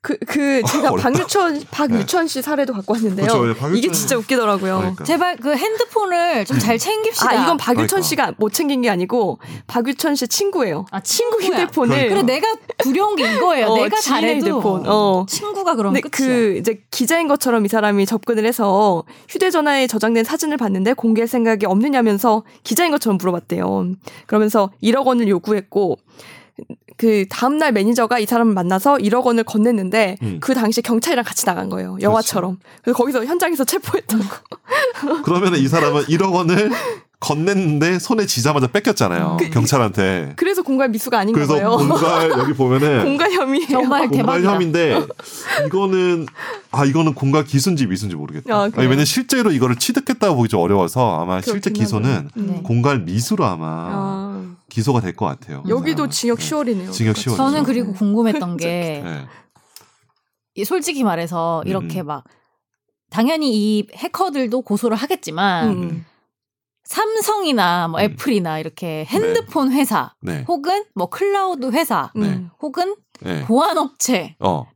[SPEAKER 1] 그, 그, 제가
[SPEAKER 2] [LAUGHS] 어렵다.
[SPEAKER 1] 박유천, 박유천 씨 사례도 갖고 왔는데요.
[SPEAKER 2] 그렇죠. 예, 박유천
[SPEAKER 1] 이게 진짜 웃기더라고요.
[SPEAKER 2] 그러니까.
[SPEAKER 3] 제발 그 핸드폰을 좀 잘 챙깁시다.
[SPEAKER 1] 아, 이건 박유천
[SPEAKER 2] 그러니까. 음.
[SPEAKER 1] 씨가 못 챙긴 게 아니고, 박유천 씨 친구예요.
[SPEAKER 3] 아,
[SPEAKER 1] 친구
[SPEAKER 3] 친구야.
[SPEAKER 1] 휴대폰을.
[SPEAKER 2] 그러니까.
[SPEAKER 3] 그래 내가 두려운 게 이거예요.
[SPEAKER 1] 어,
[SPEAKER 3] 내가
[SPEAKER 1] 지인의
[SPEAKER 3] 잘해도
[SPEAKER 1] 휴대폰. 어.
[SPEAKER 3] 친구가 그럼
[SPEAKER 1] 근데
[SPEAKER 3] 끝이야.
[SPEAKER 1] 그 이제 기자인 것처럼 이 사람이 접근을 해서 휴대전화에 저장된 사진을 봤는데 공개할 생각이 없느냐면서 기자인 것처럼 물어봤대요. 그러면서 1억 원을 요구했고 그 다음날 매니저가 이 사람을 만나서 1억 원을 건넸는데
[SPEAKER 2] 음.
[SPEAKER 1] 그 당시 경찰이랑 같이 나간 거예요. 영화처럼. 그래서 거기서 현장에서
[SPEAKER 2] [LAUGHS]
[SPEAKER 1] 체포했다고.
[SPEAKER 2] 그러면 이 사람은 1억 원을 건넸는데 손에 쥐자마자 뺏겼잖아요.
[SPEAKER 3] 그-
[SPEAKER 2] 경찰한테.
[SPEAKER 1] 그래서 공갈 미수가 아닌
[SPEAKER 2] 그래서 아,
[SPEAKER 1] 거예요.
[SPEAKER 2] 공갈 여기 보면은
[SPEAKER 1] [LAUGHS] 공갈 혐의.
[SPEAKER 3] 정말
[SPEAKER 2] 공갈
[SPEAKER 3] 대박이다.
[SPEAKER 2] 혐의인데 이거는 아 이거는 공갈 기소인지 미수인지 모르겠다.
[SPEAKER 1] 아,
[SPEAKER 2] 아니,
[SPEAKER 1] 그래요?
[SPEAKER 2] 왜냐면 실제로 이거를 취득했다고 보기 좀 어려워서 아마 실제 기소는
[SPEAKER 3] 네.
[SPEAKER 2] 공갈 미수로 아마
[SPEAKER 1] 아,
[SPEAKER 2] 기소가 될 것 같아요.
[SPEAKER 1] 여기도 징역
[SPEAKER 2] 네.
[SPEAKER 1] 10월이네요.
[SPEAKER 2] 징역 10월 이죠.
[SPEAKER 3] 저는 그리고 궁금했던
[SPEAKER 1] [LAUGHS]
[SPEAKER 3] 게
[SPEAKER 2] 네.
[SPEAKER 3] 이- 솔직히 말해서
[SPEAKER 2] 음,
[SPEAKER 3] 이렇게
[SPEAKER 2] 음.
[SPEAKER 3] 막 당연히 이 해커들도 고소를 하겠지만
[SPEAKER 1] 음.
[SPEAKER 3] 삼성이나 뭐
[SPEAKER 2] 음.
[SPEAKER 3] 애플이나
[SPEAKER 1] 네.
[SPEAKER 3] 이렇게 핸드폰 회사
[SPEAKER 2] 네.
[SPEAKER 3] 혹은 뭐 클라우드 회사
[SPEAKER 1] 음.
[SPEAKER 2] 네.
[SPEAKER 3] 혹은
[SPEAKER 2] 네.
[SPEAKER 3] 보안 업체를
[SPEAKER 2] 어.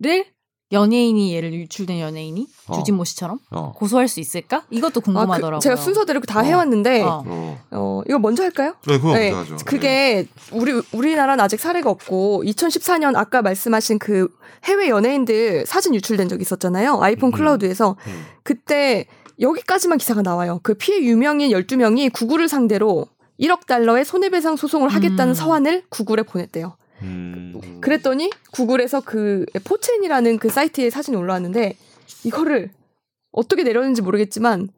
[SPEAKER 3] 연예인이 예를 유출된 연예인이
[SPEAKER 2] 어.
[SPEAKER 3] 주진모 씨처럼
[SPEAKER 2] 어.
[SPEAKER 3] 고소할 수 있을까? 이것도
[SPEAKER 1] 아, 그-
[SPEAKER 3] 궁금하더라고요.
[SPEAKER 1] 제가 순서대로 다
[SPEAKER 2] 어.
[SPEAKER 1] 해왔는데
[SPEAKER 3] 어.
[SPEAKER 2] 어.
[SPEAKER 1] 어, 이거 먼저 할까요?
[SPEAKER 2] 네, 그거
[SPEAKER 1] 네,
[SPEAKER 2] 먼저 하죠. 네.
[SPEAKER 1] 그게 우리 우리나라는 아직 사례가 없고 2014년 아까 말씀하신 그 해외 연예인들 사진 유출된 적이 있었잖아요. 아이폰
[SPEAKER 2] 음.
[SPEAKER 1] 클라우드에서
[SPEAKER 2] 음.
[SPEAKER 1] 그때 여기까지만 기사가 나와요. 그 피해 유명인 12명이 구글을 상대로 1억 달러의 손해배상 소송을 하겠다는
[SPEAKER 3] 음.
[SPEAKER 1] 서한을 구글에 보냈대요.
[SPEAKER 2] 음.
[SPEAKER 1] 그랬더니 구글에서 그 포첸이라는 그 사이트에 사진이 올라왔는데 이거를 어떻게 내렸는지 모르겠지만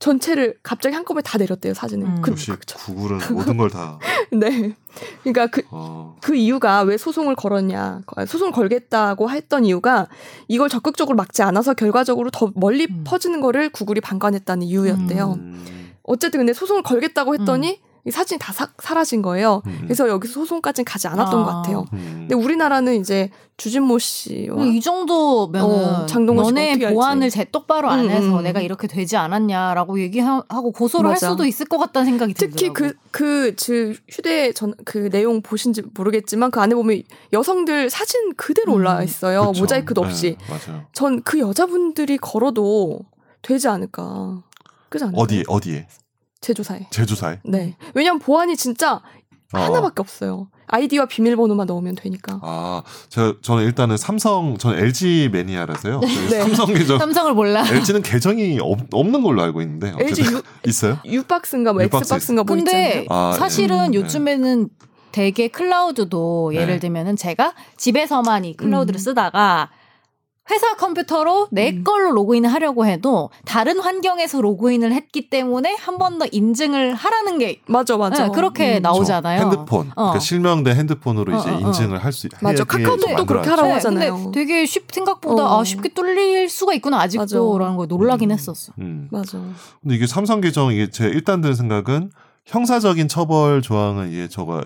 [SPEAKER 1] 전체를 갑자기 한꺼번에 다 내렸대요 사진을.
[SPEAKER 3] 음.
[SPEAKER 1] 그,
[SPEAKER 2] 역시
[SPEAKER 1] 그-
[SPEAKER 2] 구글은 모든
[SPEAKER 1] [LAUGHS]
[SPEAKER 2] 걸 다.
[SPEAKER 1] 네. 그러니까 그
[SPEAKER 2] 어.
[SPEAKER 1] 그 이유가 왜 소송을 걸었냐, 소송을 걸겠다고 했던 이유가 이걸 적극적으로 막지 않아서 결과적으로 더 멀리
[SPEAKER 3] 음.
[SPEAKER 1] 퍼지는 거를 구글이 방관했다는 이유였대요.
[SPEAKER 2] 음.
[SPEAKER 1] 어쨌든 근데 소송을 걸겠다고 했더니
[SPEAKER 3] 음.
[SPEAKER 1] 이 사진이 다 사- 사라진 거예요.
[SPEAKER 2] 음.
[SPEAKER 1] 그래서 여기서 소송까지는 가지 않았던
[SPEAKER 3] 아.
[SPEAKER 1] 것 같아요.
[SPEAKER 2] 음.
[SPEAKER 1] 근데 우리나라는 이제 주진모 씨와
[SPEAKER 3] 어, 음, 이 정도면
[SPEAKER 1] 음. 어,
[SPEAKER 3] 은
[SPEAKER 1] 장동건 씨가
[SPEAKER 3] 너네
[SPEAKER 1] 어떻게 할지.
[SPEAKER 3] 보안을 제 똑바로 안
[SPEAKER 1] 음,
[SPEAKER 3] 해서
[SPEAKER 1] 음.
[SPEAKER 3] 내가 이렇게 되지 않았냐라고 얘기하고 고소를
[SPEAKER 1] 맞아.
[SPEAKER 3] 할 수도 있을 것 같다는 생각이
[SPEAKER 1] 특히
[SPEAKER 3] 들더라고요.
[SPEAKER 1] 그, 그, 즉, 휴대 전, 그 내용 보신지 모르겠지만 그 안에 보면 여성들 사진 그대로
[SPEAKER 3] 음.
[SPEAKER 1] 올라와 있어요.
[SPEAKER 2] 그쵸.
[SPEAKER 1] 모자이크도
[SPEAKER 2] 네,
[SPEAKER 1] 없이.
[SPEAKER 2] 맞아요.
[SPEAKER 1] 전 그 여자분들이 걸어도 되지 않을까. 그지 않을까?
[SPEAKER 2] 어디에 어디에
[SPEAKER 1] 제조사에.
[SPEAKER 2] 제주사에
[SPEAKER 1] 네. 왜냐면 보안이 진짜
[SPEAKER 2] 어.
[SPEAKER 1] 하나밖에 없어요. 아이디와 비밀번호만 넣으면 되니까.
[SPEAKER 2] 아, 저, 저는 일단은 삼성, 저는 LG 매니아라서요. 저희
[SPEAKER 1] [LAUGHS] 네.
[SPEAKER 2] 삼성 계정,
[SPEAKER 3] 삼성을 몰라.
[SPEAKER 2] LG는 계정이 없, 없는 걸로 알고 있는데.
[SPEAKER 1] LG
[SPEAKER 2] 어쨌든
[SPEAKER 1] 유,
[SPEAKER 2] [LAUGHS] 있어요?
[SPEAKER 1] 유박스인가 뭐
[SPEAKER 2] 유박스
[SPEAKER 1] 엑스박스인가 뭐
[SPEAKER 3] 근데
[SPEAKER 1] 있잖아요.
[SPEAKER 2] 아, 예.
[SPEAKER 3] 사실은
[SPEAKER 1] 음,
[SPEAKER 3] 요즘에는 되게 클라우드도
[SPEAKER 2] 네.
[SPEAKER 3] 예를 들면은 제가 집에서만 이 클라우드를
[SPEAKER 1] 음.
[SPEAKER 3] 쓰다가 회사 컴퓨터로 내
[SPEAKER 1] 음.
[SPEAKER 3] 걸로 로그인을 하려고 해도 다른 환경에서 로그인을 했기 때문에 한 번 더 인증을 하라는
[SPEAKER 2] 예,
[SPEAKER 3] 게
[SPEAKER 1] 맞아 맞아.
[SPEAKER 3] 네, 그렇게
[SPEAKER 1] 음.
[SPEAKER 3] 나오잖아요.
[SPEAKER 2] 핸드폰. 그러니까 실명된 핸드폰으로 이제
[SPEAKER 3] 어, 어, 어.
[SPEAKER 2] 인증을 할 수 있게
[SPEAKER 1] 맞아. 카카오톡도 그렇게
[SPEAKER 2] 만들어야지.
[SPEAKER 1] 하라고
[SPEAKER 3] 네,
[SPEAKER 1] 하잖아요.
[SPEAKER 3] 근데 되게 쉽 생각보다
[SPEAKER 1] 어.
[SPEAKER 3] 아, 쉽게 뚫릴 수가 있구나 아직도라는 거에 놀라긴
[SPEAKER 2] 음.
[SPEAKER 3] 했었어.
[SPEAKER 2] 음.
[SPEAKER 1] 맞아.
[SPEAKER 2] 근데 이게 삼성 개정 이게 제 일단 드는 생각은 형사적인 처벌 조항은 이게 저가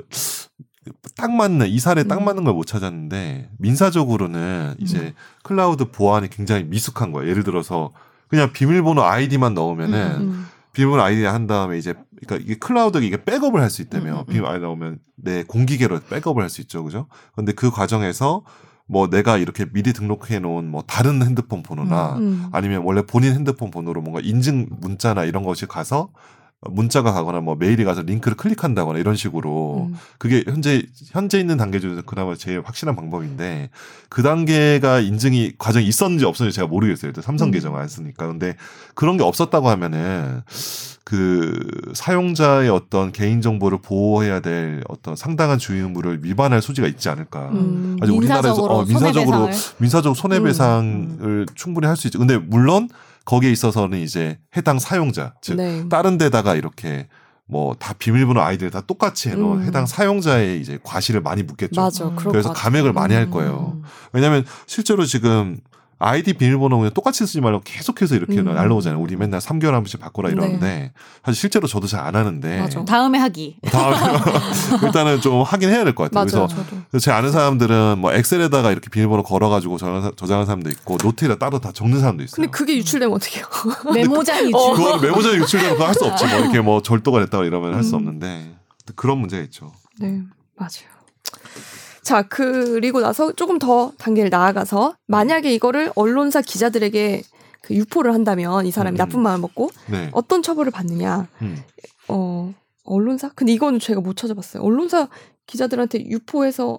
[SPEAKER 2] 딱 맞는 이 사례 딱
[SPEAKER 1] 음.
[SPEAKER 2] 맞는 걸 못 찾았는데 민사적으로는 이제 클라우드 보안이 굉장히 미숙한 거예요. 예를 들어서 그냥 비밀번호 아이디만 넣으면은
[SPEAKER 1] 음.
[SPEAKER 2] 비밀번호 아이디 한 다음에 이제 그러니까 이게 클라우드 이게 백업을 할 수 있다며
[SPEAKER 3] 음, 음,
[SPEAKER 2] 비밀 아이디 나오면 내 공기계로 백업을 할 수 있죠, 그죠? 근데 그 과정에서 뭐 내가 이렇게 미리 등록해 놓은 뭐 다른 핸드폰 번호나
[SPEAKER 1] 음.
[SPEAKER 2] 아니면 원래 본인 핸드폰 번호로 뭔가 인증 문자나 이런 것이 가서 문자가 가거나 뭐 메일이 가서 링크를 클릭한다거나 이런 식으로
[SPEAKER 1] 음.
[SPEAKER 2] 그게 현재 현재 있는 단계 중에서 그나마 제일 확실한 방법인데 그 단계가 인증이 과정이 있었는지 없었는지 제가 모르겠어요. 일단 삼성
[SPEAKER 1] 음.
[SPEAKER 2] 계정을 안 쓰니까 근데 그런 게 없었다고 하면은 그 사용자의 어떤 개인 정보를 보호해야 될 어떤 상당한 주의 의무를 위반할 소지가 있지 않을까.
[SPEAKER 1] 음.
[SPEAKER 2] 아직 우리나라에서,
[SPEAKER 3] 민사적으로,
[SPEAKER 2] 어, 민사적으로
[SPEAKER 3] 손해배상을.
[SPEAKER 2] 민사적 손해배상을
[SPEAKER 1] 음.
[SPEAKER 2] 충분히 할 수 있죠. 근데 물론 거기에 있어서는 이제 해당 사용자 즉
[SPEAKER 1] 네.
[SPEAKER 2] 다른 데다가 이렇게 뭐 다 비밀번호 아이들 다 똑같이 해놓은
[SPEAKER 1] 음.
[SPEAKER 2] 해당 사용자의 이제 과실을 많이 묻겠죠.
[SPEAKER 1] 맞아.
[SPEAKER 3] 음.
[SPEAKER 1] 그럴
[SPEAKER 2] 그래서
[SPEAKER 1] 것 음. 같아.
[SPEAKER 2] 감액을 많이 할 거예요. 왜냐하면 실제로 지금 아이디 비밀번호 그냥 똑같이 쓰지 말고 계속해서 이렇게
[SPEAKER 1] 음. 네.
[SPEAKER 2] 날라오잖아요. 우리 맨날 3개월 한 번씩 바꾸라 이러는데 사실 실제로 저도 잘 안 하는데
[SPEAKER 1] 맞아.
[SPEAKER 3] 다음에 하기.
[SPEAKER 2] [LAUGHS] 네, 다음 [LAUGHS] 일단은 좀 하긴 해야 될 것 같아요.
[SPEAKER 1] 맞아.
[SPEAKER 2] 그래서
[SPEAKER 1] 저도.
[SPEAKER 2] 그래서 제 아는 사람들은 뭐 엑셀에다가 이렇게 비밀번호 걸어가지고 저장한 사- 저장한 사람도 있고 노트에다 따로 다 적는 사람도 있어요.
[SPEAKER 1] 근데 그게 유출되면 어떡해요?
[SPEAKER 3] 메모장이
[SPEAKER 1] [LAUGHS] 어.
[SPEAKER 2] 그 그거는 메모장에 유출되면 그거 할 수 없지. 뭐 이렇게 뭐 절도가 됐다고 이러면
[SPEAKER 1] 음.
[SPEAKER 2] 할 수 없는데 그런 문제가 있죠.
[SPEAKER 1] 네, 맞아요. 자, 그리고 나서 조금 더 단계를 나아가서 만약에 이거를 언론사 기자들에게 그 유포를 한다면 이 사람이
[SPEAKER 2] 음.
[SPEAKER 1] 나쁜 마음 먹고
[SPEAKER 2] 네.
[SPEAKER 1] 어떤 처벌을 받느냐?
[SPEAKER 2] 음.
[SPEAKER 1] 어, 언론사? 근데 이거는 제가 못 찾아봤어요. 언론사 기자들한테 유포해서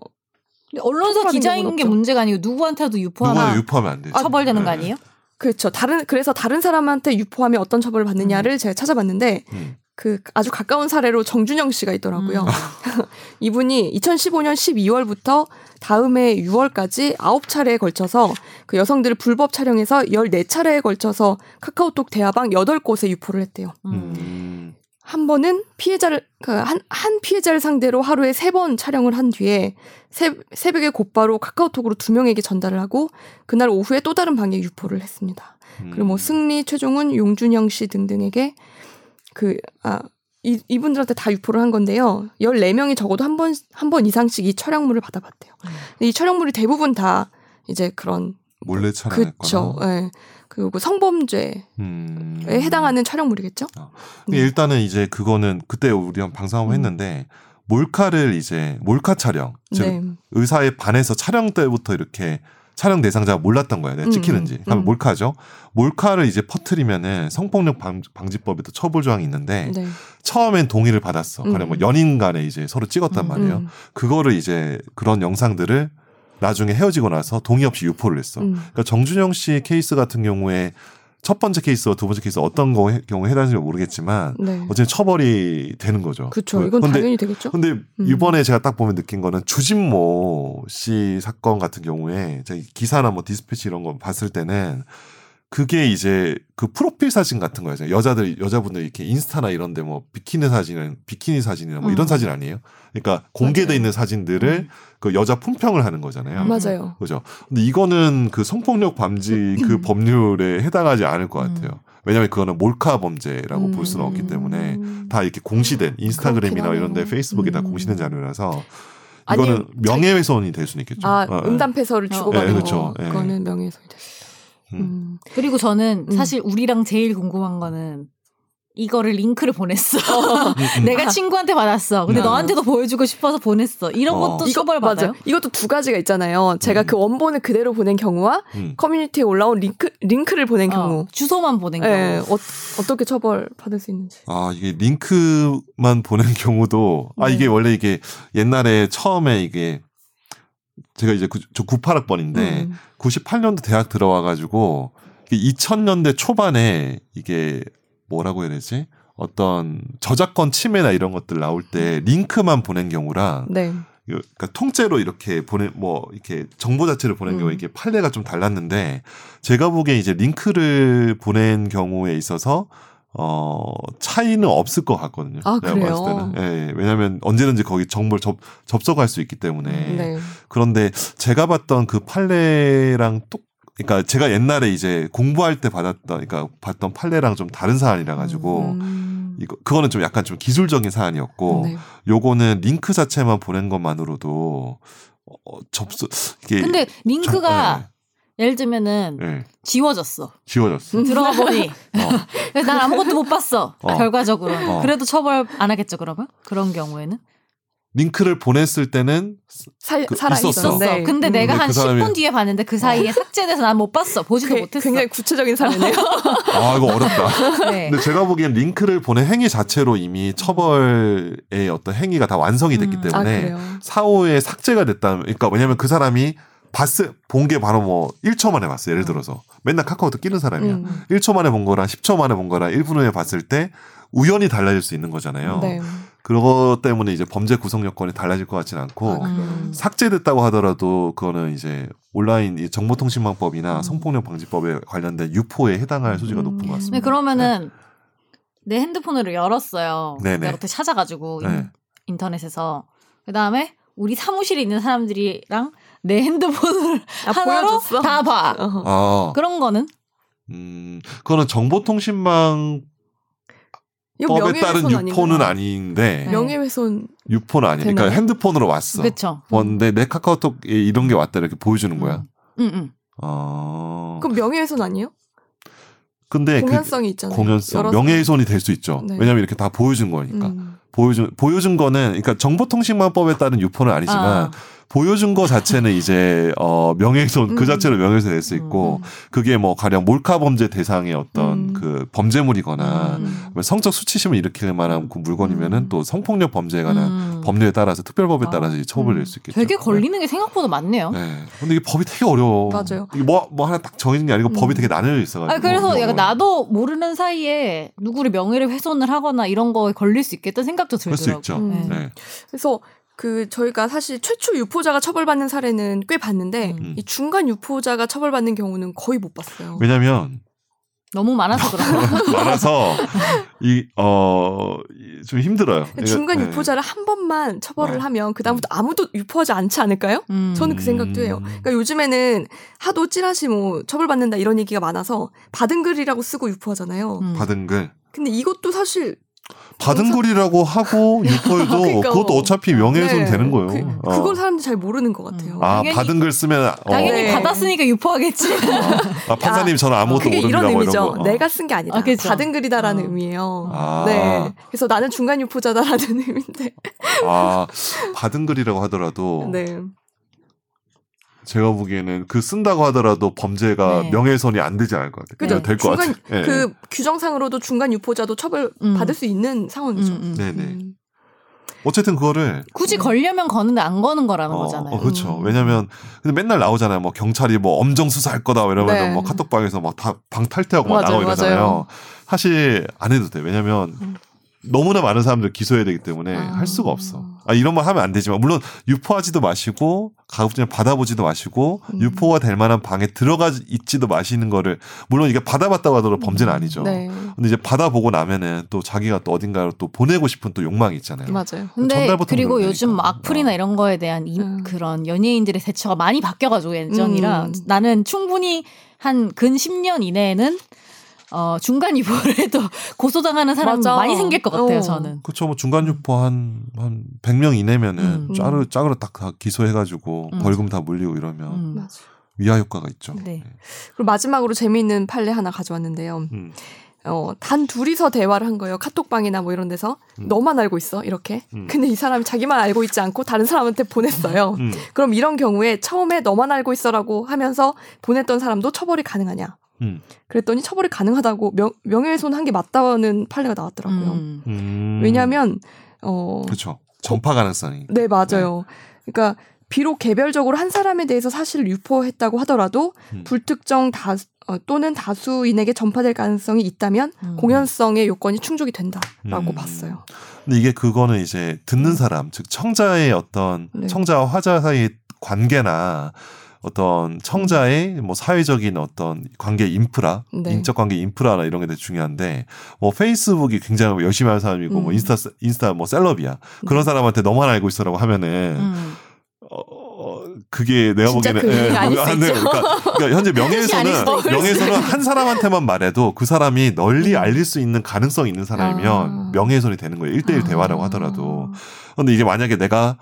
[SPEAKER 3] 근데 언론사
[SPEAKER 1] 처벌하는
[SPEAKER 3] 기자인
[SPEAKER 1] 경우는
[SPEAKER 3] 게
[SPEAKER 1] 없죠.
[SPEAKER 3] 문제가 아니고 누구한테도
[SPEAKER 2] 누구나
[SPEAKER 1] 뭐
[SPEAKER 3] 유포하나
[SPEAKER 2] 유포하면 안 되죠.
[SPEAKER 3] 처벌되는 거
[SPEAKER 2] 네.
[SPEAKER 3] 아니에요?
[SPEAKER 1] 그렇죠. 다른 그래서 다른 사람한테 유포하면 어떤 처벌을 받느냐를 제가 찾아봤는데
[SPEAKER 2] 음.
[SPEAKER 1] 그 아주 가까운 사례로 정준영 씨가 있더라고요.
[SPEAKER 3] 음.
[SPEAKER 1] [LAUGHS] 이분이 2015년 12월부터 다음해 6월까지 9차례에 걸쳐서 그 여성들을 불법 촬영해서 14차례에 걸쳐서 카카오톡 대화방 8곳에 유포를 했대요.
[SPEAKER 3] 음.
[SPEAKER 2] 음.
[SPEAKER 1] 한 번은 피해자를 그 한, 한 피해자를 상대로 하루에 세 번 촬영을 한 뒤에 새, 새벽에 곧바로 카카오톡으로 두 명에게 전달을 하고 그날 오후에 또 다른 방에 유포를 했습니다.
[SPEAKER 2] 음.
[SPEAKER 1] 그리고 뭐 승리, 최종훈, 용준영 씨 등등에게 그, 아, 이, 이분들한테 다 유포를 한 건데요. 14명이 적어도 한 번, 한 번 이상씩 이 촬영물을 받아봤대요. 근데
[SPEAKER 2] 음.
[SPEAKER 1] 이 촬영물이 대부분 다 이제 그런,
[SPEAKER 2] 몰래 촬영했거나.
[SPEAKER 1] 그쵸. 예. 그리고 성범죄에
[SPEAKER 2] 음.
[SPEAKER 1] 해당하는 촬영물이겠죠?
[SPEAKER 2] 근데 일단은 이제 그거는 그때 우리 한 방송
[SPEAKER 1] 음.
[SPEAKER 2] 한번 했는데 몰카를 이제 몰카 촬영 즉
[SPEAKER 1] 네.
[SPEAKER 2] 의사에 반해서 촬영 때부터 이렇게 촬영 대상자가 몰랐던 거예요. 내가
[SPEAKER 1] 음,
[SPEAKER 2] 찍히는지. 하면
[SPEAKER 1] 음.
[SPEAKER 2] 몰카죠. 몰카를 이제 퍼트리면은 성폭력 방- 방지법에도 처벌 조항이 있는데
[SPEAKER 1] 네.
[SPEAKER 2] 처음엔 동의를 받았어.
[SPEAKER 1] 음.
[SPEAKER 2] 그래 뭐 연인 간에 이제 서로 찍었단
[SPEAKER 3] 음,
[SPEAKER 2] 말이에요.
[SPEAKER 1] 음,
[SPEAKER 2] 그거를 이제 그런 영상들을 나중에 헤어지고 나서 동의 없이 유포를 했어.
[SPEAKER 1] 음.
[SPEAKER 2] 그러니까 정준영 씨 케이스 같은 경우에 첫 번째 케이스와 두 번째 케이스 어떤 거 해- 경우에 해당하는지 모르겠지만
[SPEAKER 1] 네.
[SPEAKER 2] 어쨌든 처벌이 되는 거죠.
[SPEAKER 1] 그쵸.
[SPEAKER 2] 그-
[SPEAKER 1] 이건
[SPEAKER 2] 근데
[SPEAKER 1] 당연히 되겠죠?
[SPEAKER 2] 근데
[SPEAKER 1] 음.
[SPEAKER 2] 이번에 제가 딱 보면 느낀 거는 주진모 씨 사건 같은 경우에 제가 기사나 뭐 디스패치 이런 거 봤을 때는 그게 이제 그 프로필 사진 같은 거예요. 여자들 여자분들 이렇게 인스타나 이런데 뭐 비키니 사진은 비키니 사진이나 뭐 이런
[SPEAKER 3] 음.
[SPEAKER 2] 사진 아니에요? 그러니까 공개돼
[SPEAKER 1] 맞아요. 음.
[SPEAKER 2] 있는 사진들을 그 여자 품평을 하는 거잖아요.
[SPEAKER 1] 맞아요.
[SPEAKER 2] 그죠? 근데 이거는 그 성폭력 방지
[SPEAKER 1] 음.
[SPEAKER 2] 그 법률에 해당하지 않을 것 같아요. 왜냐하면 그거는 몰카 범죄라고 볼 수는 없기 때문에
[SPEAKER 1] 음.
[SPEAKER 2] 다 이렇게 공시된 인스타그램이나
[SPEAKER 1] 그렇긴
[SPEAKER 2] 이런 데
[SPEAKER 1] 하네요.
[SPEAKER 2] 페이스북이 다
[SPEAKER 1] 음.
[SPEAKER 2] 공시된 자료라서
[SPEAKER 1] 아니,
[SPEAKER 2] 이거는 명예훼손이 될 수는 있겠죠.
[SPEAKER 1] 아,
[SPEAKER 2] 어, 예.
[SPEAKER 1] 음담패서를 주고받은
[SPEAKER 2] 예, 그쵸.
[SPEAKER 1] 거.
[SPEAKER 2] 예.
[SPEAKER 1] 그거는 명예훼손이 됐어요. 음.
[SPEAKER 3] 그리고 저는
[SPEAKER 1] 음.
[SPEAKER 3] 사실 우리랑 제일 궁금한 거는 이거를 링크를 보냈어.
[SPEAKER 2] 음, 음.
[SPEAKER 3] [LAUGHS]
[SPEAKER 1] 네.
[SPEAKER 3] 내가 친구한테 받았어. 근데
[SPEAKER 2] 음.
[SPEAKER 3] 너한테도 보여주고 싶어서 보냈어. 이런
[SPEAKER 2] 어.
[SPEAKER 3] 것도 처벌 받아요?
[SPEAKER 1] 맞아. 이것도 두 가지가 있잖아요. 제가
[SPEAKER 2] 음.
[SPEAKER 1] 그 원본을 그대로 보낸 경우와
[SPEAKER 2] 음.
[SPEAKER 1] 커뮤니티에 올라온 링크, 링크를
[SPEAKER 2] 그
[SPEAKER 1] 보낸
[SPEAKER 3] 어,
[SPEAKER 1] 경우.
[SPEAKER 3] 주소만 보낸 경우.
[SPEAKER 1] 예, 어, 어떻게 처벌 받을 수 있는지.
[SPEAKER 2] 아 이게 링크만 보낸 [LAUGHS] 경우도 아
[SPEAKER 1] 네.
[SPEAKER 2] 이게 원래 이게 옛날에 처음에 이게 제가 이제 구, 저 98학번인데
[SPEAKER 1] 음.
[SPEAKER 2] 98년도 대학 들어와가지고 2000년대 초반에 이게 뭐라고 해야 되지? 어떤 저작권 침해나 이런 것들 나올 때 링크만 보낸 경우랑
[SPEAKER 1] 네.
[SPEAKER 2] 요- 그러니까 통째로 이렇게 보내 뭐 이렇게 정보 자체를 보낸
[SPEAKER 3] 음.
[SPEAKER 2] 경우에 이게 판례가 좀 달랐는데 제가 보기에 이제 링크를 보낸 경우에 있어서 어 차이는 없을 것 같거든요.
[SPEAKER 1] 아, 그래요?
[SPEAKER 2] 예, 예. 왜냐하면 언제든지 거기 정보를 접, 접속할 수 있기 때문에
[SPEAKER 1] 네.
[SPEAKER 2] 그런데 제가 봤던 그 판례랑 똑 그러니까 제가 옛날에 이제 공부할 때 받았던 그러니까 봤던 판례랑 좀 다른 사안이라 가지고
[SPEAKER 1] 음.
[SPEAKER 2] 이거 그거는 좀 약간 좀 기술적인 사안이었고
[SPEAKER 1] 네.
[SPEAKER 2] 요거는 링크 자체만 보낸 것만으로도 어, 접수 이게
[SPEAKER 3] 근데
[SPEAKER 2] 정-
[SPEAKER 3] 링크가 예를 들면은
[SPEAKER 2] 예, 예,
[SPEAKER 3] 지워졌어.
[SPEAKER 2] 지워졌어.
[SPEAKER 3] 들어가 보니
[SPEAKER 2] 음. [LAUGHS] 어.
[SPEAKER 3] 그래서 난 아무것도 못 봤어.
[SPEAKER 2] 어.
[SPEAKER 3] 결과적으로
[SPEAKER 2] 어.
[SPEAKER 3] 그래도 처벌 안 하겠죠 그러면 그런 경우에는
[SPEAKER 2] 링크를 보냈을 때는
[SPEAKER 1] 사,
[SPEAKER 2] 그-
[SPEAKER 1] 살아
[SPEAKER 2] 있었어.
[SPEAKER 1] 있었어.
[SPEAKER 3] 있었어. 근데
[SPEAKER 2] 음.
[SPEAKER 3] 내가
[SPEAKER 2] 근데
[SPEAKER 3] 한
[SPEAKER 2] 그 사람이- 어. 그
[SPEAKER 3] 10분 뒤에 봤는데 그 사이에 삭제돼서 난 못 봤어. 보지도 못했어.
[SPEAKER 1] 굉장히 구체적인 사례네요.
[SPEAKER 3] [LAUGHS]
[SPEAKER 2] 아 이거 어렵다.
[SPEAKER 3] 네.
[SPEAKER 2] 근데 제가 보기엔 링크를 보낸 행위 자체로 이미 처벌의 어떤 행위가 다 완성이 됐기
[SPEAKER 3] 음.
[SPEAKER 1] 아
[SPEAKER 2] 때문에
[SPEAKER 1] 그래요.
[SPEAKER 2] 사후에 삭제가 됐다면 그러니까 왜냐면 그 사람이 봤을 본 게 바로 뭐 1초 만에 봤어. 예를 들어서 맨날 카카오톡 끼는 사람이야.
[SPEAKER 1] 음.
[SPEAKER 2] 1초 만에 본 거랑 10초 만에 본 거랑 1분 후에 봤을 때 우연히 달라질 수 있는 거잖아요.
[SPEAKER 1] 네.
[SPEAKER 2] 그거 때문에 이제 범죄 구성 여건이 달라질 것 같지는 않고
[SPEAKER 1] 아,
[SPEAKER 3] 음.
[SPEAKER 2] 삭제됐다고 하더라도 그거는 이제 온라인 이 정보통신망법이나
[SPEAKER 3] 음.
[SPEAKER 2] 성폭력 방지법에 관련된 유포에 해당할 소지가
[SPEAKER 1] 음.
[SPEAKER 2] 높은 것
[SPEAKER 3] 네,
[SPEAKER 2] 같습니다.
[SPEAKER 3] 그러면은 내 핸드폰으로 열었어요.
[SPEAKER 2] 네. 네네.
[SPEAKER 3] 내가 어떻게 찾아가지고 인-
[SPEAKER 2] 네.
[SPEAKER 3] 인터넷에서 그 다음에 우리 사무실에 있는 사람들이랑 내 핸드폰을
[SPEAKER 1] 아,
[SPEAKER 3] 하나로
[SPEAKER 1] 보여줬어?
[SPEAKER 3] 다 봐.
[SPEAKER 1] 어.
[SPEAKER 2] 아,
[SPEAKER 3] 그런 거는
[SPEAKER 2] 음, 그거는 정보통신망
[SPEAKER 1] 이거
[SPEAKER 2] 법에 따른
[SPEAKER 1] 명예훼손
[SPEAKER 2] 유포는
[SPEAKER 1] 아닌가요?
[SPEAKER 2] 아닌데
[SPEAKER 3] 네.
[SPEAKER 1] 명예훼손
[SPEAKER 2] 유포는 아니야. 그러니까
[SPEAKER 1] 되나요?
[SPEAKER 2] 핸드폰으로 왔어.
[SPEAKER 3] 그렇죠.
[SPEAKER 2] 왔는데 내 카카오톡에 이런 게 왔다 이렇게 보여주는 거야.
[SPEAKER 3] 응, 응.
[SPEAKER 2] 어.
[SPEAKER 1] 음. 그럼 명예훼손 아니에요?
[SPEAKER 2] 근데 그
[SPEAKER 1] 공연성이 있잖아요.
[SPEAKER 2] 공연성
[SPEAKER 1] 여러
[SPEAKER 2] 명예훼손이 그러니까. 될 수 있죠.
[SPEAKER 1] 네.
[SPEAKER 2] 왜냐면 이렇게 다 보여준 거니까.
[SPEAKER 1] 음.
[SPEAKER 2] 보여준 보여준 거는 그러니까 정보통신망법에 따른 유포는 아니지만
[SPEAKER 3] 아.
[SPEAKER 2] 보여준 거 자체는 이제 어 명예훼손 그
[SPEAKER 1] 음.
[SPEAKER 2] 자체로 명예훼손 될 수 있고 그게 뭐 가령 몰카 범죄 대상의 어떤
[SPEAKER 1] 음.
[SPEAKER 2] 그 범죄물이거나
[SPEAKER 3] 음.
[SPEAKER 2] 뭐 성적 수치심을 일으킬 만한 그 물건이면은
[SPEAKER 3] 음.
[SPEAKER 2] 또 성폭력 범죄에 관한
[SPEAKER 3] 음.
[SPEAKER 2] 법률에 따라서 특별법에
[SPEAKER 3] 아.
[SPEAKER 2] 따라서 이제 처벌될
[SPEAKER 1] 음.
[SPEAKER 2] 수 있겠죠.
[SPEAKER 3] 되게 걸리는 게 생각보다 많네요.
[SPEAKER 2] 네. 네. 근데 이게 법이 되게 어려워.
[SPEAKER 1] 어? 맞아요.
[SPEAKER 2] 이게 뭐, 뭐 하나 딱 정해진 게 아니고
[SPEAKER 1] 음.
[SPEAKER 2] 법이 되게 나뉘어 있어가지고.
[SPEAKER 3] 아 그래서
[SPEAKER 2] 이런
[SPEAKER 3] 약간
[SPEAKER 2] 거.
[SPEAKER 3] 나도 모르는 사이에 누구를 명예를 훼손을 하거나 이런 거에 걸릴 수 있겠다는 생각도
[SPEAKER 2] 그럴 수
[SPEAKER 3] 들더라고요.
[SPEAKER 2] 있죠.
[SPEAKER 1] 음.
[SPEAKER 2] 네.
[SPEAKER 1] 그래서 그 저희가 사실 최초 유포자가 처벌받는 사례는 꽤
[SPEAKER 2] 네.
[SPEAKER 1] 봤는데
[SPEAKER 3] 음.
[SPEAKER 1] 이 중간 유포자가 처벌받는 경우는 거의 못 봤어요.
[SPEAKER 2] 왜냐면 [LAUGHS]
[SPEAKER 3] 너무 많아서 그런 거.
[SPEAKER 2] 많아서 어, 이어좀 힘들어요.
[SPEAKER 1] 그 중간
[SPEAKER 2] 네.
[SPEAKER 1] 유포자를 한 번만 처벌을
[SPEAKER 2] 어.
[SPEAKER 1] 하면 그 다음부터 아무도 유포하지 않지 않을까요?
[SPEAKER 3] 음.
[SPEAKER 1] 저는 그 생각도 해요. 그러니까 요즘에는 하도 찌라시 뭐 처벌받는다 이런 얘기가 많아서 받은 글이라고 쓰고 유포하잖아요.
[SPEAKER 3] 음.
[SPEAKER 2] 받은 글.
[SPEAKER 1] 근데 이것도 사실
[SPEAKER 2] 받은 글이라고 하고 유포해도
[SPEAKER 1] [LAUGHS] 그러니까.
[SPEAKER 2] 그것도 어차피
[SPEAKER 1] 네.
[SPEAKER 2] 명예훼손 되는 거예요.
[SPEAKER 1] 그,
[SPEAKER 2] 어.
[SPEAKER 1] 그걸 사람들이 잘 모르는 것 같아요.
[SPEAKER 3] 음.
[SPEAKER 2] 아
[SPEAKER 3] 당연히-
[SPEAKER 2] 받은 글 쓰면 어.
[SPEAKER 3] 당연히
[SPEAKER 1] 네.
[SPEAKER 3] 받았으니까 유포하겠지.
[SPEAKER 2] 아, 판사님 저는 아무것도
[SPEAKER 1] 그게
[SPEAKER 2] 모릅니다.
[SPEAKER 1] 이런
[SPEAKER 2] 뭐
[SPEAKER 1] 의미죠.
[SPEAKER 2] 이런 거. 어.
[SPEAKER 1] 내가 쓴 게 아니다.
[SPEAKER 3] 아, 그죠.
[SPEAKER 1] 받은 글이다라는
[SPEAKER 3] 어.
[SPEAKER 1] 의미예요.
[SPEAKER 2] 아.
[SPEAKER 1] 네. 그래서 나는 중간 유포자다라는 [LAUGHS] 의미인데.
[SPEAKER 2] 아 받은 글이라고 하더라도
[SPEAKER 1] 네.
[SPEAKER 2] 제가 보기에는 그 쓴다고 하더라도 범죄가
[SPEAKER 3] 네.
[SPEAKER 2] 명예훼손이 안 되지 않을 것 같아요.
[SPEAKER 1] 그죠.
[SPEAKER 2] 될것
[SPEAKER 1] 중간-
[SPEAKER 2] 같아요. 예.
[SPEAKER 1] 그 규정상으로도 중간 유포자도 처벌
[SPEAKER 3] 음.
[SPEAKER 1] 받을 수 있는 상황이죠.
[SPEAKER 3] 음, 음.
[SPEAKER 2] 그렇죠. 네네.
[SPEAKER 1] 음.
[SPEAKER 2] 어쨌든 그거를
[SPEAKER 3] 굳이 걸려면 거는데 안 거는 거라는 거잖아요.
[SPEAKER 2] 음. 어, 그렇죠.
[SPEAKER 1] 음.
[SPEAKER 2] 왜냐면 근데 맨날 나오잖아요. 뭐 경찰이 뭐 엄정 수사할 거다 이러면
[SPEAKER 1] 네.
[SPEAKER 2] 은뭐 카톡방에서 막 다 방탈퇴하고 막
[SPEAKER 1] 맞아요,
[SPEAKER 2] 나오고 이러잖아요.
[SPEAKER 1] 맞아요.
[SPEAKER 2] 사실 안 해도 돼. 왜냐면
[SPEAKER 1] 음.
[SPEAKER 2] 너무나 많은 사람들 기소해야 되기 때문에
[SPEAKER 1] 아.
[SPEAKER 2] 할 수가 없어. 아, 이런 말 하면 안 되지만 물론 유포하지도 마시고 가급적 받아보지도 마시고
[SPEAKER 1] 음.
[SPEAKER 2] 유포가 될 만한 방에 들어가 있지도 마시는 거를 물론 이게 받아봤다고 하더라도 범죄는 아니죠.
[SPEAKER 1] 네.
[SPEAKER 2] 근데 이제 받아보고 나면은 또 자기가 또 어딘가로 또 보내고 싶은 또 욕망이 있잖아요.
[SPEAKER 1] 맞아요.
[SPEAKER 3] 근데
[SPEAKER 2] 전달부터
[SPEAKER 3] 그리고
[SPEAKER 2] 그러니까.
[SPEAKER 3] 요즘 뭐 악플이나
[SPEAKER 2] 어.
[SPEAKER 3] 이런 거에 대한 이-
[SPEAKER 1] 음.
[SPEAKER 3] 그런 연예인들의 대처가 많이 바뀌어가지고 예전이라
[SPEAKER 1] 음.
[SPEAKER 3] 나는 충분히 한 근 10년 이내에는 어, 중간 유보를 해도 [LAUGHS] 고소당하는 사람
[SPEAKER 1] 맞아.
[SPEAKER 3] 많이 생길 것 같아요.
[SPEAKER 1] 어.
[SPEAKER 3] 저는.
[SPEAKER 2] 그렇죠. 뭐 중간 유포 한 한 100명 이내면은
[SPEAKER 3] 음.
[SPEAKER 2] 짝으로 짝으로 딱 다 기소해 가지고
[SPEAKER 3] 음.
[SPEAKER 2] 벌금 다 물리고 이러면
[SPEAKER 3] 음.
[SPEAKER 1] 맞아요.
[SPEAKER 2] 위화 효과가 있죠.
[SPEAKER 3] 네.
[SPEAKER 1] 그리고 마지막으로 재미있는 판례 하나 가져왔는데요.
[SPEAKER 2] 음.
[SPEAKER 1] 어, 단 둘이서 대화를 한 거예요. 카톡방이나 뭐 이런 데서.
[SPEAKER 2] 음.
[SPEAKER 1] 너만 알고 있어. 이렇게.
[SPEAKER 2] 음.
[SPEAKER 1] 근데 이 사람이 자기만 알고 있지 않고 다른 사람한테 보냈어요.
[SPEAKER 2] 음.
[SPEAKER 1] 그럼 이런 경우에 처음에 너만 알고 있어라고 하면서 보냈던 사람도 처벌이 가능하냐?
[SPEAKER 2] 음.
[SPEAKER 1] 그랬더니 처벌이 가능하다고 명, 명예훼손 한 게 맞다는 판례가 나왔더라고요.
[SPEAKER 3] 음.
[SPEAKER 2] 음.
[SPEAKER 1] 왜냐하면 어,
[SPEAKER 2] 그렇죠. 전파 가능성이.
[SPEAKER 1] 네 맞아요. 그러니까 비록 개별적으로 한 사람에 대해서 사실을 유포했다고 하더라도
[SPEAKER 2] 음.
[SPEAKER 1] 불특정 다 어, 또는
[SPEAKER 3] 음.
[SPEAKER 1] 다수인에게 전파될 가능성이 있다면 공연성의 요건이 충족이 된다라고
[SPEAKER 2] 음.
[SPEAKER 1] 봤어요.
[SPEAKER 2] 근데 이게 그거는 이제 듣는 사람, 즉 청자의 어떤
[SPEAKER 1] 음. 네.
[SPEAKER 2] 청자와 화자 사이의 관계나
[SPEAKER 1] 음.
[SPEAKER 2] 어떤 청자의 뭐 사회적인 어떤 관계 인프라,
[SPEAKER 1] 네.
[SPEAKER 2] 인적 관계 인프라나 이런 게 되게 중요한데 뭐 페이스북이 굉장히 열심히 하는 사람이고 뭐
[SPEAKER 1] 음. 네.
[SPEAKER 2] 인스타 인스타 뭐 셀럽이야 그런 사람한테 너만 알고 있어라고 하면은
[SPEAKER 3] 음.
[SPEAKER 2] 어, 어, 그게 내가
[SPEAKER 1] 진짜
[SPEAKER 2] 보기에는
[SPEAKER 1] 그게
[SPEAKER 2] 예,
[SPEAKER 1] 아닐
[SPEAKER 2] 그거
[SPEAKER 1] 수
[SPEAKER 2] 안 돼요.
[SPEAKER 1] 있죠.
[SPEAKER 2] 그러니까, 그러니까 현재 명예에서는
[SPEAKER 3] 아닐 수도 있고.
[SPEAKER 2] 명예훼손은 한 사람한테만 말해도 그 사람이 널리
[SPEAKER 1] 음.
[SPEAKER 2] 알릴 수 있는 가능성이 있는 사람이면
[SPEAKER 1] 아.
[SPEAKER 2] 명예훼손이 되는 거예요. 1대1 대화라고 하더라도. 근데 이게 만약에 내가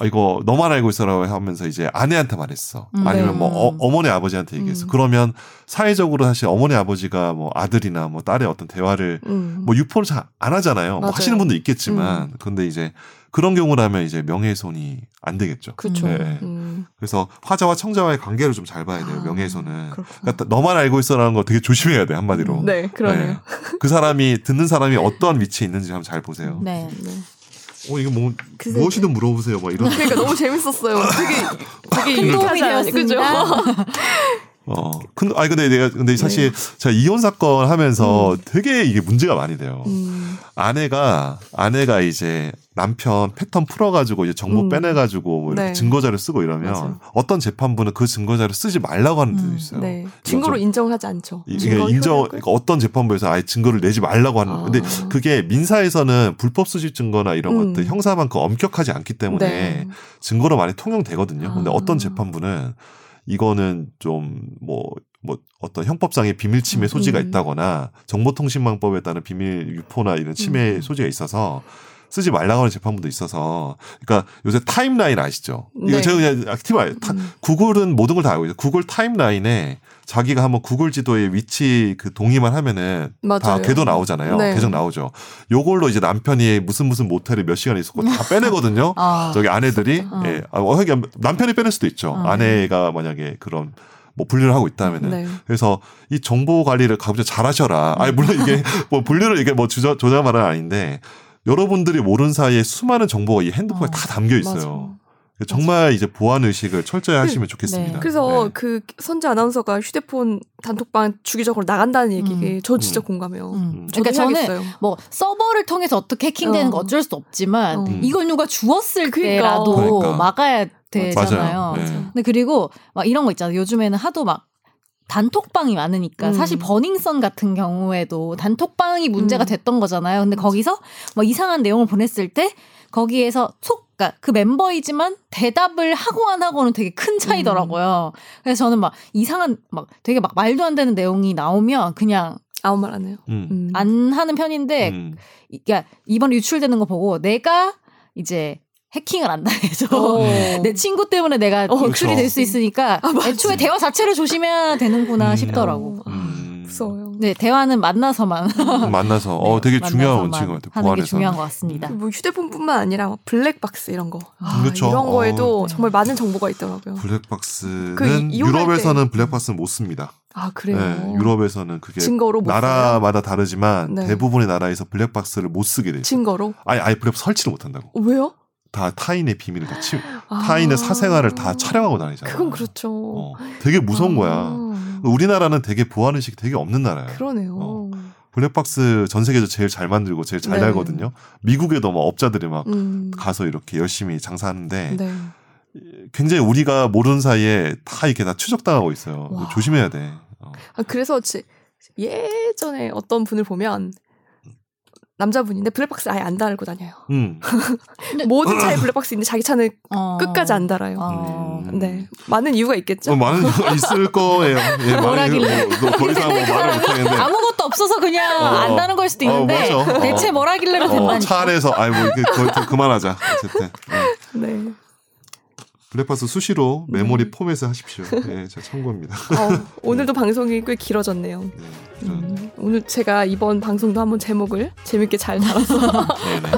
[SPEAKER 2] 어, 이거 너만 알고 있어라고 하면서 이제 아내한테 말했어.
[SPEAKER 3] 음.
[SPEAKER 2] 아니면 뭐
[SPEAKER 1] 네.
[SPEAKER 2] 어, 어머니 아버지한테 얘기했어.
[SPEAKER 1] 음.
[SPEAKER 2] 그러면 사회적으로 사실 어머니 아버지가 뭐 아들이나 뭐 딸의 어떤 대화를
[SPEAKER 1] 음.
[SPEAKER 2] 뭐 유포를 잘 안 하잖아요. 뭐
[SPEAKER 1] 맞아요. 음.
[SPEAKER 2] 하시는 분도 있겠지만, 근데 이제 그런 경우라면 이제 명예훼손이 안 되겠죠.
[SPEAKER 1] 그렇죠.
[SPEAKER 2] 네.
[SPEAKER 1] 음.
[SPEAKER 2] 그래서 화자와 청자와의 관계를 좀 잘 봐야 돼요.
[SPEAKER 1] 아,
[SPEAKER 2] 명예훼손은.
[SPEAKER 1] 그렇구나.
[SPEAKER 2] 그러니까 너만 알고 있어라는 거 되게 조심해야 돼 한마디로.
[SPEAKER 1] 네, 그러네요.
[SPEAKER 2] 네. 그 사람이 듣는 사람이 어떤 위치에 있는지 한번 잘 보세요.
[SPEAKER 3] 네.
[SPEAKER 1] 네.
[SPEAKER 2] 어 이게 뭐
[SPEAKER 1] 그래서
[SPEAKER 2] 무엇이든 물어보세요. 막 이런.
[SPEAKER 1] 그러니까 너무 재밌었어요.
[SPEAKER 2] [LAUGHS]
[SPEAKER 1] 되게 되게
[SPEAKER 3] 큰 도움이
[SPEAKER 1] 유익하잖아요.
[SPEAKER 3] 되었습니다.
[SPEAKER 1] 음.
[SPEAKER 3] 음.
[SPEAKER 1] 그죠?
[SPEAKER 2] 어. 근데 아 근데 내가 근데 사실
[SPEAKER 1] 네.
[SPEAKER 2] 제가 이혼 사건 하면서 되게 이게 문제가 많이 돼요.
[SPEAKER 1] 음.
[SPEAKER 2] 아내가 아내가 이제 남편 패턴 풀어가지고 이제 정보
[SPEAKER 1] 음.
[SPEAKER 2] 빼내가지고 뭐 이렇게
[SPEAKER 1] 네.
[SPEAKER 2] 증거자료 쓰고 이러면
[SPEAKER 1] 맞아요.
[SPEAKER 2] 어떤 재판부는 그 증거자료 쓰지 말라고 하는 데도
[SPEAKER 3] 음,
[SPEAKER 2] 있어요.
[SPEAKER 1] 네. 증거로
[SPEAKER 2] 좀-
[SPEAKER 1] 인정을 하지 않죠.
[SPEAKER 2] 이- 이게
[SPEAKER 1] 그렇죠. 증거
[SPEAKER 2] 인정
[SPEAKER 1] 효력을?
[SPEAKER 2] 그러니까 어떤 재판부에서 아예 증거를 내지 말라고 하는
[SPEAKER 1] 아.
[SPEAKER 2] 거예요. 근데 그게 민사에서는 불법 수집 증거나 이런
[SPEAKER 1] 음.
[SPEAKER 2] 것들 형사만큼 엄격하지 않기 때문에
[SPEAKER 1] 네.
[SPEAKER 2] 증거로 많이 통용되거든요. 근데
[SPEAKER 3] 아.
[SPEAKER 2] 어떤 재판부는 이거는 좀 뭐 뭐 어떤 형법상의 비밀 침해 소지가
[SPEAKER 1] 음.
[SPEAKER 2] 있다거나 정보통신망법에 따른 비밀 유포나 이런 침해
[SPEAKER 3] 음.
[SPEAKER 2] 소지가 있어서 쓰지 말라고 하는 재판부도 있어서 그러니까 요새 타임라인 아시죠? 이거
[SPEAKER 1] 네.
[SPEAKER 2] 제가 그냥 액티브 아니- 타-
[SPEAKER 1] 음.
[SPEAKER 2] 구글은 모든 걸 다 알고 있어요. 구글 타임라인에 자기가 한번 구글 지도의 위치 그 동의만 하면은 다
[SPEAKER 1] 맞아요.
[SPEAKER 2] 궤도 나오잖아요.
[SPEAKER 1] 네.
[SPEAKER 2] 계정 나오죠. 요걸로 이제 남편이 무슨 무슨 모텔에 몇 시간 있었고 다
[SPEAKER 1] [LAUGHS]
[SPEAKER 2] 빼내거든요.
[SPEAKER 3] 아.
[SPEAKER 2] 저기 아내들이
[SPEAKER 3] 어.
[SPEAKER 2] 예, 아, 어, 하긴 남편이 빼낼 수도 있죠.
[SPEAKER 3] 어.
[SPEAKER 2] 아내가 만약에 그런 뭐 분류를 하고 있다면은
[SPEAKER 1] 네.
[SPEAKER 2] 그래서 이 정보 관리를 가급적 잘하셔라. 아니 물론 이게 뭐 분류를 이게 뭐 주저 조자 말은 아닌데 여러분들이 모르는 사이에 수많은 정보가 이 핸드폰에
[SPEAKER 3] 어,
[SPEAKER 2] 다 담겨 있어요. 정말 이제 보안 의식을 철저히 하시면 좋겠습니다.
[SPEAKER 3] 네.
[SPEAKER 1] 그래서
[SPEAKER 2] 네.
[SPEAKER 1] 그 선재 아나운서가 휴대폰 단톡방 주기적으로 나간다는 얘기에 저 진짜
[SPEAKER 2] 음.
[SPEAKER 1] 공감해요.
[SPEAKER 3] 음.
[SPEAKER 1] 저도
[SPEAKER 3] 그러니까 저는
[SPEAKER 1] 해야겠어요.
[SPEAKER 3] 뭐 서버를 통해서 어떻게 해킹되는
[SPEAKER 1] 어.
[SPEAKER 3] 거 어쩔 수 없지만
[SPEAKER 1] 어.
[SPEAKER 3] 이걸 누가 주었을
[SPEAKER 1] 그러니까.
[SPEAKER 3] 때라도
[SPEAKER 2] 그러니까.
[SPEAKER 3] 막아야
[SPEAKER 2] 맞아요.
[SPEAKER 3] 되잖아요.
[SPEAKER 2] 네.
[SPEAKER 3] 근데 그리고 막 이런 거 있잖아요. 요즘에는 하도 막 단톡방이 많으니까
[SPEAKER 1] 음.
[SPEAKER 3] 사실 버닝썬 같은 경우에도 단톡방이 문제가
[SPEAKER 1] 음.
[SPEAKER 3] 됐던 거잖아요. 근데 거기서 뭐 이상한 내용을 보냈을 때 거기에서 속, 그러니까 그 멤버이지만 대답을 하고 안 하고는 되게 큰 차이더라고요.
[SPEAKER 1] 음.
[SPEAKER 3] 그래서 저는 막 이상한 막 되게 막 말도 안 되는 내용이 나오면 그냥
[SPEAKER 1] 아무 말 안 해요.
[SPEAKER 2] 음.
[SPEAKER 1] 음.
[SPEAKER 3] 안 하는 편인데
[SPEAKER 2] 음.
[SPEAKER 3] 이- 그러니까 이번에 유출되는 거 보고 내가 이제 해킹을 안 당해서
[SPEAKER 1] [LAUGHS] 어.
[SPEAKER 3] [LAUGHS] 내 친구 때문에 내가
[SPEAKER 1] 어,
[SPEAKER 3] 유출이 될 수 있으니까 애초에 대화 자체를 조심해야 되는구나
[SPEAKER 2] 음.
[SPEAKER 3] 싶더라고.
[SPEAKER 1] 아,
[SPEAKER 2] 음.
[SPEAKER 1] 무서워요. 그
[SPEAKER 3] 네, 대화는 만나서만
[SPEAKER 2] 만나서 어
[SPEAKER 3] 네,
[SPEAKER 2] 되게 중요한
[SPEAKER 3] 만나서만
[SPEAKER 2] 원칙인 것 같아요. 음.
[SPEAKER 3] 하는 게
[SPEAKER 2] 보안에서.
[SPEAKER 3] 중요한 것 같습니다.
[SPEAKER 1] 뭐 휴대폰뿐만 아니라 막 블랙박스 이런 거 아,
[SPEAKER 2] 그렇죠.
[SPEAKER 1] 이런 거에도
[SPEAKER 3] 어.
[SPEAKER 1] 정말 많은 정보가 있더라고요.
[SPEAKER 2] 블랙박스는
[SPEAKER 1] 그 이- 이용할
[SPEAKER 2] 유럽에서는 블랙박스는 못 씁니다.
[SPEAKER 1] 아 그래요.
[SPEAKER 2] 네, 유럽에서는 그게
[SPEAKER 1] 증거로 못 써요?
[SPEAKER 2] 나라마다 다르지만
[SPEAKER 1] 네.
[SPEAKER 2] 대부분의 나라에서 블랙박스를 못 쓰게 돼요.
[SPEAKER 1] 증거로
[SPEAKER 2] 아예 아예 블랙 설치를 못 한다고.
[SPEAKER 1] 어, 왜요?
[SPEAKER 2] 다 타인의 비밀을 다 침,
[SPEAKER 1] 아.
[SPEAKER 2] 타인의 사생활을 다 촬영하고 다니잖아.
[SPEAKER 1] 그건 그렇죠.
[SPEAKER 2] 어, 되게 무서운 거야.
[SPEAKER 1] 아,
[SPEAKER 2] 우리나라는 되게 보안 의식 되게 없는 나라예요.
[SPEAKER 1] 그러네요.
[SPEAKER 2] 어. 블랙박스 전 세계에서 제일 잘 만들고 제일 잘
[SPEAKER 1] 네.
[SPEAKER 2] 날거든요. 미국에도 막 업자들이 막
[SPEAKER 1] 음.
[SPEAKER 2] 가서 이렇게 열심히 장사하는데
[SPEAKER 1] 네.
[SPEAKER 2] 굉장히 우리가 모르는 사이에 다 이렇게 다 추적당하고 있어요. 뭐
[SPEAKER 1] 와.
[SPEAKER 2] 조심해야 돼. 어.
[SPEAKER 1] 아, 그래서 제- 예전에 어떤 분을 보면 남자분인데 블랙박스 아예 안 달고 다녀요.
[SPEAKER 2] 음.
[SPEAKER 1] 모든 차에 블랙박스 있는데 자기 차는
[SPEAKER 3] 어.
[SPEAKER 1] 끝까지 안 달아요.
[SPEAKER 3] 어.
[SPEAKER 2] 음.
[SPEAKER 1] 네, 많은 이유가 있겠죠. [LAUGHS]
[SPEAKER 2] 어, 많은 경우가 있을 거예요. 예, 많은
[SPEAKER 3] 뭐라길래.
[SPEAKER 2] 경우- 뭐더 이상 뭐 말을 못하겠는데.
[SPEAKER 3] 아무것도 없어서 그냥
[SPEAKER 2] 어.
[SPEAKER 3] 안다는 걸 수도 있는데
[SPEAKER 2] 어, 맞아.
[SPEAKER 3] 대체
[SPEAKER 2] 어.
[SPEAKER 3] 뭘 하길래로
[SPEAKER 2] 어, 차
[SPEAKER 3] 된다니까.
[SPEAKER 2] 안에서 아이 뭐 이렇게 그걸 좀 그만하자. 어쨌든 예.
[SPEAKER 1] 네.
[SPEAKER 2] 블랙박스 수시로 메모리 포맷을 하십시오. 예, 제 참고입니다.
[SPEAKER 1] 어, 오늘도 방송이 꽤 길어졌네요.
[SPEAKER 2] 네, 이런.
[SPEAKER 1] 음, 오늘 제가 이번 방송도 한번 제목을 재밌게 잘
[SPEAKER 3] [LAUGHS]
[SPEAKER 1] 달아서
[SPEAKER 2] 네, 네.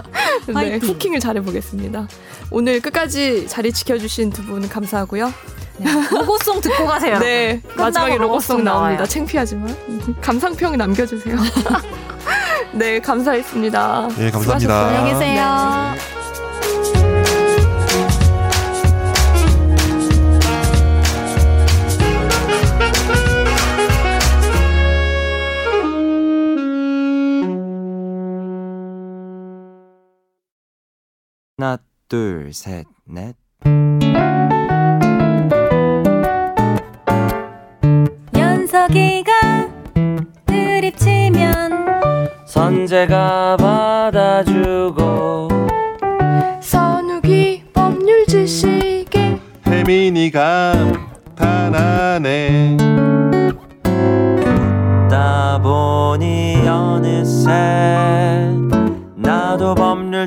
[SPEAKER 1] 네,
[SPEAKER 3] 화이팅!
[SPEAKER 1] 쿠킹을 잘해보겠습니다. 오늘 끝까지 자리 지켜주신 두 분 감사하고요.
[SPEAKER 3] 로고송 듣고 가세요.
[SPEAKER 1] 네, 마지막에
[SPEAKER 3] 끝나고
[SPEAKER 1] 로고송
[SPEAKER 3] 로고송
[SPEAKER 1] 나옵니다.
[SPEAKER 3] 나와요.
[SPEAKER 1] 창피하지만 [LAUGHS] 감상평 남겨주세요. [LAUGHS] 네, 감사했습니다.
[SPEAKER 2] 예, 감사합니다.
[SPEAKER 1] 수고하셨어요.
[SPEAKER 3] 안녕히 계세요.
[SPEAKER 2] 아,
[SPEAKER 4] 하나 둘 셋 넷.
[SPEAKER 2] 네.
[SPEAKER 3] 연석이가 드립치면
[SPEAKER 8] 선재가 받아주고
[SPEAKER 1] 네. 선욱이 법률 지식에
[SPEAKER 2] 혜민이가 탄하네
[SPEAKER 4] 다 보니 어느새 나도 법률